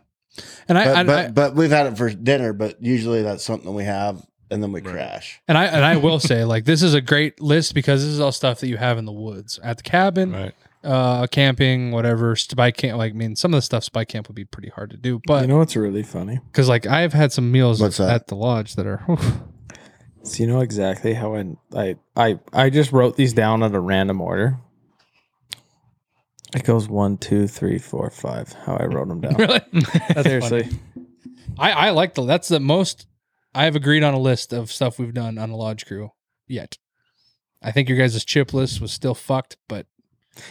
And I,
But
I,
but,
I
but we've had it for dinner, but usually that's something we have and then we crash.
and I and I will say like this is a great list because this is all stuff that you have in the woods at the cabin,
Right.
uh, camping, whatever. Spike camp, like I mean, some of the stuff spike camp would be pretty hard to do, but
you know what's really funny?
because like I've had some meals
What's that?
at the lodge that are whew.
So you know exactly how I I I, I just wrote these down at a random order. It goes one, two, three, four, five. How I wrote them down.
really. That's
Seriously,
I I like the that's the most I have agreed on a list of stuff we've done on a lodge crew yet. I think your guys' chip list was still fucked, but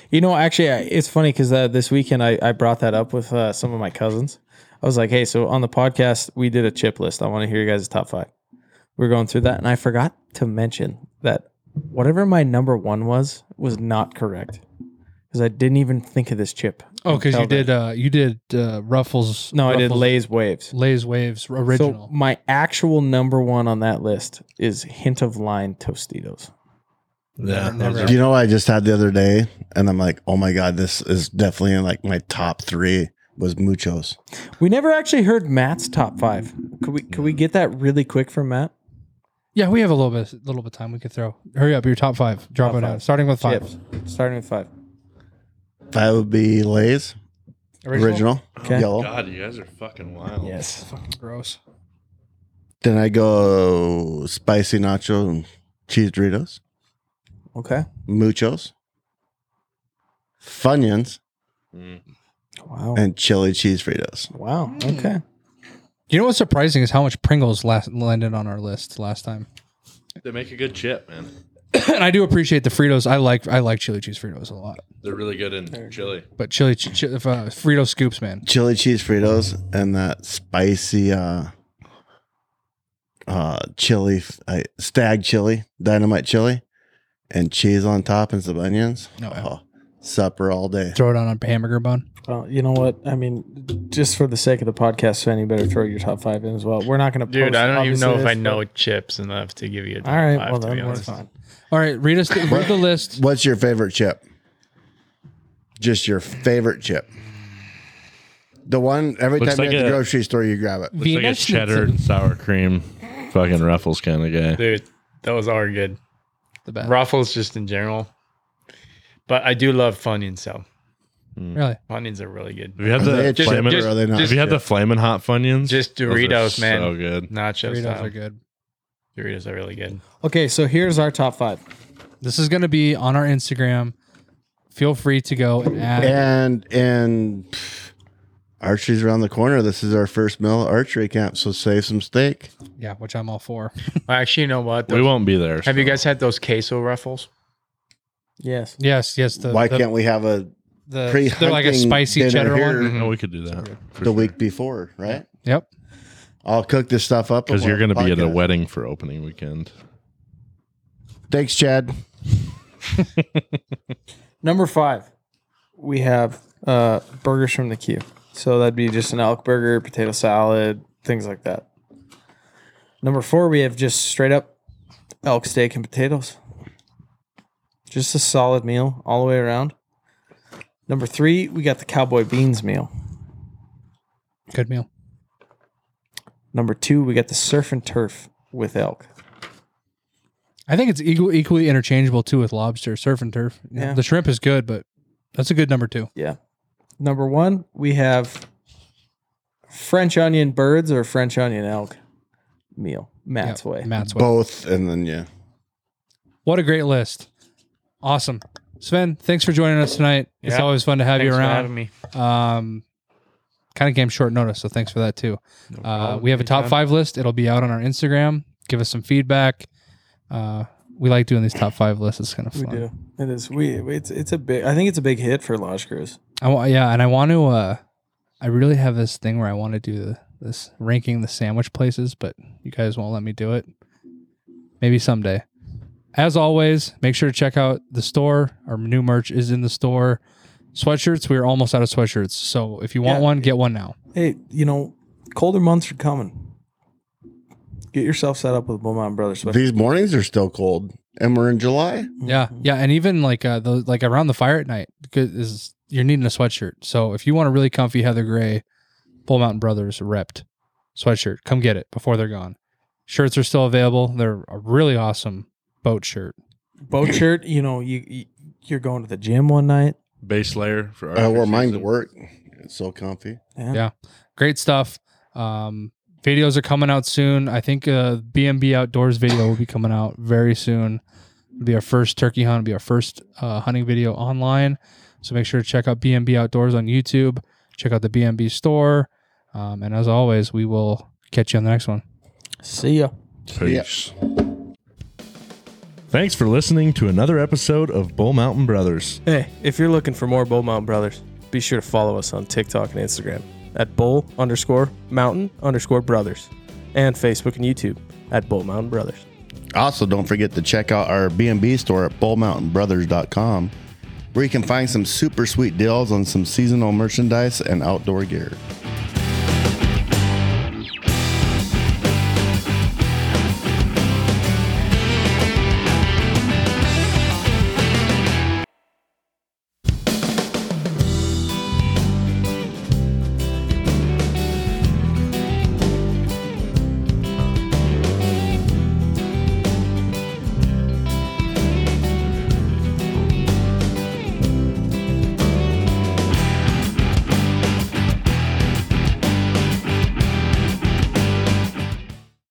you know, actually, I, it's funny because uh, this weekend I, I brought that up with uh, some of my cousins. I was like, hey, so on the podcast we did a chip list. I want to hear your guys' top five. We We're going through that, and I forgot to mention that whatever my number one was was not correct because I didn't even think of this chip.
oh, because you
Tell them.
did uh you did uh Ruffles.
No, I did
Ruffles-
Lay's waves.
Lay's waves original.
So my actual number one on that list is hint of lime Tostitos.
Yeah.
Never-
those
never.
are-
Do you know what I just had the other day? And I'm like, oh my god, this is definitely in like my top three was muchos.
We never actually heard Matt's top five. Could we could we get that really quick from Matt?
yeah, we have a little bit little bit of time we could throw. Hurry up, your top five. Drop
Top
it out.
five.
Starting with five.
Chips. Starting with five.
That would be Lay's original,
Okay.
yellow.
God, you guys are fucking wild.
Yes.
Fucking gross.
Then I go spicy nacho and cheese Doritos,
Okay.
muchos, Funyuns,
Wow.
and chili cheese Fritos.
wow. Okay.
You know what's surprising is how much Pringles last landed on our list last time.
They make a good chip, man.
and I do appreciate the Fritos. I like I like chili cheese Fritos a lot.
They're really good in chili.
But chili ch- ch- uh, Frito scoops, man.
Chili cheese Fritos and that spicy uh uh chili f- I, stag chili, dynamite chili, and cheese on top and some onions.
No.
Oh, supper all day.
Throw it on a hamburger bun.
Well, you know what? I mean, just for the sake of the podcast, Sven, you better throw your top five in as well. We're not going to.
Dude, I don't even know if I know chips enough to give you a
All right.
five,
Well,
to be
then that's
honest.
fine.
All right, read us read the list.
What's your favorite chip? Just your favorite chip. The one every
Looks
time you're
like
at the
a-
grocery store you grab it.
Looks like a cheddar and sour cream, fucking ruffles kind of guy.
Dude, those are good.
The best.
Ruffles just in general. But I do love Funyuns, so
Really?
Funyuns are really good.
Have you had
Are they a
the
chip
flamin'-
flamin'
or are they not?
Have you had the flaming hot funyuns?
Just
Those are
Doritos, man.
So good.
Nacho
Doritos
style.
are good.
Doritos are really good.
Okay, so here's our top five.
This is going to be on our Instagram. Feel free to go and add.
and and pff, archery's around the corner. This is our first meal at archery camp, so save some steak.
yeah, which I'm all for.
Well, actually, you know what?
We
Those-
won't be there.
have you
so.
guys had those queso ruffles?
Yes.
Yes, yes. The,
Why
the,
can't we have a
the,
pre
they're like a spicy cheddar one?
No, Oh, we could do that
the week before, right?
Yep.
I'll cook this stuff up
because
and
you're
we'll
going to be at a
podcast.
wedding for opening weekend.
Thanks, Chad.
Number five, we have uh, burgers from the queue. So that'd be just an elk burger, potato salad, things like that. Number four, we have just straight up elk steak and potatoes. Just a solid meal all the way around. Number three, we got the cowboy beans meal.
Good meal.
Number two, we got the surf and turf with elk.
I think it's equal, equally interchangeable too with lobster, surf and turf. You know,
Yeah.
The shrimp is good, but that's a good number two.
Yeah.
Number one, we have French onion birds or French onion elk meal. Matt's way.
Matt's way.
Both, and then yeah,
What a great list. Awesome. Sven, thanks for joining us tonight. It's
Yeah.
always fun to have
Thanks
you
for
around.
having me.
Um, kind of came short notice, so thanks for that too.
No
Uh,
problem.
we have a top
Anytime.
five list. It'll be out on our Instagram. Give us some feedback. Uh, we like doing these top five lists. It's kind of
We
fun.
do. It is. We it's it's a big. I think it's a big hit for Lodge Crews.
I wa- yeah, and I want to. Uh, I really have this thing where I want to do the, this ranking the sandwich places, but you guys won't let me do it. Maybe someday. As always, make sure to check out the store. Our new merch is in the store. Sweatshirts, we are almost out of sweatshirts. So if you want
Yeah.
one, get one now.
Hey, you know, colder months are coming. Get yourself set up with Beaumont Brothers. Sweat.
these mornings are still cold, and we're in July.
Yeah, yeah, and even like uh, the like around the fire at night because is you're needing a sweatshirt. So if you want a really comfy Heather Gray, Bull Mountain Brothers repped sweatshirt, come get it before they're gone. Shirts are still available. They're a really awesome boat shirt.
Boat shirt. You know, you, you you're going to the gym one night.
Base layer for
I wore
archery
mine to
season.
Uh, work. It's so comfy.
Yeah. Great stuff. Um, videos are coming out soon. I think uh, BMB Outdoors video will be coming out very soon. It'll be our first turkey hunt. It'll be our first uh, hunting video online. So make sure to check out BMB Outdoors on YouTube. Check out the BMB store. Um, and as always, we will catch you on the next one.
See ya.
Peace. Thanks for listening to another episode of Bull Mountain Brothers.
Hey, if you're looking for more Bull Mountain Brothers, be sure to follow us on TikTok and Instagram at Bull underscore Mountain underscore Brothers, and Facebook and YouTube at Bull Mountain Brothers.
Also, don't forget to check out our B&B store at bullmountainbrothers.com where you can find some super sweet deals on some seasonal merchandise and outdoor gear.